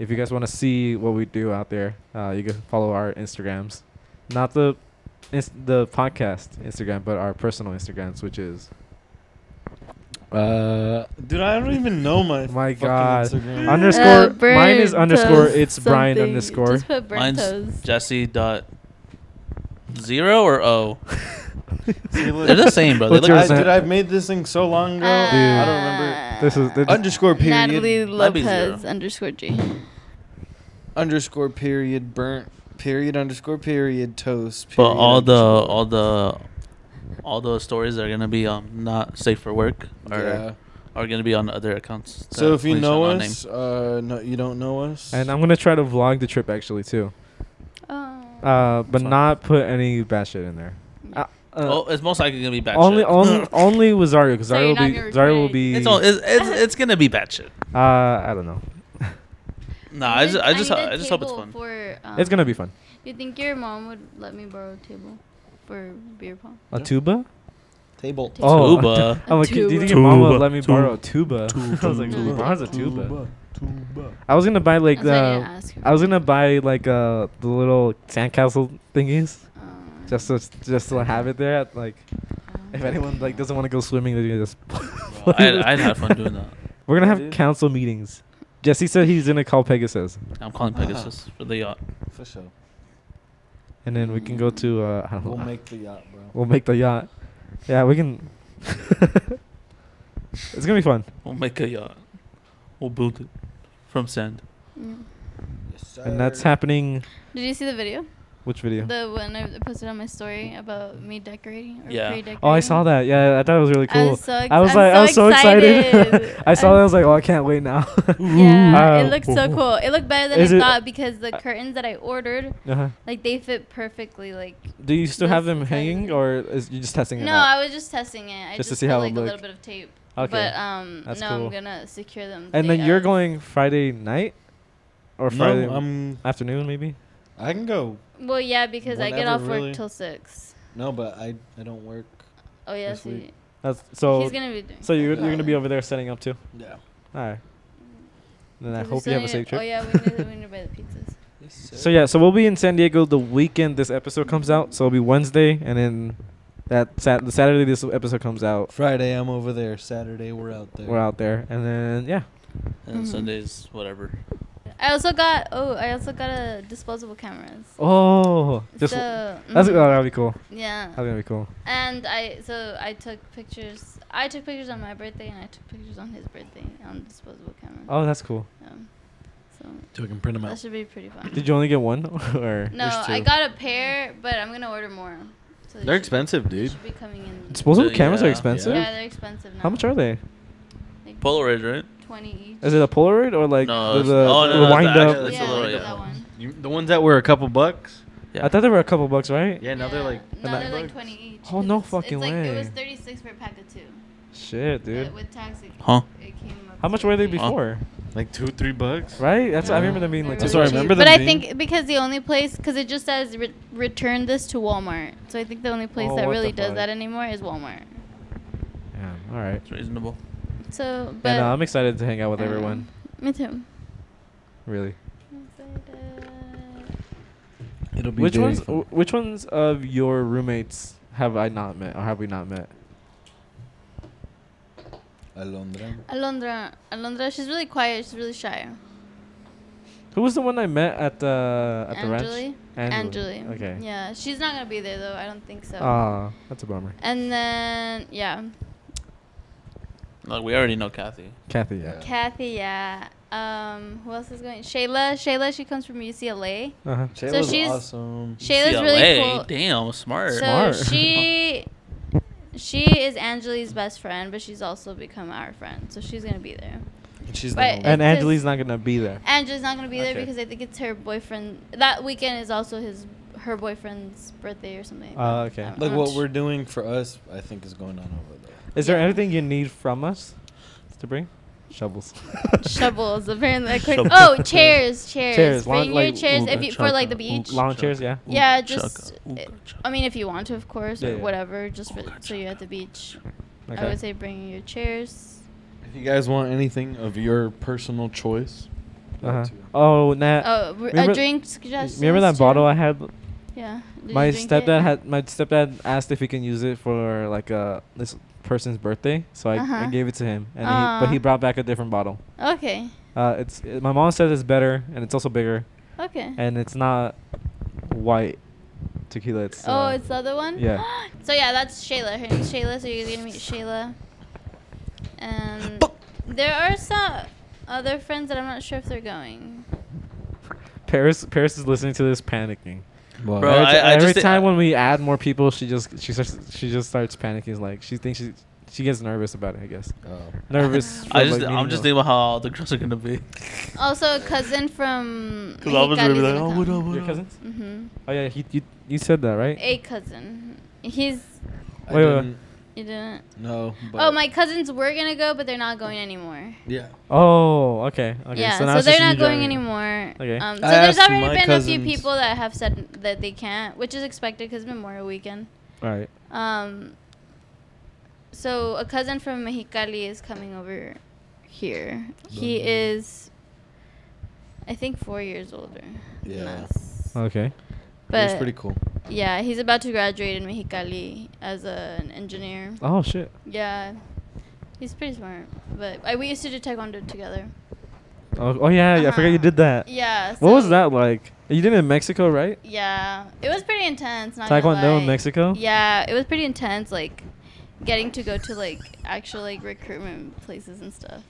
B: if you guys want to see what we do out there, uh, you can follow our Instagrams, not the ins- the podcast Instagram, but our personal Instagrams, which is
E: Uh, dude, I don't even know
B: <laughs>
E: my.
B: my
E: fucking
B: God
E: Instagram.
B: underscore.
D: Uh,
B: mine is
D: burnt
B: underscore.
D: toast
B: It's Brian
D: something.
B: underscore.
D: Just put burnt
A: Mine's
D: toast.
A: Jesse dot zero or O?
E: See, look.
A: They're the same, bro. They
B: What's
A: look
E: I,
B: yours?
A: like,
E: dude, I've made this thing so long ago. I don't remember.
D: Uh,
B: This is- this-
E: Underscore period.
D: Natalie
A: Might be zero.
D: Lopez underscore G.
E: Underscore period burnt. Period underscore period toast.
A: but
E: period
A: all the
E: underscore.
A: all the all the stories are gonna be um not safe for work are
E: Yeah.
A: are gonna be on other accounts.
E: So
A: that
E: if you
A: we
E: know
A: shall not
E: us, uh, no, you don't know us.
B: And I'm gonna try to vlog the trip actually too,
D: Oh.
B: uh, but
A: Fun.
B: not put any bad shit in there. Uh,
A: name.
B: uh,
A: oh, it's most likely gonna be bad.
B: only,
A: shit.
B: only, only with Zario, because
D: So
B: Zario
D: you're
B: will
D: not
B: be,
D: gonna
B: Zario will
D: regret it.
A: <laughs>
B: be.
A: it's, all, it's,
D: <laughs>
A: it's it's gonna be bad shit.
B: uh, I don't know.
A: Nah, I
D: need
A: just
D: a-
A: I just
D: need
A: I,
D: a
A: just hope it's
D: table
A: fun.
D: For, um,
B: It's gonna be fun.
D: You think your mom would let me borrow a table for beer pong?
B: A
E: Yeah.
B: tuba?
E: Table.
B: Oh, <laughs>
A: Tuba.
B: I'm like, do you
D: Tuba.
B: think your mama would
A: Tuba.
B: let me borrow a tuba? <laughs> I was like,
D: Tuba.
B: "Mom's a tuba. I was gonna buy like
D: That's why I didn't
B: the.
D: ask her.
B: I was gonna buy like uh the little sandcastle thingies
D: Um,
B: just to just to have it there. At, like
D: um,
B: if anyone like doesn't want to go swimming, they can just. <laughs>
A: I I'd have fun doing that.
B: We're gonna have
E: Dude.
B: council meetings. Jesse said he's gonna call Pegasus,
A: I'm
B: <laughs>
A: calling
E: Ah.
A: Pegasus for the yacht.
E: For sure.
B: and then we can go to. Uh, I don't
E: We'll
B: know.
E: make the yacht, bro.
B: We'll make the yacht. Yeah, we can. <laughs> it's gonna be fun.
A: We'll make a yacht. We'll build it from sand.
D: yeah.
E: Yes,
B: And that's
E: sir.
B: happening.
D: Did mm. you see the video?
B: Which video?
D: The one I posted on my story about me decorating or
A: Yeah.
D: pre-decorating.
B: Oh, I saw that. Yeah, I thought it was really
D: I
B: cool.
D: was so ex-
B: I was
D: I'm
B: like,
D: so
B: I was so excited.
D: excited.
B: <laughs> I saw
D: I'm-
B: that. I was like, oh, I can't wait now.
D: <laughs>
B: <laughs>
D: Yeah,
B: Uh,
D: it looks so cool. It looked better than
B: Is
D: I
B: it-
D: thought because the curtains that I ordered,
B: Uh-huh.
D: like they fit perfectly. Like
B: Do you still have them
D: That's
B: hanging,
D: exciting.
B: or is you just testing it
D: no,
B: out?
D: I was just testing it. I
B: Just
D: just,
B: to see
D: put,
B: how it
D: like a little
B: looked.
D: bit of tape.
B: Okay.
D: But um,
B: That's
D: no,
B: cool.
D: I'm gonna secure them.
B: and
D: the
B: then
D: day
B: you're
D: of.
B: going Friday night, or Friday
C: No, I'm.
B: afternoon maybe.
C: I can go.
D: Well, yeah, because I get
C: Whenever,
D: off work
C: really.
D: till six.
C: No, but I I don't work.
D: Oh yeah,
C: This
D: so
C: week.
B: That's so.
D: he's gonna be doing.
B: So you're
D: that.
B: you're gonna be over there setting up too.
C: Yeah.
B: All right. Then I
D: Because we
B: hope you
D: still
B: have a
D: need-
B: safe trip.
D: Oh yeah, we need, to- we need to buy the pizzas.
B: So yeah, so we'll be in San Diego the weekend this episode comes out. So it'll be Wednesday, and then that sat- the Saturday this episode comes out,
C: Friday I'm over there. Saturday we're out there.
B: we're out there, and then yeah,
A: And Sundays, whatever.
D: I also got oh, I also got a disposable cameras.
B: oh, just
D: so,
B: that's
D: mhm.
B: oh, that'll be cool.
D: yeah.
B: That's gonna be cool.
D: And I so I took pictures. I took pictures on my birthday, and I took pictures on his birthday on disposable camera.
B: Oh, that's cool.
D: Um, so
E: So we can print them
D: that
E: out.
D: should be pretty fun.
B: Did you only get one <laughs> or
D: No,
E: There's
D: I
E: two.
D: got a pair, but I'm gonna order more. So they
E: They're
D: should-
E: expensive,
D: they
E: dude.
D: Should be coming in.
B: disposable
A: Uh,
B: cameras are
A: yeah.
B: expensive?
D: Yeah, they're expensive now.
B: How much are they?
D: Like
A: Polaroid, right?
D: Twenty each.
B: Is it a Polaroid or like
A: No,
B: the,
A: it's-
B: the,
A: oh, no,
B: the
A: no, it's
B: wind
A: actually-
B: up?
A: it's
D: yeah,
A: a little-
D: like
A: yeah.
D: that one.
E: You, the ones that were a couple bucks.
B: I thought they were a couple bucks, right?
E: Yeah, now they're like
D: No,
B: nine
D: they're like
E: bucks.
D: twenty each.
B: Oh,
D: 'cause
B: no
D: it's-
B: fucking
D: it's like, It was
B: way.
D: thirty six for a pack of two.
B: Shit, dude.
D: But with tax, it,
A: Huh?
D: it came up
B: How much
D: to
B: were they
D: $28.
B: before?
E: like two, three bucks.
B: Right? That's I
E: Yeah.
B: remember them being like.
D: They're
E: That's
B: two
E: what I
D: really
B: bucks.
E: remember
D: cheap. But
E: them
D: I
E: being.
D: think because the only place, because it just says re- return this to Walmart. So I think the only place
B: Oh,
D: that
B: what
D: really
B: the
D: does
B: fuck.
D: that anymore is Walmart.
B: Yeah, all right.
A: It's reasonable.
D: So, but
B: And uh, I'm excited to hang out with
D: I don't
B: everyone.
D: know. Um, Me too.
B: Really.
C: It'll be
B: Which
C: very
B: ones?
C: fun.
B: wh- Which ones of your roommates have I not met, or have we not met?
C: Alondra.
D: Alondra, Alondra, she's really quiet. She's really shy.
B: Who was the one I met at the at the ranch?
D: Angeli?
B: Angeli.
D: Angeli.
B: Okay.
D: Yeah, she's not gonna be there though. I don't think so.
B: Ah, that's a bummer.
D: and then yeah,
A: Like we already know Kathy.
B: Kathy. Yeah.
D: Kathy. Yeah. Um, who else is going? Shayla. Shayla. She comes from UCLA.
B: Uh huh.
C: Shayla's
D: she's-
C: awesome.
D: Shayla's
A: CLA,
D: really cool.
A: Damn, smart.
D: So
B: Smart.
D: she
B: <laughs>
D: she is Angeli's best friend, but she's also become our friend. So she's gonna be there.
C: She's
D: But-
C: the
B: And
D: It's just-
B: Angeli's not gonna be there.
D: Angela's not gonna be there
B: Okay.
D: because I think it's her boyfriend. That weekend is also his her boyfriend's birthday or something. like
B: Ah,
D: that.
B: okay.
D: I don't
C: Like
D: know.
C: what we're doing for us, I think is going on over there.
B: Is there
D: Yeah.
B: anything you need from us to bring? Shovels.
D: <laughs>
B: <laughs>
C: <laughs>
D: shovels apparently. I couldn't-
A: Shovels.
D: oh, chairs, chairs.
B: Chairs,
D: Bring
B: lawn- like,
D: your chairs
B: ooh,
D: if you, for like the beach.
B: Lawn chairs, yeah.
D: Yeah, just- uh,
B: <laughs>
D: I mean, if you want to, of course,
B: Yeah,
D: or
B: yeah.
D: whatever. Just for, so you're at the beach. I would say bring your chairs.
E: If you guys want anything of your personal choice,
B: Uh-huh. Oh, Nat.
D: Oh, re-
B: remember-
D: a drink
B: y-
D: suggestions.
B: remember that
D: too?
B: bottle I had?
D: Yeah. Did
B: my
D: you drink
B: stepdad
D: it?
B: had. My stepdad asked if he can use it for like uh this person's birthday, so I, I
D: Uh-huh.
B: gave it to him, and he, but
D: Aw.
B: he brought back a different bottle.
D: Okay.
B: Uh, it's uh, my mom says it's better, and it's also bigger,
D: Okay.
B: and it's not white tequila. It's
D: oh,
B: uh,
D: it's the other one.
B: yeah.
D: <gasps> so yeah, that's Shayla. Her name's Shayla. So you're gonna meet Shayla. And there are some other friends that I'm not sure if they're going.
B: Paris. Paris is listening to this panicking.
C: Well,
A: Bro,
B: every
A: I-
B: ti-
A: I
B: every
A: just-
B: time when we add more people, she just she starts she just starts panicking. It's Like she thinks she she gets nervous about it. I guess nervous.
A: Oh. I
B: for,
A: just,
B: like,
A: I'm
B: meeting
A: just
B: them.
A: thinking about how all the girls are gonna
D: <laughs>
A: be. <laughs>
D: Also, a cousin from.
A: Because I was gonna be like, oh, what up, what
B: your
A: up?"
B: cousins.
D: Mm-hmm.
B: Oh yeah, he you, you said that right?
D: A cousin. He's.
C: I
B: Wait, wait, wait.
C: didn't
D: You didn't.
C: know. But
D: Oh, my cousins were gonna go, but they're not going anymore.
C: Yeah.
B: Oh okay okay.
D: yeah,
B: now
D: so,
B: it's
D: they're
B: just
D: not
B: you
D: going
B: driving.
D: anymore.
B: Okay.
D: Um, so
C: I
D: there's
C: asked
D: already
C: my
D: been a few
C: cousins-
D: people that have said that they can't, which is expected because Memorial Weekend.
B: All right.
D: Um, so a cousin from Mexicali is coming over here. He is, I think, four years older. than
C: Yeah.
D: us.
B: Okay.
C: It's
D: But
C: pretty cool.
D: yeah, he's about to graduate in Mexicali as a, an engineer.
B: Oh shit.
D: Yeah, he's pretty smart. But I, we used to do taekwondo together.
B: Oh, oh yeah, yeah. I forgot you
D: Uh-huh.
B: did that.
D: Yeah.
B: What was
D: so-
B: that like? You did it in Mexico, right?
D: Yeah, it was pretty intense. Not gonna
B: Taekwondo in
D: lie.
B: Mexico.
D: Yeah, it was pretty intense. Like getting to go to like actual like recruitment places and stuff.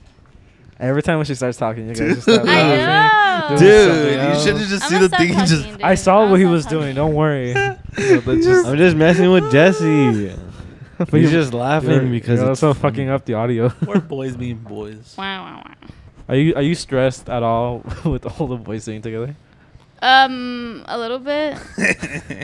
B: Every time when she starts talking, you guys
D: <laughs>
B: just
A: Dude.
B: stop
A: I
B: laughing, doing
D: know.
A: Dude,
B: something
A: you
B: else.
A: should have just
D: I'ma
A: seen the
D: stop
A: thing. He
D: talking,
A: just
D: dude.
B: I saw
D: I'ma
B: what he
D: stop
B: was
D: talking.
B: doing. Don't
D: <laughs>
B: worry. But <laughs> just-
E: I'm just messing with Jesse.
B: <laughs> but
E: He's
B: you-
E: just
B: you're-
E: laughing because
B: you're
E: it's
B: also fucking up the audio.
A: we're boys being boys.
D: Wow, wow, wow.
B: <laughs> Are you are you stressed at all <laughs> with all the boys singing together?
D: Um, a
A: <laughs>
D: little bit,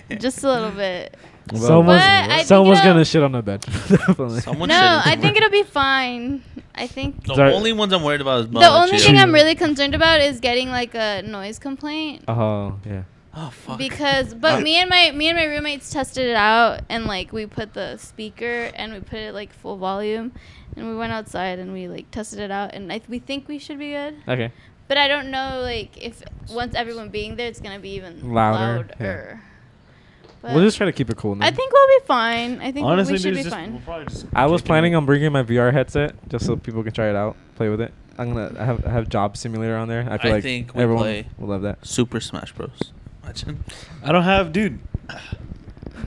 D: <laughs> just a little bit.
B: Someone's,
D: But I think
B: someone's
D: it'll-
B: gonna shit on the bed. <laughs> Definitely.
A: Someone
D: no,
A: shouldn't
D: I
A: do
D: think
A: it.
D: it'll be fine. I think
A: The
B: Sorry.
A: only ones I'm worried about is
D: the only
A: Cheeto.
D: thing I'm
B: Cheeto.
D: really concerned about is getting like a noise complaint
B: Oh yeah.
A: <laughs> Oh fuck.
D: because. But me and my me and my roommates tested it out and like we put the speaker and we put it like full volume, and we went outside and we like tested it out and I th- we think we should be good.
B: Okay.
D: But I don't know, like, if once everyone being there, it's gonna be even
B: Louder,
D: louder.
B: yeah.
D: But
B: we'll just try to keep it cool. Now.
D: I think we'll be fine. I think
C: Honestly,
D: we should
C: dude,
D: be
C: it's just, we'll
D: fine.
C: probably just
B: I was
C: kick it.
B: planning on bringing my VR headset just so people can try it out, play with it. I'm gonna I have I have Job Simulator on there. I feel
A: I
B: like
A: think we
B: everyone
A: play-
B: will love that.
A: Super Smash Bros. Imagine.
E: I don't have, dude.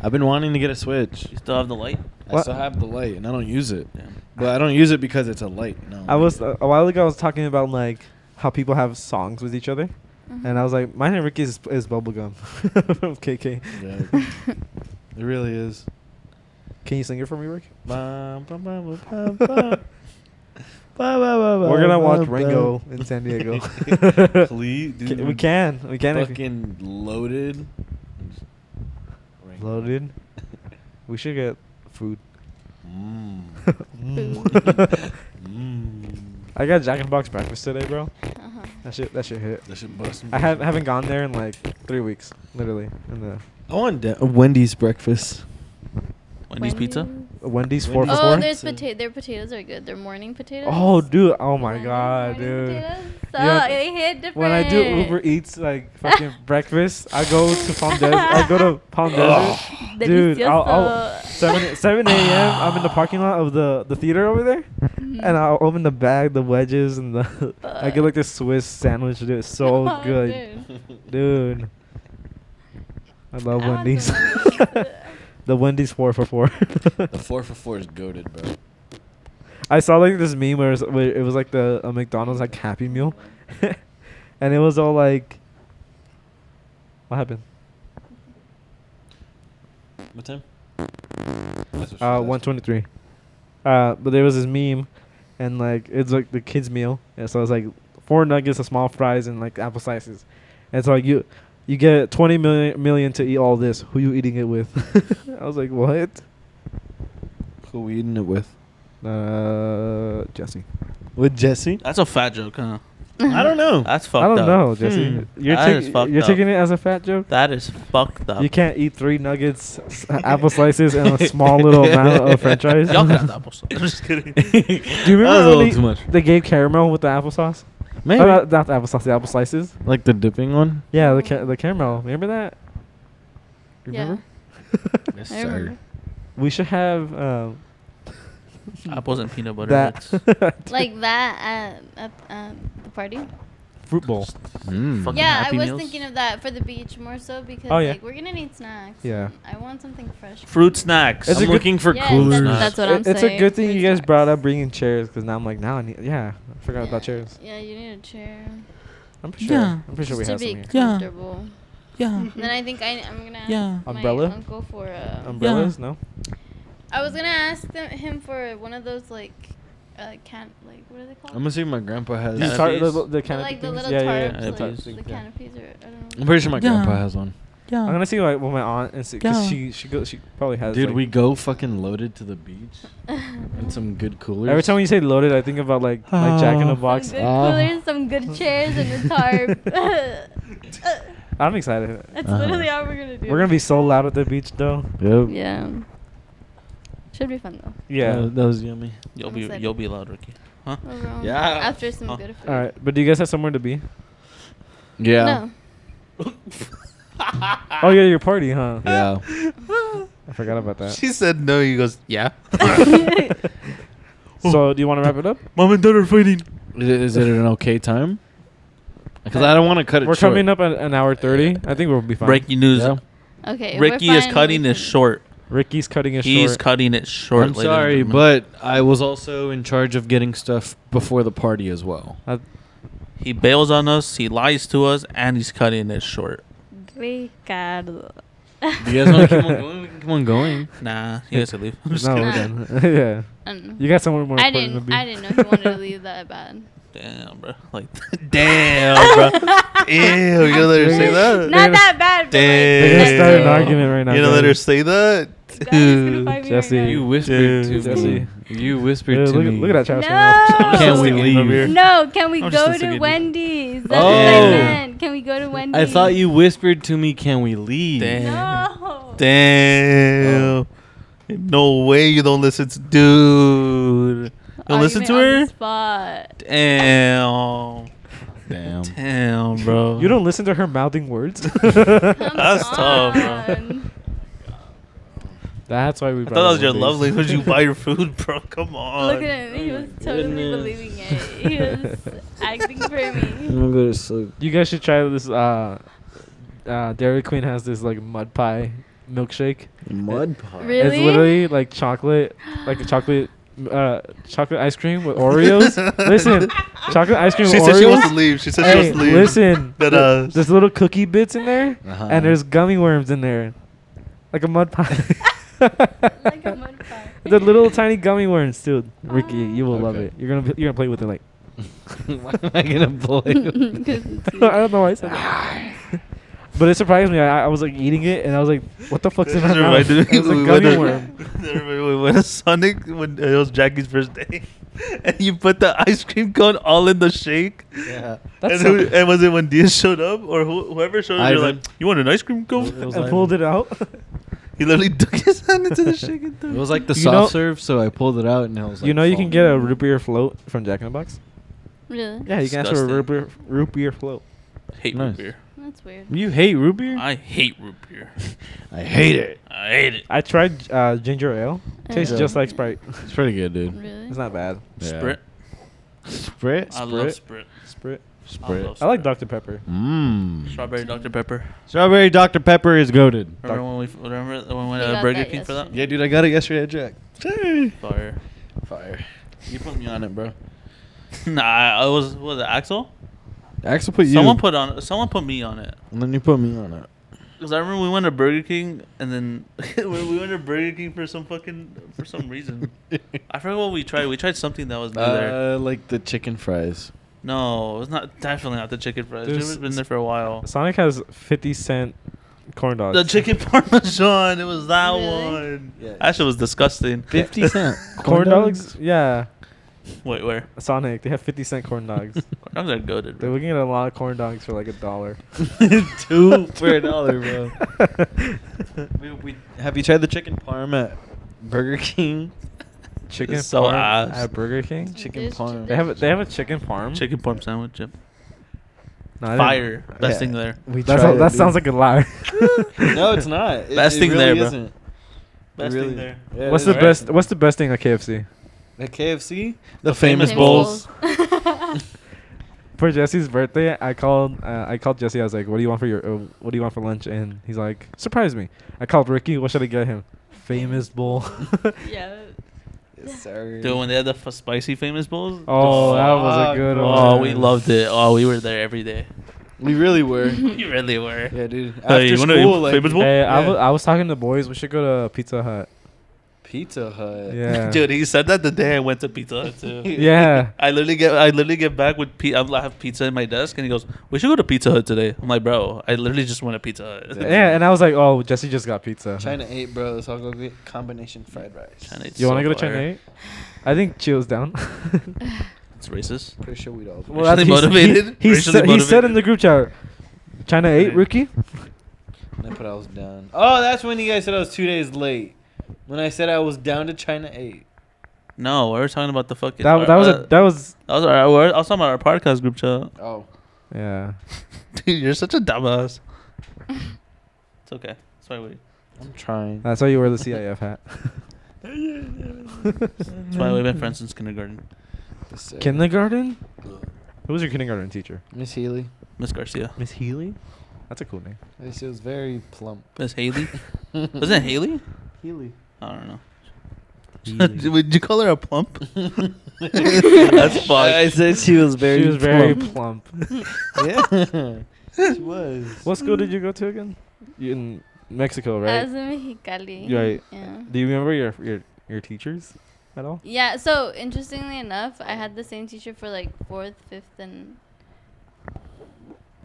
E: I've been wanting to get a Switch.
A: You still have the light?
E: I
B: What?
E: still have the light, and I don't use it.
A: Damn.
E: But I don't use it because it's a light. No.
B: I was uh, a while ago. I was talking about like how people have songs with each other,
D: Mm-hmm.
B: and I was like, mine and Ricky's is, is Bubblegum <laughs> from KK. <laughs>
E: Yeah. It really is.
B: Can you sing it for me, Rick?
E: Bum, bum, bum, bum, bum, bum. Bum, bum, bum,
B: We're gonna
E: bum,
B: watch
E: bum,
B: Ringo
E: bum.
B: in San <laughs> Diego. <laughs>
E: Please, dude.
B: Can- we can. We can. if you-
E: Fucking loaded.
B: Loaded. We should get food.
E: Mm.
B: Mm.
E: Mm.
B: <laughs> I got Jack in the Box breakfast today, bro.
D: Uh-huh.
B: That shit. That shit hit.
E: That shit busting.
B: I have haven't gone there in like three weeks, literally. In the
E: I want de- Wendy's breakfast.
A: Wendy's pizza?
B: Wendy's four for
E: Wendy's.
D: Oh,
B: four.
D: there's
E: Pizza.
D: potato. Their potatoes are good. They're morning potatoes.
B: Oh, dude. Oh my
D: Morning-
B: god,
D: morning
B: dude.
D: potatoes
B: You
D: suck.
B: know,
D: They hit different.
B: When I do Uber Eats,
D: <laughs>
B: like fucking breakfast, I go to Palm Desert. I go to
A: <laughs>
B: Palm Desert. Dude, I'll, I'll,
D: Delicioso. <laughs>
B: 7, 7 a.m. I'm in the parking lot of the, the theater over there,
D: Mm-hmm.
B: and I'll open the bag, the wedges, and the I get like this Swiss sandwich. Dude, it's so
D: Oh,
B: good, <laughs>
D: dude.
B: dude. I love
D: I want
B: Wendy's.
D: some Wendy's.
B: <laughs> the Wendy's four for four.
E: The four for four is goaded, bro.
B: <laughs> I saw like this meme where it was, where it was like the a McDonald's like Happy Meal, <laughs> and it was all like, what happened?
E: What time?
B: Uh, one twenty three. Uh, but there was this meme, and like it's like the kids' meal, and so it's like four nuggets, a small fries, and like apple slices, and so like you, you get twenty million million to eat all this. Who you eating it with? <laughs> I was like, what?
E: Who we eating it with?
B: Uh, Jesse.
E: With Jesse?
A: That's a fat joke, huh?
E: I don't know.
A: That's fucked
B: Oh. I don't
A: up. Hmm.
B: know, Jesse. You're
A: That is
B: taking
A: fucked
B: you're
A: up.
B: taking it as a fat joke.
A: That is fucked up.
B: You can't eat
A: <laughs>
B: three nuggets, s- apple slices, and a small little amount of French fries.
A: Y'all can have the apples. <laughs> I'm just kidding.
B: <laughs> Do you
E: That was a
B: remember
E: little
B: when
E: too much.
B: they, they gave caramel with the applesauce?
E: Maybe.
B: Oh, not, not the applesauce, the apple slices.
E: like the dipping one?
B: Yeah, the ca- the caramel. Remember that? Remember?
E: <laughs> Yes,
D: I remember.
B: We should have um,
A: apples and peanut butter.
B: that
A: That's
D: Like that at, at um, the party.
B: fruit
A: <laughs>
B: <laughs> bowl. Mm.
A: Fucking
D: Yeah, I
A: Happy
D: was
A: Meals?
D: thinking of that for the beach more so because
B: Oh, yeah.
D: like we're gonna need snacks.
B: Yeah.
D: and I want something fresh.
A: fruit snacks.
B: It's
E: I'm
B: a good- <laughs>
E: looking for
D: Yeah,
E: coolers.
D: That's, that's what I'm
B: It- it's
D: saying.
B: a good thing
D: Fruit
B: you guys
D: snacks.
B: brought up bringing chairs because now I'm like now I need yeah I forgot about chairs.
D: Yeah, you need a chair.
B: I'm pretty sure.
A: Yeah.
B: I'm pretty sure we
D: Just to
B: have some
D: be
B: here.
A: Yeah.
D: comfortable.
A: yeah.
D: And then I think I, I'm gonna ask
A: Yeah.
D: my
B: Umbrella?
D: uncle for a.
B: Umbrellas? No.
D: I was gonna ask them, him for one of those like, uh, can like what are they called?
E: I'm gonna see if my grandpa has.
A: Yeah,
B: These tar- the,
A: these-
B: the, the
D: They're
B: canopy
D: like the
B: things?
D: little
B: yeah, yeah,
D: tarps,
B: yeah.
A: tarps,
D: like,
A: thing,
D: the
A: yeah.
D: canopies or I don't know.
E: I'm pretty
D: <laughs>
E: sure my
A: Yeah.
E: grandpa has one.
A: Yeah.
B: I'm gonna see like what my aunt and because
A: Yeah.
B: she she go, she probably has.
E: Dude,
B: like-
E: we go fucking loaded to the beach and some good coolers.
B: every time you say loaded, I think about like like Jack in the
A: Oh.
B: Box.
D: Some good
E: Ah.
D: coolers, some good chairs, and a tarp.
B: I'm excited.
D: <laughs> That's
E: Uh-huh.
D: literally all we're gonna do.
B: We're gonna be so loud at the beach though.
E: Yep.
D: Yeah. Should be fun though.
B: Yeah.
E: That, that was yummy.
A: You'll
D: I'm
A: be
D: excited.
A: you'll be loud, Ricky. Huh?
D: Overall,
E: Yeah.
D: After some
A: Oh.
D: good food.
B: All right, but do you guys have somewhere to be?
C: <laughs>
E: Yeah.
B: Oh yeah, your party, huh?
E: Yeah.
B: I forgot about that.
A: She said no. He goes, yeah.
D: No.
B: So do you want to wrap it up?
A: <laughs> Mom and dad are fighting.
E: I- Is it an okay time? Because I don't want to cut it
B: We're
E: short.
B: coming up at an hour thirty. I think we'll be fine.
A: Breaking news:
E: Yeah.
D: <laughs> okay. if we're
A: Ricky is
D: fine, we
A: cutting this
D: can-
A: short.
B: Ricky's cutting it
A: He's
B: short.
A: cutting it short.
C: I'm
A: ladies and
C: sorry,
A: gentlemen.
C: but I was also in charge of getting stuff before the party as well.
B: Uh,
A: he bails on us, he lies to us, and he's cutting it short.
D: Ricardo.
C: Do you guys want
D: <laughs>
C: to keep on going? We can keep on going.
A: Nah, you guys can leave. I'm just
B: <laughs> no, we're
D: kidding.
A: <laughs>
B: done. yeah,
D: I don't know.
B: you got somewhere more
D: I
B: important
D: didn't.
B: to be.
D: I didn't know he wanted to leave that bad.
A: Damn, bro. Like, <laughs>
D: <laughs>
A: damn, bro. Ew, you gonna let her say that?
D: Not that bad.
A: Damn.
D: But
B: They're
D: Like,
B: gonna start an argument right now.
A: you gonna let her
B: guys.
A: say that?
D: Guys, it's gonna fight me
B: Jesse.
D: right now.
B: You
C: whispered
A: Dude.
B: to me.
C: You
B: Yeah,
C: whispered
B: look,
C: to
B: at-
C: me.
B: look at that trash
D: No.
B: can.
D: I'm
C: Can
D: just
C: we
A: thinking over here.
C: leave?
D: No, can we
A: I'm just
D: go
A: a
D: to
A: second.
D: Wendy's? That's
C: Oh.
D: what I meant. Can we go to Wendy's?
C: I thought you whispered to me, can we leave?
A: Damn.
D: No.
A: <laughs> Damn. No way you don't listen to dude. You listen
D: Argument
A: to
D: on
A: her?
D: the Spot.
A: Damn.
C: Damn.
A: Damn, bro.
B: You don't listen to her mouthing words.
D: Come
A: <laughs> <laughs> That's tough, bro.
D: on.
B: That's why we.
A: I
B: brought
A: thought that
B: up
A: was your
B: Wendy's.
A: love language.
B: <laughs>
A: You buy your food, <laughs> bro. Come on.
D: Look at him. He
B: Oh
D: was totally believing it. He was
B: <laughs>
E: <laughs>
D: acting for me.
G: gonna go to sleep.
B: You guys should try this. Uh, uh, Dairy Queen has this like mud pie milkshake.
G: Mud pie.
D: Really?
B: It's literally like chocolate, like a chocolate, uh, chocolate ice cream with Oreos.
D: <laughs>
B: listen, chocolate ice cream
A: She
B: with
A: said
B: Oreos.
A: she wants to leave. She said she wants
B: Hey,
A: to leave.
B: listen,
A: <laughs> That,
B: th-
A: uh,
B: there's little cookie bits in there,
C: Uh-huh.
B: and there's gummy worms in there, like a
A: <laughs>
B: mud pie. <laughs>
D: like a mud pie. Ah.
B: the little tiny gummy worms, dude. Ricky, you will love
C: Okay.
B: it. You're gonna be- you're gonna play with it like.
C: <laughs> Why am I going to
D: <laughs>
B: <laughs>
C: play?
B: I don't know why I said that. But it surprised me. I, I was like eating it, and I was like, "What the fuck's in my
A: This
B: mouth?"
A: reminded
B: <laughs>
A: <laughs>
B: It was
A: me
B: a
A: when
B: gummy
A: the-
B: worm.
A: remember we went to Sonic when uh, it was Jackie's first day, <laughs> and you put the ice cream cone all in the shake.
C: yeah.
B: That's
A: and,
B: so-
A: who, and was it when Diaz showed up or who, whoever showed up? You're
C: Ivan.
A: like, you want an ice cream
C: It
A: cone?
C: was
B: I
C: like-
B: pulled it out. <laughs>
A: He literally <laughs> took his hand into the shake and
C: It
A: threw
C: was like the
B: You
C: soft
B: know-
C: serve, so I pulled it out and I was like,
B: you know, you can
C: fuck.
B: get a root beer float from Jack in the Box.
D: Really?
B: <laughs> Yeah, you can ask for a
A: Disgusting.
B: root beer, root beer float.
A: Hate
C: Nice.
A: root beer.
D: That's weird.
C: You hate root beer?
A: I hate root beer.
C: I hate it.
A: <laughs> I hate it.
B: I tried uh, ginger ale. Tastes
D: Yeah.
B: just like Sprite.
C: It's pretty good, dude.
D: Really?
B: It's not bad.
C: Yeah.
A: Sprit.
C: Sprit?
A: I love Sprit.
B: Sprite.
A: I, love
C: Sprit.
B: I like
A: Sprit.
B: Dr Pepper.
C: Mmm.
A: Strawberry Dr. Pepper.
C: Strawberry Dr. Pepper is goaded.
A: Remember when we remember when we went
D: We
A: to
D: got
A: Burger
D: that
A: King for that?
D: yesterday.
C: dude, I got it yesterday at Jack. <laughs>
A: Fire.
C: Fire. You put me on it, bro.
A: nah, I was was it Axel?
C: Axel put you.
A: Someone put on someone put me on it.
C: And then you put me on it.
A: Cause I remember we went to Burger King and then <laughs> when we went to Burger King for some fucking for some
C: <laughs>
A: reason. I forgot what we tried. We tried something that was new there.
C: Uh, like the chicken fries.
A: No, it's not definitely not the chicken fries.
B: There's-
A: It's been there for a while.
B: Sonic has 50 cent corn dogs.
A: Mm. The chicken parmesan. It was that
D: Really?
A: one.
C: Yeah.
A: That shit was disgusting.
C: 50 cent.
B: <laughs> corn dogs? Yeah,
A: <laughs> Wait, where?
B: Sonic. They have 50 cent corn dogs.
A: Corn dogs are goaded.
B: They're
A: bro.
B: looking at a lot of corn dogs for like a dollar.
C: Two for a dollar, bro. we, we, have you tried the chicken parm at Burger King?
B: <laughs> Chicken
A: It's so
B: parm
A: ass.
B: at Burger King.
C: Chicken
D: There's-
C: parm.
B: They have a, they have a chicken parm.
A: Chicken parm sandwich. Yep.
B: No, I didn't-
A: Fire. Best
C: Yeah.
A: thing there.
C: We
B: That's
C: tried
B: all-
C: it,
B: that
C: dude.
B: sounds like a lie.
C: No,
A: <laughs>
C: it's not. It,
A: Best
C: it
A: thing
C: really
A: there, bro.
C: Isn't.
A: Best
C: really,
A: thing there.
C: Yeah,
B: <laughs>
C: it
B: what's the
C: isn't.
B: <laughs> best? What's the best thing at KFC?
C: The KFC? The,
A: famous
C: famous,
A: Famous
C: bowls.
A: bowls.
B: For Jesse's birthday, I called. Uh, I called Jesse. I was like, "What do you want for your? Uh, what do you want for lunch?" And he's like, "Surprise me." I called Ricky. What should I get him? Famous bowl.
D: <laughs> <laughs> yeah.
C: Yes, sir.
A: Dude, when they had the f- spicy famous bowls.
B: <laughs> oh, that was a
C: Fuck,
B: good
C: bro.
B: one.
A: Oh, we loved it. Oh, we were there every day.
C: We really were.
A: We really were.
C: yeah, dude. After
A: Hey, you wanna eat
C: school, like,
A: famous bowl?
B: Hey, I
C: Yeah.
B: was I was talking to boys. We should go to Pizza Hut.
C: Pizza Hut.
B: Yeah.
A: Dude, he said that the day I went to Pizza Hut too.
B: Yeah.
A: I literally get I literally get back with pi- I'm- I have pizza in my desk and he goes, "We should go to Pizza Hut today." I'm like, "Bro, I literally just went to Pizza Hut."
B: Yeah, and I was like, "Oh, Jesse just got pizza."
C: <laughs> China 8, bro. So I'll go get combination fried rice.
A: China eight's
B: You want to
A: so
B: go to China
A: fire.
B: 8? I think Chill's down. <laughs>
A: It's racist.
C: Pretty sure we'd all.
A: Well, Racially
C: <laughs>
B: that's- he-
A: motivated?
B: He, he,
A: Racially
B: said, he said in
A: motivated.
B: the group chat, China 8, Ricky?
C: And I put I was down. Oh, that's when you guys said I was two days late. When I said I was down to China 8.
A: No, we were talking about the fucking.
B: That, that was
A: Uh,
B: a, that was,
A: that was our, we're- I was talking about our podcast group chat.
C: Oh.
B: yeah.
A: <laughs> Dude, you're such a dumbass. <laughs> it's okay. Sorry, wait.
C: I'm trying.
B: That's why you wear the CIF hat.
A: That's why we've been friends since kindergarten.
B: <laughs> kindergarten? Who was your kindergarten teacher?
C: Miss Healy.
A: Miss Garcia,
B: Miss Healy? That's a cool name.
C: She was very plump.
A: <laughs>
C: <laughs>
A: Miss Haley. Wasn't it Haley?
G: Healy.
A: I don't know. <laughs> Would you call her a plump? <laughs> <laughs>
C: <laughs>
A: That's
G: I
A: fucked.
G: said she was very.
B: she was very plump.
A: <laughs>
B: <laughs>
G: yeah, she was.
B: What school did you go to again? You in Mexico,
D: I
B: right?
D: was in Mexicali.
B: Right.
D: Yeah.
B: Do you remember your your your teachers at all?
D: Yeah. So interestingly enough, I had the same teacher for like fourth, fifth, and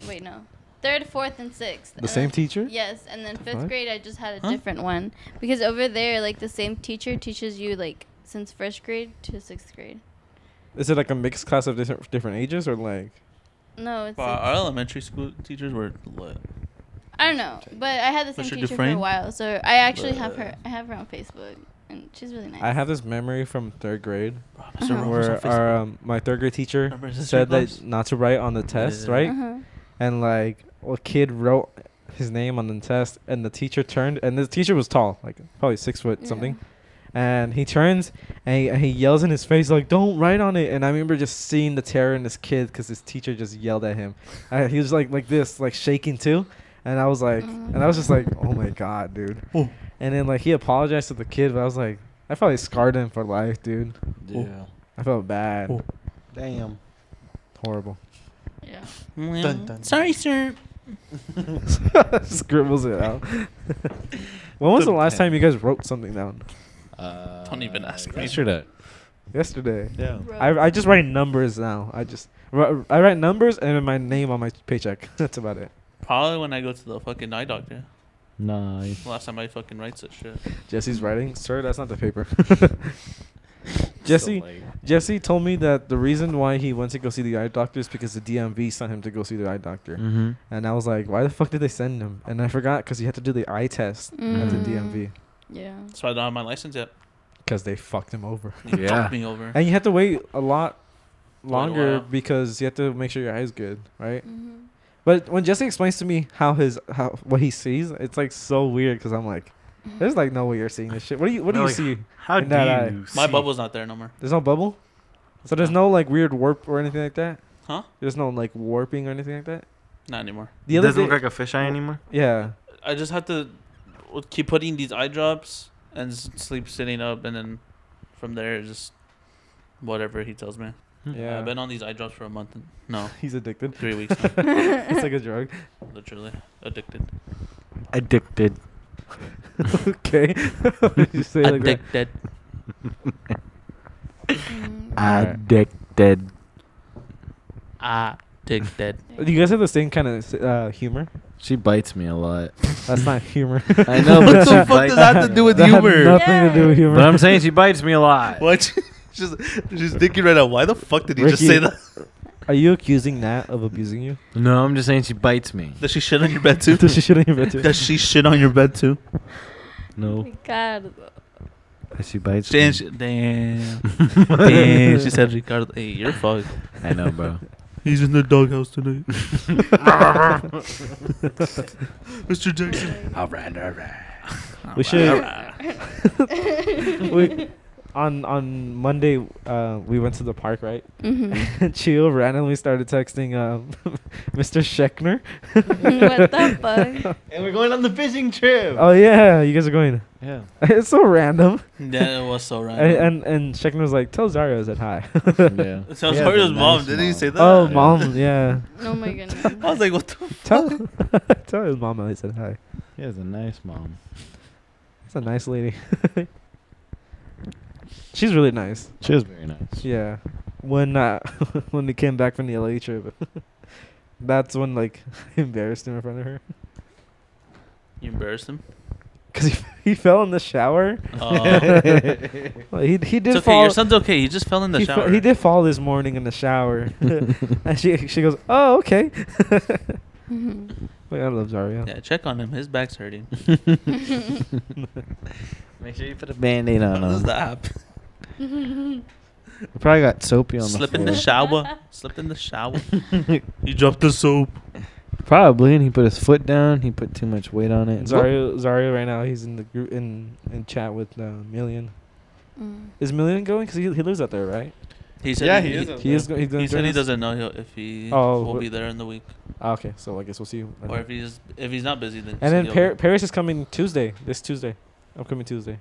D: wait, no, third, fourth, and sixth.
B: The
D: And
B: same
D: then-
B: teacher?
D: Yes, and then fifth
B: fuck?
D: grade I just had a
A: Huh?
D: different one because over there, like the same teacher teaches you like since first grade to sixth grade.
B: Is it like a mixed class of different different ages or like?
D: No, it's
A: Wow,
D: like-
A: our elementary school teachers were lit.
D: I don't know, but I had the same
A: Mr.
D: teacher for
A: Dufresne?
D: a while, so I actually have her. I have her on Facebook, and she's really nice.
B: I have this memory from third grade
A: Bro,
D: Uh-huh.
A: Rowe was on
B: where
A: Facebook.
B: our um, my third grade teacher
A: Remember his history
B: said
A: class?
B: that not to write on the test,
A: Yeah.
B: right?
D: Uh-huh.
B: and like a kid wrote his name on the test and the teacher turned and the teacher was tall like probably six foot
D: Yeah.
B: something and he turns and he, and he yells in his face like don't write on it and i remember just seeing the terror in this kid because his teacher just yelled at him Uh, he was like like this like shaking too and i was like and i was just like oh my god dude
A: Oh.
B: and then like he apologized to the kid but i was like i probably scarred him for life dude
C: Yeah.
B: i felt bad
A: Oh.
G: Damn.
B: horrible <laughs>
D: Yeah.
A: Well,
G: Dun, dun,
A: Sorry, sir.
B: scribbles it out. when was the last time you guys wrote something down?
C: Uh,
A: Don't even ask me.
C: Pretty sure that.
B: Yesterday.
G: Yeah.
B: I, I just write numbers now. I just wri- I write numbers and then my name on my paycheck. <laughs> That's about it.
A: Probably when I go to the fucking eye doctor.
C: Nice.
A: Last time I fucking writes that shit.
B: Jesse's writing, sir. That's not the paper. <laughs> Jesse
C: So, like,
B: Jesse told me that the reason why he went to go see the eye doctor is because the DMV sent him to go see the eye doctor,
G: Mm-hmm.
C: mhm.
B: and I was like, why the fuck did they send him? And I forgot because you had to do the eye test at the
D: Mm.
B: DMV
D: Yeah.
A: So I don't have my license yet.
B: because they fucked him over.
A: You
C: Yeah.
A: fucked me over.
B: And you have to wait a lot
A: Wait a
B: longer
A: while.
B: because you have to make sure your eye's good, right?
D: Mhm.
B: But when Jesse explains to me how his how what he sees, it's like so weird because I'm like, there's like no way you're seeing this shit. What do you what do you
C: Really?
B: see?
C: How
B: In that
C: do you?
A: My
C: see-
A: bubble's not there no more.
B: There's no bubble, so there's no like weird warp or anything like that.
A: Huh?
B: There's no like warping or anything like that.
A: Not anymore.
B: The
C: It
B: other
C: doesn't
B: thing,
C: look like a fisheye anymore.
B: yeah,
A: I just have to keep putting these eye drops and s- sleep sitting up, and then from there it's just whatever he tells me.
C: Hmm.
B: yeah.
A: I've been on these eye drops for a month. And, no,
B: <laughs> He's addicted.
A: three weeks. now, <laughs>
B: it's like a drug.
A: literally
B: <laughs>
A: addicted.
C: Addicted.
B: okay. <laughs> What did you say like that?
A: addicted.
D: Mm.
B: Alright.
C: Addicted.
A: Addicted.
B: You guys have the same kind of uh, humor.
C: She bites me a lot.
B: <laughs> That's not humor.
C: I know,
B: <laughs>
C: but
A: What
C: she
A: the fuck
C: bites
A: does that have to do with
B: That had
A: humor?
B: Nothing to do with humor.
C: <laughs> But I'm saying she bites me a lot.
A: <laughs> What? <laughs> she's she's thinking right now. Why the fuck did he just
B: Ricky.
A: say that? <laughs>
B: Are you accusing Nat of abusing you?
C: No, I'm just saying she bites me.
A: Does she shit on your bed too?
B: Does she shit on your bed too?
A: Does she shit on your bed too?
D: Oh
C: No,
D: my God.
C: she <laughs>
B: <laughs>
C: bites
A: Damn,
C: me.
A: she, damn, damn. She said, "Ricardo, hey, you're fucked.
C: I know, bro.
D: <laughs>
A: He's in the doghouse tonight." <laughs> Mr. Jackson. <laughs>
C: all right, all right.
B: We should.
D: <laughs>
B: we, on on Monday, uh, we went to the park, right?
D: Mhm.
B: <laughs> And Chio randomly started texting um, <laughs> Mr. Schechner.
D: what the
B: <laughs>
D: fuck?
G: And we're going on the fishing trip.
B: Oh yeah, you guys are going. <laughs>
G: Yeah.
B: It's so random.
A: That was so random.
B: <laughs> And and, and Schechner was like, "Tell Zario I said hi."
C: Yeah.
B: <laughs>
A: It sounds
C: Yeah,
A: like
C: the
A: his mom.
C: nice
A: Didn't he
C: mom.
A: say that?
B: oh, mom, yeah.
D: Oh my goodness.
A: <laughs> I was like, what the
D: <laughs>
B: Tell <laughs> tell his mama I said hi.
C: He has a nice mom.
B: It's a nice lady. <laughs> She's really nice.
C: She is very nice.
B: <laughs> Yeah. When uh, <laughs> when we came back from the LA trip, <laughs> that's when like <laughs> I embarrassed him in front of her <laughs>
A: You embarrassed him.
B: because he, <laughs> he fell in the shower. <laughs>
A: Oh.
B: Well, he he did
A: it's okay.
B: fall.
A: Your son's okay. He just fell in the
B: he, fe-
A: shower.
B: he did fall this morning in the shower, <laughs> and she she goes, "Oh, okay." <laughs>
D: Mhm.
B: Wait, I love Zaria.
A: Yeah, check on him. His back's hurting. <laughs>
B: <laughs>
G: Make sure you put a
C: Band-aid
A: How
C: on
A: does
C: <laughs> him.
A: that happen?
D: Mm-hmm.
C: He probably got soapy on the
A: Slip
C: floor.
A: in the shower. Slip in the shower. he dropped the soap.
C: Probably, and he put his foot down. He put too much weight on it.
B: Zario Zario right now he's in the group in in chat with uh, Million.
D: Mm.
B: Is Million going? Cause he he lives out there, right?
A: He said
G: Yeah,
A: he,
G: he is
A: he-
G: a-
B: He is. Go- he's going
A: he
B: to
A: said
B: join
A: he
B: us?
A: doesn't know he'll- if he
B: Oh,
A: will
B: wh-
A: be there in the week,
B: Ah, okay, so I guess we'll see you.
A: or if he's if he's not busy then.
B: And then
A: he'll-
B: Par- Paris is coming Tuesday. This Tuesday. Upcoming Tuesday.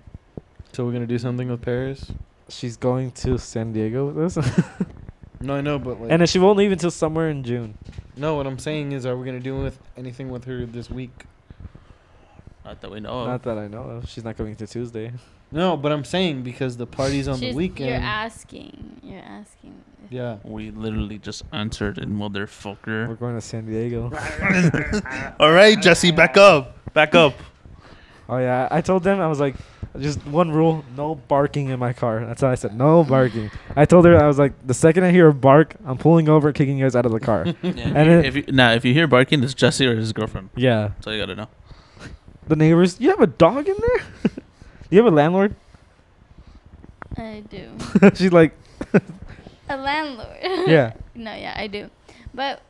E: So we're gonna do something with Paris.
B: She's going to San Diego with us,
E: No, I know, but like,
B: <laughs> and then she won't leave until somewhere in June.
E: no, what I'm saying is, are we gonna do with anything with her this week?
A: Not that we know.
B: Not
A: Of.
B: that I know of. She's not coming to Tuesday.
E: No, but I'm saying because the party's on
D: She's-
E: the weekend.
D: You're asking. You're asking. if-
E: yeah.
A: oh, We literally just answered and
B: We're
G: <laughs>
A: motherfucker.
B: going to San <laughs> Diego.
A: <laughs> All right, Jesse, back up, back up.
B: Oh yeah, I told them I was like, just one rule: no barking in my car. That's how I said <laughs> no barking. I told her I was like, the second I hear a bark, I'm pulling over, kicking you guys out of the car.
E: <laughs>
B: And
A: if you, now, if you hear barking, it's Jesse or his girlfriend.
B: <laughs> yeah,
A: So you gotta know.
B: the neighbors. You have a dog in there? <laughs> you have a landlord? <laughs>
D: I do.
B: She's like,
D: A landlord.
B: yeah.
D: <laughs> no, yeah, I do. But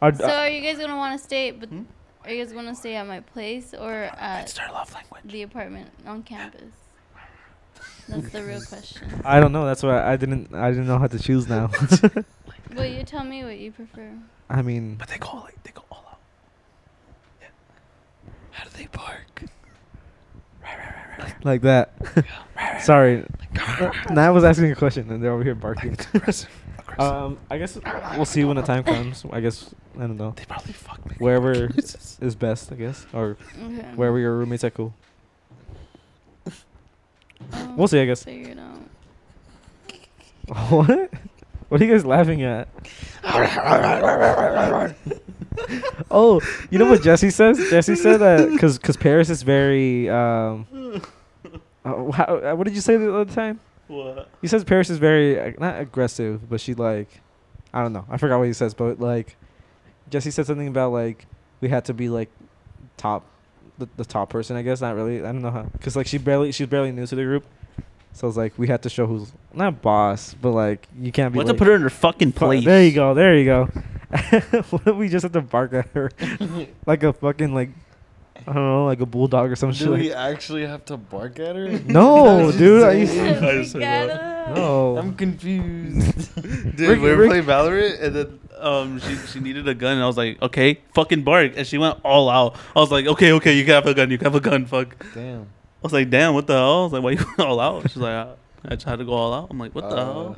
B: Our,
D: so are you guys gonna want to stay? But
A: Hmm?
D: are you guys gonna stay at my place or
A: It's
D: at
A: their love language.
D: the apartment on campus? That's the real question.
B: I don't know. That's why I didn't. I didn't know how to choose now. <laughs>
D: Well, you tell me what you prefer.
B: I mean,
A: But they go like they go all out. Yeah. How do they bark?
B: like that. <laughs> Sorry. now I was asking a question, and they're over here barking. um, I guess we'll see when the time comes. I guess I don't know.
A: They probably fuck me. <laughs>
B: Wherever is best, I guess, or
D: Okay.
B: wherever your roommates
A: <laughs>
B: are cool.
D: I'll
B: We'll see, I guess.
D: Figure it out.
B: what? What are you guys laughing at? oh, <laughs> you know what Jesse says? Jesse said that because because Paris is very
A: <laughs>
B: um. uh, how, uh, what did you say the other time?
A: What?
B: He says Paris is very uh, not aggressive, but she like, I don't know. I forgot what he says, but like, Jesse said something about like we had to be like top, the, the top person. I guess not really. I don't know how, cause like she barely she's barely new to the group, so it's like we had to show who's not boss, but like you can't be.
A: What to
B: like-
A: put her in her fucking
B: Fu-
A: place?
B: There you go.
A: <laughs>
B: There you go. <laughs> what if we just have to bark at her like a fucking like I don't know like a bulldog or some shit.
E: Do
B: like-
E: we actually have to bark at her? <laughs>
B: No, dude. Are you,
C: <laughs>
A: I just
D: We
A: said that.
D: gotta-
B: no.
E: I'm confused.
A: Dude,
B: Rick-
A: we were
B: Rick-
A: playing Valorant, and then um, she she needed a gun, and I was like, okay, fucking bark, and she went all out. I was like, okay, okay, you can have a gun, you can have a gun, fuck. I
E: Damn.
A: was like, damn, what the hell? I was like, why you all out? She's like, I, I tried to go all out. I'm like, what the
E: Uh,
A: hell?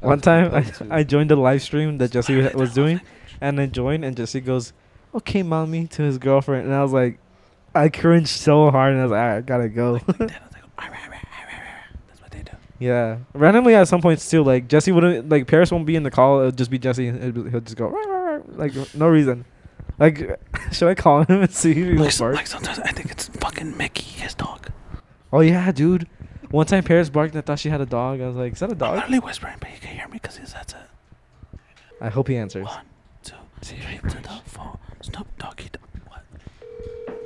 B: One time I, I
E: I,
B: joined the live stream that Jesse wa- was doing, and I joined, and Jesse goes, "Okay, mommy," to his girlfriend, and I was like, I cringed so hard, and I was like, "Alright, I gotta go.
A: <laughs> That's what they do.
B: <laughs> yeah. Randomly at some points too, like Jesse wouldn't like Paris won't be in the call. It'll just be Jesse, and it'll be- he'll just go "Rah, rah, rah," like no reason. Like, <laughs> should I call him and see if he will
A: Like,
B: bark?
A: like sometimes I think it's fucking Mickey, his dog.
B: Oh yeah, dude. One time Paris barked and I thought she had a dog. I was like, "Is that a
A: I'm
B: dog?"
A: literally whispering, but you can hear me because that's it.
B: I hope he answers.
A: One, two, three, to the four. Snoop Doggy Dogg. What?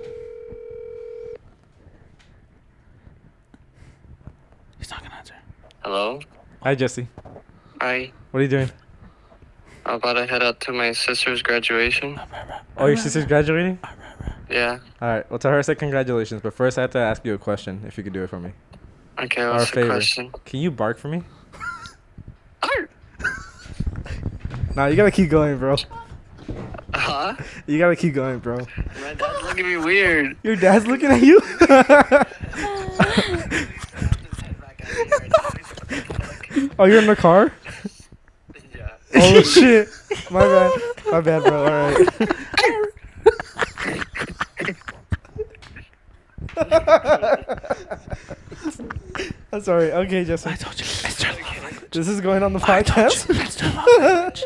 A: He's not gonna answer.
H: Hello?
B: Hi Jesse.
H: Hi.
B: What are you doing?
H: I'm about to head out to my sister's graduation.
B: Oh, your sister's graduating.
H: Yeah.
B: All right. Well, tell her I said congratulations, but first I have to ask you a question. If you could do it for me,
H: Okay,
B: Our
H: what's the
B: favorite.
H: question?
B: can you bark for me? nah, you gotta keep going, bro.
H: Huh?
B: You gotta keep going, bro.
H: My dad's looking at me weird.
B: <laughs> Your
H: <laughs>
B: dad's looking at you. <laughs> oh, you're in the car.
H: Yeah. <laughs>
E: <laughs>
B: Oh shit. My bad. My bad, bro. All right. I'm sorry. Okay, Justin.
A: told you. It's
B: <laughs>
A: their love language.
B: This is going on the podcast.
A: It's their love language.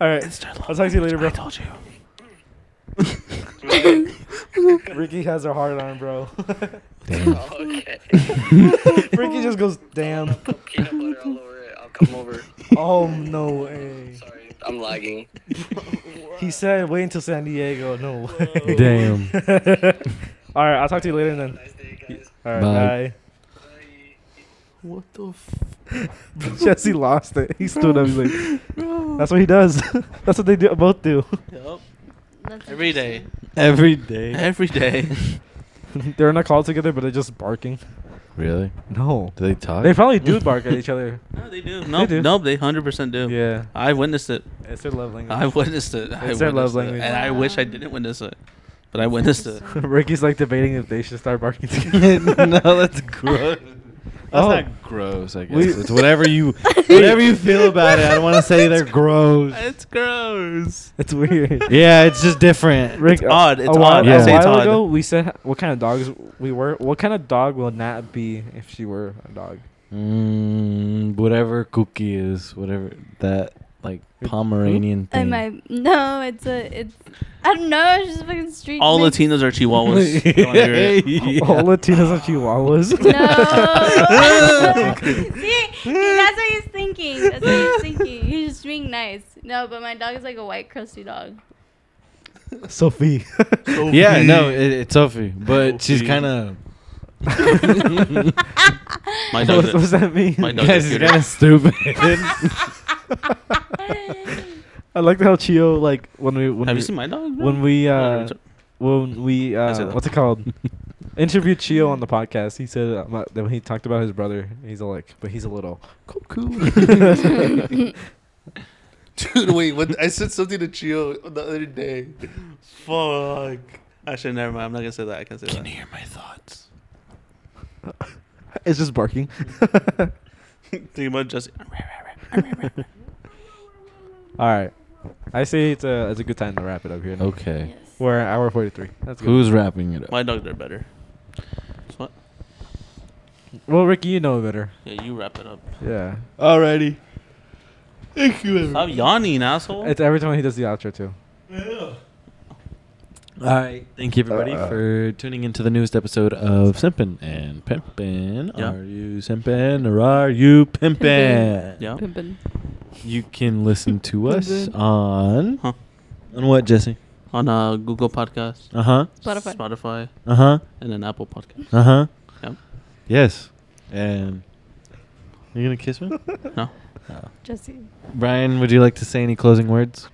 B: All right.
A: It's their love
B: I'll talk to you later, bro.
A: I told you.
B: <laughs> Ricky has her heart on, bro. <laughs>
H: Oh, Okay.
B: Ricky just goes, damn.
H: Put peanut butter all over it. I'll come over.
B: Oh, no
H: <laughs>
B: way.
H: Sorry, I'm lagging.
B: He said, wait until San Diego. No way.
E: Damn.
B: <laughs> All right. I'll talk to you later then.
H: Nice day, guys.
B: All right.
E: Bye.
B: Bye.
A: What the f?
B: <laughs> Jesse lost it. He stood up. He's <laughs> like, that's what he does. <laughs> that's what they do, both do.
A: Yup.
D: That's
A: Every day.
D: interesting.
E: Every day.
A: Every
B: <laughs>
A: day.
B: <laughs> They're in a call together, but they're just barking.
E: Really?
B: No.
E: Do they talk?
B: They probably do bark at each other.
A: no, they do. No,
B: do.
A: no, they 100% do.
B: Yeah.
A: I witnessed it.
B: It's their love language.
A: I witnessed it. I
B: It's their love
A: witnessed it.
B: language.
A: And I wish I
D: Wow.
A: didn't witness it. But I witnessed
B: <laughs>
A: it.
B: <laughs> Ricky's like debating if they should start
C: <laughs>
B: barking together.
C: <laughs> no, that's gross. That's
B: Oh.
C: not gross. I guess
B: We-
C: it's whatever
B: <laughs>
C: you whatever you feel about it. I don't want to say they're gross.
A: It's gross. <laughs>
B: It's weird.
D: <laughs>
C: Yeah, it's just different.
B: Rick,
A: It's odd. It's
B: a while,
A: odd.
C: I
B: A
C: say
A: it's
B: while
A: odd.
B: ago, we said what kind of dogs we were. What kind of dog will Nat be if she were a dog? <laughs>
C: Mm, whatever cookie is, whatever that like Pomeranian
D: I
C: thing.
D: might no, it's a it's I don't know, it's just fucking street.
A: All
D: mix.
A: Latinos are <laughs>
C: <laughs>
A: Chihuahuas.
B: <laughs>
A: Don't wanna hear it.
B: All Latinos and
A: <laughs>
B: Chihuahuas.
D: No. See, that's what he's thinking. That's what he's thinking. He's just being nice. No, but my dog is like a white crusty dog.
B: <laughs> Sophie.
C: Yeah, no,
A: Oh,
C: it, it's Sophie, but she's
A: Sophie.
C: kind of
A: <laughs> My
B: <laughs> what
D: <laughs>
A: dog's
B: does
A: a,
B: that mean?
A: my dog's
C: <laughs> guys
A: a
C: is
A: cuter.
C: kind of
A: <laughs>
C: stupid.
B: I liked how Chio like when we when
A: Have
B: we, <laughs>
A: you seen <laughs> my dog? bro?
B: when we
A: Oh,
B: uh
A: it's a-
B: when we
A: said
B: uh
A: that.
B: what's it called interviewed Chio on the podcast. He said uh, my- that when he talked about his brother, he's all like, but he's a little cuckoo.
A: <laughs> Dude, wait. What, I said something to Chio the other day. Fuck. Actually, never mind. I'm not gonna say that. I can say that.
C: hear my thoughts?
B: it's just barking.
A: <laughs> Think about
B: <laughs>
A: just.
B: All right, I say it's a it's a good time to wrap it up here. now.
C: Okay,
D: Yes.
B: We're at hour forty three. That's good.
C: who's wrapping it up?
A: My dogs are better. What?
B: Well, Ricky, you know better.
A: Yeah, you wrap it up.
B: Yeah,
C: Alrighty, thank you. everyone.
A: Stop yawning, asshole.
B: it's every time he does the outro too.
C: All right. Thank you, everybody,
B: Uh, uh.
C: for tuning into the newest episode of Simpin' and Pimpin'.
A: Yeah.
C: Are you simpin' or are you pimpin'? <laughs>
A: yeah.
C: You can listen to us
D: Pimpin'.
C: on.
A: Huh.
C: On what, Jesse?
A: On uh, Google Podcast,
B: Uh-huh.
C: Uh huh.
D: Spotify.
A: Spotify,
C: Uh huh.
A: and an Apple Podcast.
C: Uh huh.
A: Yep.
C: Yes. And. Are you going to kiss me? Oh.
A: No.
D: Jesse.
C: Brian, would you like to say any closing words?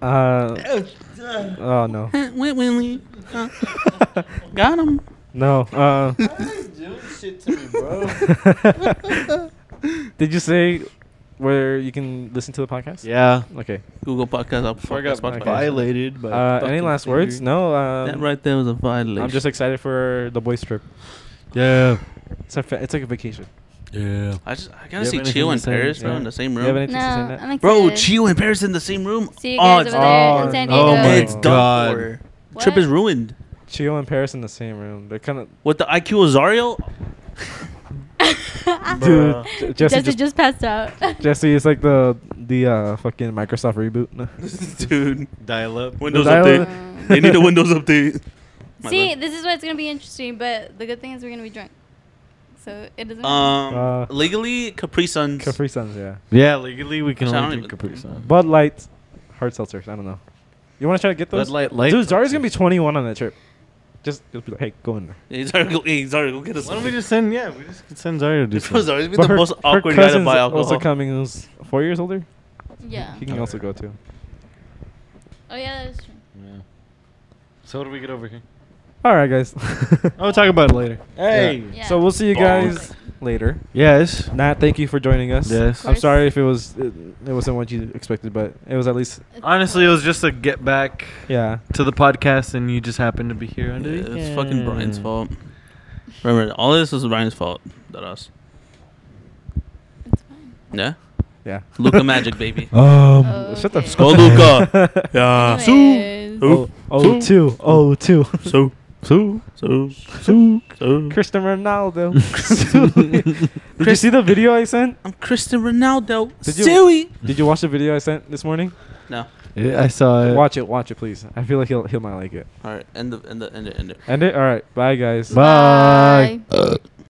B: Uh, oh no,
A: <laughs> Went Willie. <laughs> Got him.
B: no.
A: <laughs>
B: Uh, Did you say where you can listen to the podcast?
C: Yeah.
B: Okay.
A: Google Podcast. Apple
C: Before I got
A: Podcast, Spotify.
C: violated by.
B: Uh, any
C: fucking
B: last words?
C: finger.
B: No.
A: That
B: Um,
A: right there was a violation.
B: I'm just excited for the boys trip.
C: Yeah.
B: It's a fa- it's like a vacation.
C: Yeah.
A: I just I gotta
C: You
A: see
C: have
A: Chio in
C: anything to say?
A: Paris, bro,
B: Yeah.
A: in the same
B: You
A: room.
B: have anything
D: No,
B: to say on that?
D: I'm excited.
A: Bro, Chio and Paris in the same room.
D: See you guys
A: it's
D: over there
B: oh,
D: in San Diego.
C: oh my
A: it's
C: God.
A: done for.
D: What?
A: Trip is ruined.
B: Chio and Paris in the same room. They're kind of
A: With the IQ
D: <laughs>
A: Azario?
B: dude.
A: Bruh.
B: J- Jesse
D: Jesse
B: just,
D: just passed out.
B: <laughs> Jesse is like the the uh, fucking Microsoft reboot. <laughs> No.
A: <laughs> Dude.
C: Dial up.
A: Windows
B: dial-
A: update. they
B: <laughs>
A: need a Windows update. My
D: See, this is what's gonna be interesting, but the good thing is we're gonna be drunk, so it doesn't.
A: bad. Um,
B: Uh,
A: legally, Capri Suns.
B: Capri Suns, yeah.
C: Yeah, legally we can
A: Actually, I
C: only
A: don't
C: drink Capri
A: even-
C: Sun.
B: Bud Light, hard seltzers. I don't know. You want to try to get those?
C: Bud Light Light
B: Dude, Zari's gonna be 21 on that trip. Just, just be like, hey, go in there.
A: Hey, Zarya, go, hey, Zarya, go get us
C: Why don't
A: something.
C: we just send? Yeah, we just could send Zarya to
A: Bro,
C: do something.
A: Zarya's been
B: But
A: the most awkward guy to
B: cousin's
A: buy alcohol.
B: also coming. Who's four years older?
D: yeah.
B: He can also go too.
D: Oh yeah, that's true.
C: Yeah. So what do we get over <laughs> here?
B: All right, guys. <laughs>
C: I'll talk about it later.
B: Hey.
D: Yeah.
B: So we'll see you guys later.
C: Yes.
B: Nat, thank you for joining us.
C: Yes.
B: I'm sorry if it was it, it wasn't what you expected, but it was at least
D: It's
C: Honestly, it was just a get back
B: yeah.
C: to the podcast, and you just happened to be here.
A: Yeah,
C: On the
A: it's fucking Brian's
C: weekend.
A: fault. Remember, all this is Brian's fault, not us.
D: It's fine.
A: Yeah?
B: Yeah.
A: Luca Magic,
B: <laughs>
A: baby.
B: Uh,
C: Um.
B: Shut <laughs> the
D: Okay.
A: Go,
B: <laughs>
A: Luca. Yeah.
D: Anyways.
A: Who?
B: Oh, oh two, oh two.
A: So,
C: So
A: so,
C: so
A: so.
B: Cristiano Ronaldo. <laughs> Did you see the video I sent?
A: I'm Cristiano Ronaldo.
B: Did you-
A: Suey.
B: Did you watch the video I sent this morning?
A: No.
C: yeah, I saw it.
B: Watch it, watch it, please. I feel like he'll he might like it.
A: All right. End the end the end it end it.
B: End it. All right. Bye, guys.
C: Bye. Uh.
D: Bye.